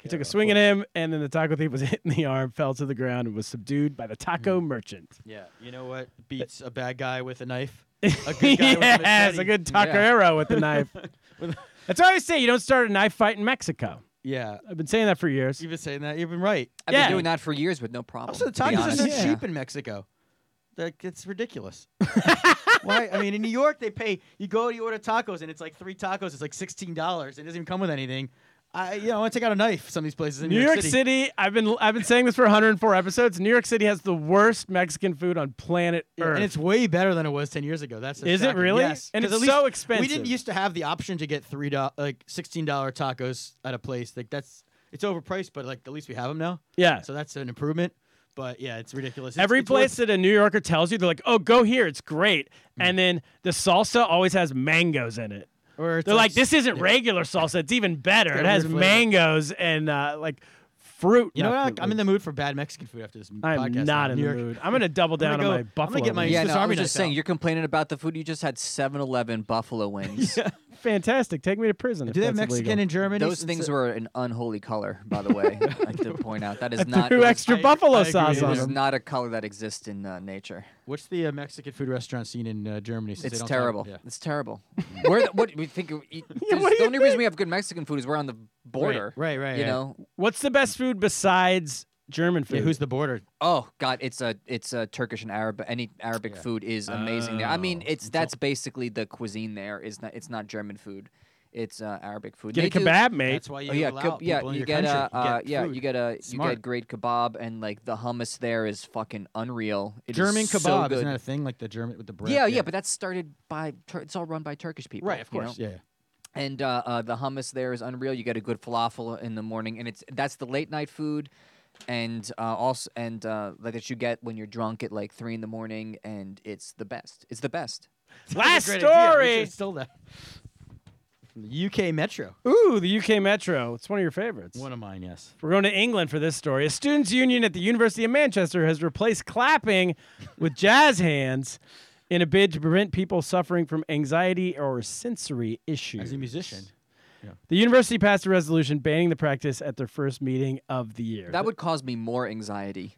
[SPEAKER 1] He took a swing at him, and then the taco thief was hit in the arm, fell to the ground, and was subdued by the taco
[SPEAKER 2] Hmm.
[SPEAKER 1] merchant.
[SPEAKER 2] Yeah, you know what beats a bad guy with a knife? A good guy with a
[SPEAKER 1] yes,
[SPEAKER 2] machete.
[SPEAKER 1] a good taquero with a knife. That's why I always say you don't start a knife fight in Mexico.
[SPEAKER 2] Yeah,
[SPEAKER 1] I've been saying that for years.
[SPEAKER 2] you've been saying that. You've been right.
[SPEAKER 6] I've
[SPEAKER 1] yeah.
[SPEAKER 6] been doing that for years with no problem.
[SPEAKER 2] Also, the
[SPEAKER 6] to be
[SPEAKER 2] tacos are so
[SPEAKER 6] honest.
[SPEAKER 2] cheap in Mexico. Like, it's ridiculous. Why? I mean, in New York, they pay. You go, you order tacos, and it's like three tacos. It's like sixteen dollars. It doesn't even come with anything. I, you know, I want to take out a knife. Some of these places in
[SPEAKER 1] New York City. I've been I've been saying this for 104 episodes. New York City has the worst Mexican food on planet
[SPEAKER 2] Yeah,
[SPEAKER 1] Earth.
[SPEAKER 2] and it's way better than it was ten years ago. That's the
[SPEAKER 1] Is it
[SPEAKER 2] shocking-
[SPEAKER 1] really?
[SPEAKER 2] Yes,
[SPEAKER 1] And
[SPEAKER 2] 'cause
[SPEAKER 1] it's
[SPEAKER 2] at least
[SPEAKER 1] so
[SPEAKER 2] We
[SPEAKER 1] expensive.
[SPEAKER 2] didn't used to have the option to get three dollar, like sixteen dollar tacos at a place. Like that's it's overpriced, but like at least we have them now.
[SPEAKER 1] yeah.
[SPEAKER 2] So that's an improvement. But yeah, it's ridiculous. It's-
[SPEAKER 1] Every
[SPEAKER 2] it's
[SPEAKER 1] place
[SPEAKER 2] worth- Hmm.
[SPEAKER 1] that a New Yorker tells you, they're like, "Oh, go here, it's great," and then the salsa always has mangoes in it.
[SPEAKER 2] or it's
[SPEAKER 1] They're like, "This isn't regular salsa; it's even better. It
[SPEAKER 2] got
[SPEAKER 1] has
[SPEAKER 2] weird flavor."
[SPEAKER 1] mangoes and uh, like fruit."
[SPEAKER 2] You know
[SPEAKER 1] not
[SPEAKER 2] what?
[SPEAKER 1] fruit,
[SPEAKER 2] I'm in
[SPEAKER 1] like-
[SPEAKER 2] the mood for bad Mexican food after this podcast.
[SPEAKER 1] I'm not in
[SPEAKER 2] New
[SPEAKER 1] the
[SPEAKER 2] York.
[SPEAKER 1] mood. I'm gonna double down
[SPEAKER 2] gonna go-
[SPEAKER 1] on my
[SPEAKER 2] I'm gonna
[SPEAKER 1] buffalo.
[SPEAKER 2] get my-
[SPEAKER 1] wings.
[SPEAKER 2] It's
[SPEAKER 6] Yeah,
[SPEAKER 2] Swiss
[SPEAKER 6] no, I
[SPEAKER 2] Army
[SPEAKER 6] was just
[SPEAKER 2] knife
[SPEAKER 6] saying,
[SPEAKER 2] out.
[SPEAKER 6] you're complaining about the food. You just had 7 Eleven buffalo wings.
[SPEAKER 1] fantastic. Take me to prison. if
[SPEAKER 2] Do they have
[SPEAKER 1] that's
[SPEAKER 2] Mexican
[SPEAKER 1] illegal.
[SPEAKER 2] in Germany?
[SPEAKER 6] Those
[SPEAKER 2] Since uh,
[SPEAKER 6] things
[SPEAKER 2] it-
[SPEAKER 6] were an unholy color, by the way. I have to point out. That is not.
[SPEAKER 1] Threw
[SPEAKER 6] it was-
[SPEAKER 1] extra
[SPEAKER 2] I- I
[SPEAKER 1] buffalo
[SPEAKER 2] agree
[SPEAKER 1] sauce
[SPEAKER 2] with
[SPEAKER 6] It
[SPEAKER 1] on
[SPEAKER 2] you.
[SPEAKER 6] was
[SPEAKER 1] them.
[SPEAKER 6] not a color that exists in uh, nature.
[SPEAKER 2] What's the uh, Mexican food restaurant scene in uh, Germany? Since they
[SPEAKER 6] It's
[SPEAKER 2] don't
[SPEAKER 6] terrible.
[SPEAKER 2] Have, yeah.
[SPEAKER 6] It's terrible. We're the, what we think? we- there's-
[SPEAKER 1] what do
[SPEAKER 6] the
[SPEAKER 1] you
[SPEAKER 6] only reason we have good Mexican food is we're on the border.
[SPEAKER 2] right, right,
[SPEAKER 6] You
[SPEAKER 2] right.
[SPEAKER 6] know.
[SPEAKER 1] What's the best food besides German food?
[SPEAKER 2] Yeah, who's the border?
[SPEAKER 6] Oh God, it's a it's a Turkish and Arab. Any Arabic food is amazing
[SPEAKER 2] Oh,
[SPEAKER 6] there. I mean, it's that's basically the cuisine there. Is not it's not German food. It's uh, Arabic food.
[SPEAKER 1] Get a
[SPEAKER 6] They do-
[SPEAKER 1] kebab, mate.
[SPEAKER 2] That's why you
[SPEAKER 6] Oh, yeah,
[SPEAKER 2] allow
[SPEAKER 6] keb- yeah.
[SPEAKER 2] people in
[SPEAKER 6] You
[SPEAKER 2] your
[SPEAKER 6] get
[SPEAKER 2] country.
[SPEAKER 6] a uh,
[SPEAKER 2] you get
[SPEAKER 6] yeah.
[SPEAKER 2] food.
[SPEAKER 6] You get a you
[SPEAKER 2] Smart.
[SPEAKER 6] get great kebab and like the hummus there is fucking unreal. It is
[SPEAKER 2] German
[SPEAKER 6] so
[SPEAKER 2] kebab
[SPEAKER 6] good.
[SPEAKER 2] isn't that a thing? Like the German with the bread.
[SPEAKER 6] yeah, yeah, but that's started by Tur- it's all run by Turkish people.
[SPEAKER 2] right, of
[SPEAKER 6] you know?
[SPEAKER 2] course. Yeah,
[SPEAKER 6] And uh, uh, the hummus there is unreal. You get a good falafel in the morning, and it's that's the late night food, and uh, also and uh, like that you get when you're drunk at like three in the morning, and it's the best. It's the best.
[SPEAKER 1] Last
[SPEAKER 2] Story.
[SPEAKER 1] story.
[SPEAKER 2] Still that. The UK Metro.
[SPEAKER 1] Ooh, the UK Metro. It's one of your favorites.
[SPEAKER 2] One of mine, yes.
[SPEAKER 1] We're going to England for this story. A students' union at the University of Manchester has replaced clapping with jazz hands in a bid to prevent people suffering from anxiety or sensory issues.
[SPEAKER 2] As a musician,
[SPEAKER 1] the university passed a resolution banning the practice at their first meeting of the year.
[SPEAKER 6] That would cause me more anxiety.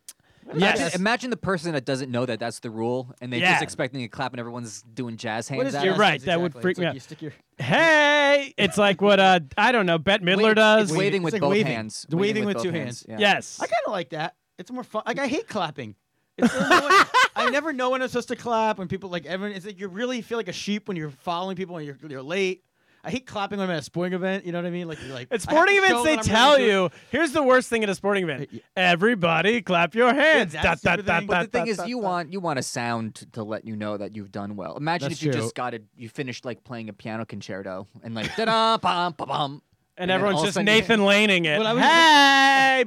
[SPEAKER 1] yes.
[SPEAKER 6] Imagine, imagine the person that doesn't know that that's the rule, and they're
[SPEAKER 1] Yeah.
[SPEAKER 6] just expecting a clap, and everyone's doing jazz hands. at
[SPEAKER 1] You're
[SPEAKER 6] us.
[SPEAKER 1] right, that would freak
[SPEAKER 2] it's
[SPEAKER 1] me
[SPEAKER 2] like
[SPEAKER 1] out.
[SPEAKER 2] You stick your,
[SPEAKER 1] hey, it's like what uh, I don't know, Bette Midler
[SPEAKER 6] Wave-
[SPEAKER 1] does.
[SPEAKER 6] It's waving
[SPEAKER 2] It's
[SPEAKER 6] with
[SPEAKER 2] like
[SPEAKER 6] both
[SPEAKER 2] waving.
[SPEAKER 6] hands.
[SPEAKER 2] The waving with
[SPEAKER 6] both
[SPEAKER 2] two hands.
[SPEAKER 1] Yes.
[SPEAKER 2] I kind of like that. It's more fun. Like I hate clapping. It's so annoying. I never know when I'm supposed to clap. When people like everyone, it's like you really feel like a sheep when you're following people and you're you're late. I hate clapping when I'm at a sporting event. You know what I mean? Like you're like
[SPEAKER 1] At
[SPEAKER 2] I have to
[SPEAKER 1] sporting events,
[SPEAKER 2] show
[SPEAKER 1] they
[SPEAKER 2] that I'm
[SPEAKER 1] tell
[SPEAKER 2] really doing-
[SPEAKER 1] you here's the worst thing at a sporting event: everybody clap your hands. Dot, dot,
[SPEAKER 2] that's the
[SPEAKER 1] dot,
[SPEAKER 2] thing.
[SPEAKER 1] dot,
[SPEAKER 2] But
[SPEAKER 6] But the
[SPEAKER 1] dot,
[SPEAKER 6] thing is,
[SPEAKER 1] dot,
[SPEAKER 6] you
[SPEAKER 1] dot.
[SPEAKER 6] want you want a sound t- to let you know that you've done well. Imagine
[SPEAKER 2] That's
[SPEAKER 6] if you
[SPEAKER 2] true.
[SPEAKER 6] just got it, you finished like playing a piano concerto and like da da bum bum bum.
[SPEAKER 1] and
[SPEAKER 6] then all
[SPEAKER 1] everyone's
[SPEAKER 6] of a
[SPEAKER 1] just
[SPEAKER 6] sudden-
[SPEAKER 1] Nathan Laning it.
[SPEAKER 2] Well, I was-
[SPEAKER 1] Hey,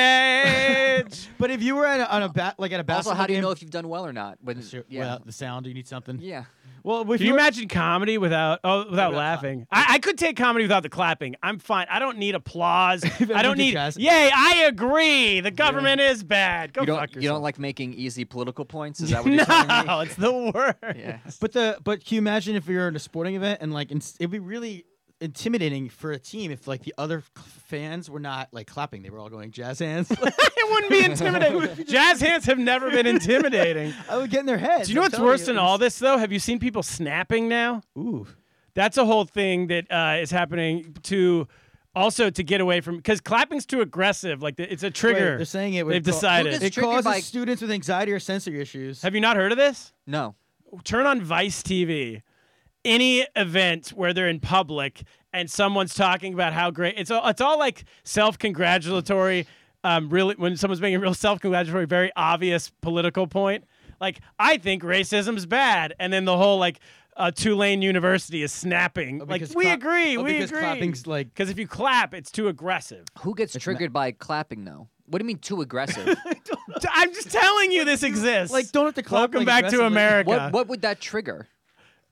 [SPEAKER 1] birdcage.
[SPEAKER 2] But if you were at a, on a bat like at a
[SPEAKER 6] Also,
[SPEAKER 2] basketball
[SPEAKER 6] how do you
[SPEAKER 2] game-
[SPEAKER 6] know if you've done well or not? When,
[SPEAKER 2] Sure,
[SPEAKER 6] yeah,
[SPEAKER 2] well, the sound? You need something.
[SPEAKER 6] yeah.
[SPEAKER 2] Well, if
[SPEAKER 1] Can you
[SPEAKER 2] were-
[SPEAKER 1] imagine comedy without oh without laughing? I, I could take comedy without the clapping. I'm fine. I don't need applause. I
[SPEAKER 2] everyone
[SPEAKER 1] don't
[SPEAKER 2] did
[SPEAKER 1] need
[SPEAKER 2] jazz.
[SPEAKER 1] yay. I agree. The government is bad. Go fuck
[SPEAKER 6] You don't
[SPEAKER 1] yourself.
[SPEAKER 6] you don't like making easy political points? Is that what you're telling me?
[SPEAKER 1] no, it's the worst.
[SPEAKER 6] Yeah.
[SPEAKER 2] But the but can you imagine if you're at a sporting event and like ins- it'd be really intimidating for a team if like the other c- fans were not like clapping, they were all going jazz hands.
[SPEAKER 1] It wouldn't be intimidating. Jazz hands have never been intimidating.
[SPEAKER 2] I would get in their heads.
[SPEAKER 1] Do you know
[SPEAKER 2] I'm
[SPEAKER 1] what's
[SPEAKER 2] telling
[SPEAKER 1] worse than
[SPEAKER 2] it
[SPEAKER 1] all
[SPEAKER 2] was-
[SPEAKER 1] this though? Have you seen people snapping now?
[SPEAKER 2] Ooh,
[SPEAKER 1] That's a whole thing that uh, is happening to also to get away from because clapping's too aggressive. Like the, it's a
[SPEAKER 2] Wait,
[SPEAKER 1] trigger.
[SPEAKER 2] they're saying it. would
[SPEAKER 1] They've
[SPEAKER 2] cau-
[SPEAKER 1] decided.
[SPEAKER 6] It's
[SPEAKER 2] it
[SPEAKER 6] triggered
[SPEAKER 2] causes
[SPEAKER 6] by-
[SPEAKER 2] students with anxiety or sensory issues.
[SPEAKER 1] Have you not heard of this?
[SPEAKER 6] No.
[SPEAKER 1] turn on Vice TV. Any event where they're in public and someone's talking about how great it's all it's all like self-congratulatory um really when someone's making a real self-congratulatory very obvious political point like I think racism's bad and then the whole like uh, Tulane University is snapping
[SPEAKER 2] Oh,
[SPEAKER 1] like
[SPEAKER 2] because
[SPEAKER 1] we
[SPEAKER 2] cla-
[SPEAKER 1] agree
[SPEAKER 2] oh,
[SPEAKER 1] we
[SPEAKER 2] because
[SPEAKER 1] agree
[SPEAKER 2] clapping's, like-
[SPEAKER 1] because if you clap it's too aggressive
[SPEAKER 6] Who gets triggered by clapping though? What do you mean too aggressive?
[SPEAKER 1] I'm just telling you this exists
[SPEAKER 2] like, don't have to clap,
[SPEAKER 1] welcome
[SPEAKER 2] like,
[SPEAKER 1] back to
[SPEAKER 2] aggressively.
[SPEAKER 1] America
[SPEAKER 6] what what would that trigger?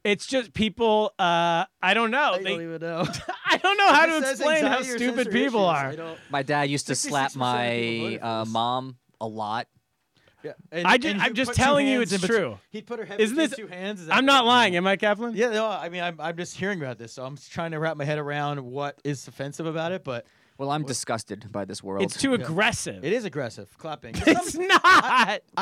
[SPEAKER 1] it's just people uh I don't know
[SPEAKER 2] I
[SPEAKER 1] They-
[SPEAKER 2] don't even know.
[SPEAKER 1] I don't know how
[SPEAKER 2] It
[SPEAKER 1] to
[SPEAKER 2] says
[SPEAKER 1] explain how
[SPEAKER 2] anxiety or
[SPEAKER 1] stupid
[SPEAKER 2] sensory
[SPEAKER 1] people
[SPEAKER 2] issues.
[SPEAKER 1] are.
[SPEAKER 2] I don't-
[SPEAKER 6] My dad used to
[SPEAKER 2] 66%
[SPEAKER 6] slap
[SPEAKER 2] of people
[SPEAKER 6] my
[SPEAKER 2] voted for
[SPEAKER 6] uh,
[SPEAKER 2] this.
[SPEAKER 6] mom a lot.
[SPEAKER 2] Yeah. And-
[SPEAKER 1] I ju-
[SPEAKER 2] and
[SPEAKER 1] I'm
[SPEAKER 2] he'd
[SPEAKER 1] just
[SPEAKER 2] put two
[SPEAKER 1] telling you
[SPEAKER 2] hands
[SPEAKER 1] it's
[SPEAKER 2] in between-
[SPEAKER 1] true.
[SPEAKER 2] He'd put her head
[SPEAKER 1] Isn't
[SPEAKER 2] between
[SPEAKER 1] this-
[SPEAKER 2] two hands. is that
[SPEAKER 1] I'm not
[SPEAKER 2] right?
[SPEAKER 1] lying, am I, Kaplan?
[SPEAKER 2] Yeah, no, I mean, I'm, I'm just hearing about this, so I'm just trying to wrap my head around what is offensive about it, but
[SPEAKER 6] Well, I'm disgusted by this world.
[SPEAKER 1] It's too aggressive.
[SPEAKER 2] it is aggressive clapping.
[SPEAKER 1] It's not.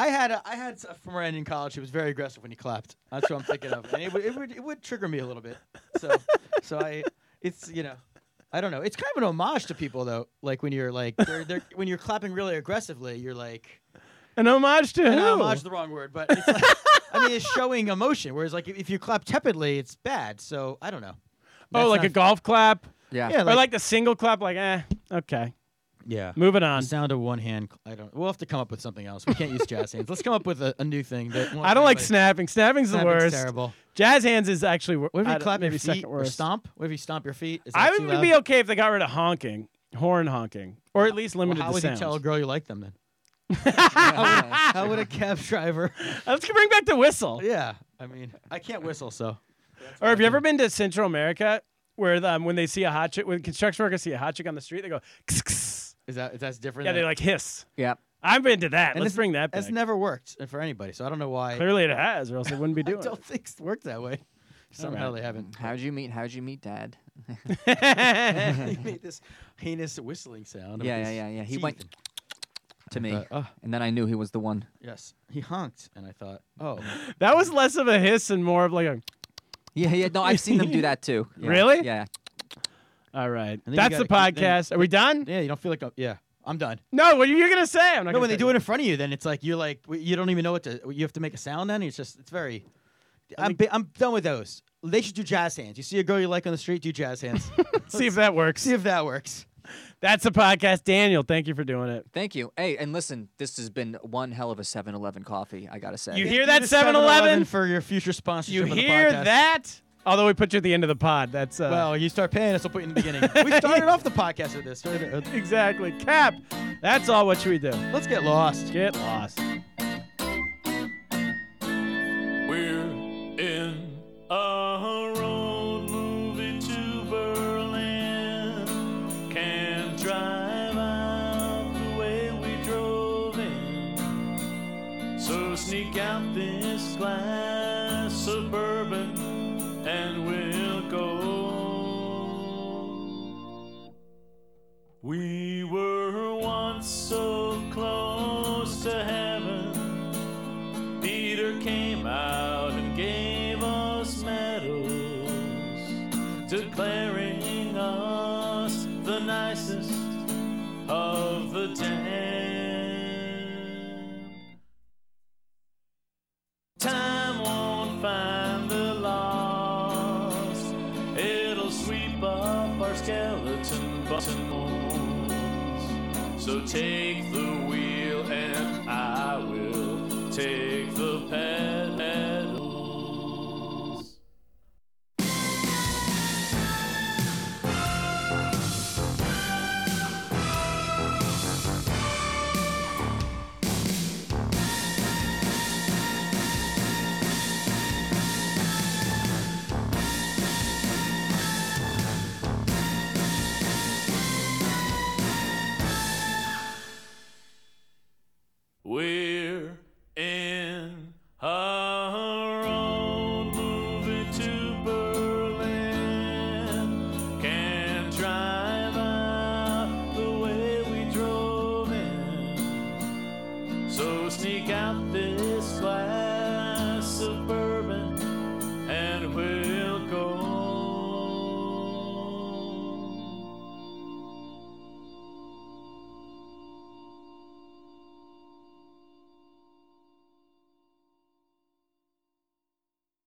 [SPEAKER 2] I had a, I had a friend in college who was very aggressive when he clapped. That's what I'm thinking of, and it would, it would it would trigger me a little bit. So so I it's you know I don't know. It's kind of an homage to people though. Like when you're like they're, they're, when you're clapping really aggressively, you're like
[SPEAKER 1] An homage to
[SPEAKER 2] and
[SPEAKER 1] who?
[SPEAKER 2] homage is the wrong word, but it's like, I mean it's showing emotion. Whereas like if if you clap tepidly, it's bad. So I don't know.
[SPEAKER 1] oh,
[SPEAKER 2] That's
[SPEAKER 1] like a
[SPEAKER 2] not-
[SPEAKER 1] golf clap,
[SPEAKER 6] yeah.
[SPEAKER 2] yeah,
[SPEAKER 1] or like the single clap. Like, eh, okay,
[SPEAKER 2] yeah.
[SPEAKER 1] moving on.
[SPEAKER 2] Sound of one hand. cl- I don't. We'll have to come up with something else. We can't use jazz hands. Let's come up with a, a new thing. That won't
[SPEAKER 1] I don't like
[SPEAKER 2] anybody-
[SPEAKER 1] snapping. Snapping's the
[SPEAKER 2] Snapping's
[SPEAKER 1] worst.
[SPEAKER 2] Terrible.
[SPEAKER 1] Jazz hands is actually wor-
[SPEAKER 2] What if
[SPEAKER 1] I
[SPEAKER 2] you
[SPEAKER 1] don't-
[SPEAKER 2] clap
[SPEAKER 1] maybe
[SPEAKER 2] your feet
[SPEAKER 1] second
[SPEAKER 2] or
[SPEAKER 1] worst.
[SPEAKER 2] stomp? What if you stomp your feet? Is that
[SPEAKER 1] I
[SPEAKER 2] too
[SPEAKER 1] would
[SPEAKER 2] loud?
[SPEAKER 1] be okay if they got rid of honking, horn honking, or at least
[SPEAKER 2] Well,
[SPEAKER 1] limited
[SPEAKER 2] how
[SPEAKER 1] the
[SPEAKER 2] would
[SPEAKER 1] sound.
[SPEAKER 2] you tell a girl you like them then?
[SPEAKER 6] Yeah.
[SPEAKER 2] How would a cab driver?
[SPEAKER 1] Let's bring back the whistle.
[SPEAKER 2] yeah, I mean, I can't whistle, so
[SPEAKER 1] Or have you ever been to Central America where um, when they see a hot chick, when construction workers see a hot chick on the street, they go, "Kss, kss."
[SPEAKER 2] is that is that's different?
[SPEAKER 1] yeah,
[SPEAKER 2] than-
[SPEAKER 1] they like hiss.
[SPEAKER 6] yeah.
[SPEAKER 1] I've been to that.
[SPEAKER 2] and
[SPEAKER 1] Let's
[SPEAKER 2] it's-
[SPEAKER 1] bring that back.
[SPEAKER 2] It's never worked for anybody, so I don't know why.
[SPEAKER 1] Clearly, it has, or else it wouldn't be
[SPEAKER 2] I
[SPEAKER 1] doing.
[SPEAKER 2] don't think it's worked that way. Somehow they haven't.
[SPEAKER 6] How'd you meet? How'd you meet Dad?
[SPEAKER 1] it.
[SPEAKER 2] he made this heinous whistling sound. with
[SPEAKER 6] Yeah, yeah,
[SPEAKER 2] his
[SPEAKER 6] yeah, yeah. He
[SPEAKER 2] teeth.
[SPEAKER 6] went to me,
[SPEAKER 2] thought, "Oh."
[SPEAKER 6] and then I knew he was the one.
[SPEAKER 2] Yes, he honked, and I thought, oh,
[SPEAKER 1] that was less of a hiss and more of like a.
[SPEAKER 6] Yeah, yeah. No, I've seen them do that too. Yeah,
[SPEAKER 1] Really?
[SPEAKER 6] Yeah.
[SPEAKER 1] All right,
[SPEAKER 2] then you
[SPEAKER 1] that's the
[SPEAKER 2] gotta keep- then-
[SPEAKER 1] podcast. Are we done?
[SPEAKER 2] yeah, you don't feel like, a, yeah, I'm done.
[SPEAKER 1] No, what are you gonna say? I'm not.
[SPEAKER 2] No,
[SPEAKER 1] gonna
[SPEAKER 2] when they
[SPEAKER 1] cut
[SPEAKER 2] do
[SPEAKER 1] you.
[SPEAKER 2] it in front of you, then it's like you're like w- you don't even know what to. You have to make a sound. Then it's just it's very. I'm bi- I'm done with those. They should do jazz hands. You see a girl you like on the street, do jazz hands.
[SPEAKER 1] see if that works.
[SPEAKER 2] see if that works.
[SPEAKER 1] That's the podcast, Daniel. Thank you for doing it.
[SPEAKER 6] Thank you. Hey, and listen, this has been one hell of a 7-Eleven coffee. I gotta say.
[SPEAKER 1] You
[SPEAKER 2] Give
[SPEAKER 1] hear that,
[SPEAKER 2] us
[SPEAKER 1] 7-Eleven?
[SPEAKER 2] for your future sponsorship.
[SPEAKER 1] You
[SPEAKER 2] of the
[SPEAKER 1] hear
[SPEAKER 2] podcast.
[SPEAKER 1] that? Although we put you at the end of the pod, that's uh,
[SPEAKER 2] Well, you start paying us. We'll put you in the beginning. we started off the podcast with this. Started- uh,
[SPEAKER 1] exactly. Cap. That's all. What should we do?
[SPEAKER 2] Let's get lost.
[SPEAKER 1] Get lost.
[SPEAKER 7] We're in a road movie to Berlin. Can't drive out the way we drove in. So sneak out this glass suburban and we'll go. We were once so close to heaven. Peter came out and gave us medals, declaring us the nicest of the ten.
[SPEAKER 8] So take the wheel and I will take the pedals. We're in our own movie to Berlin. Can't drive out the way we drove in. So sneak out this flag.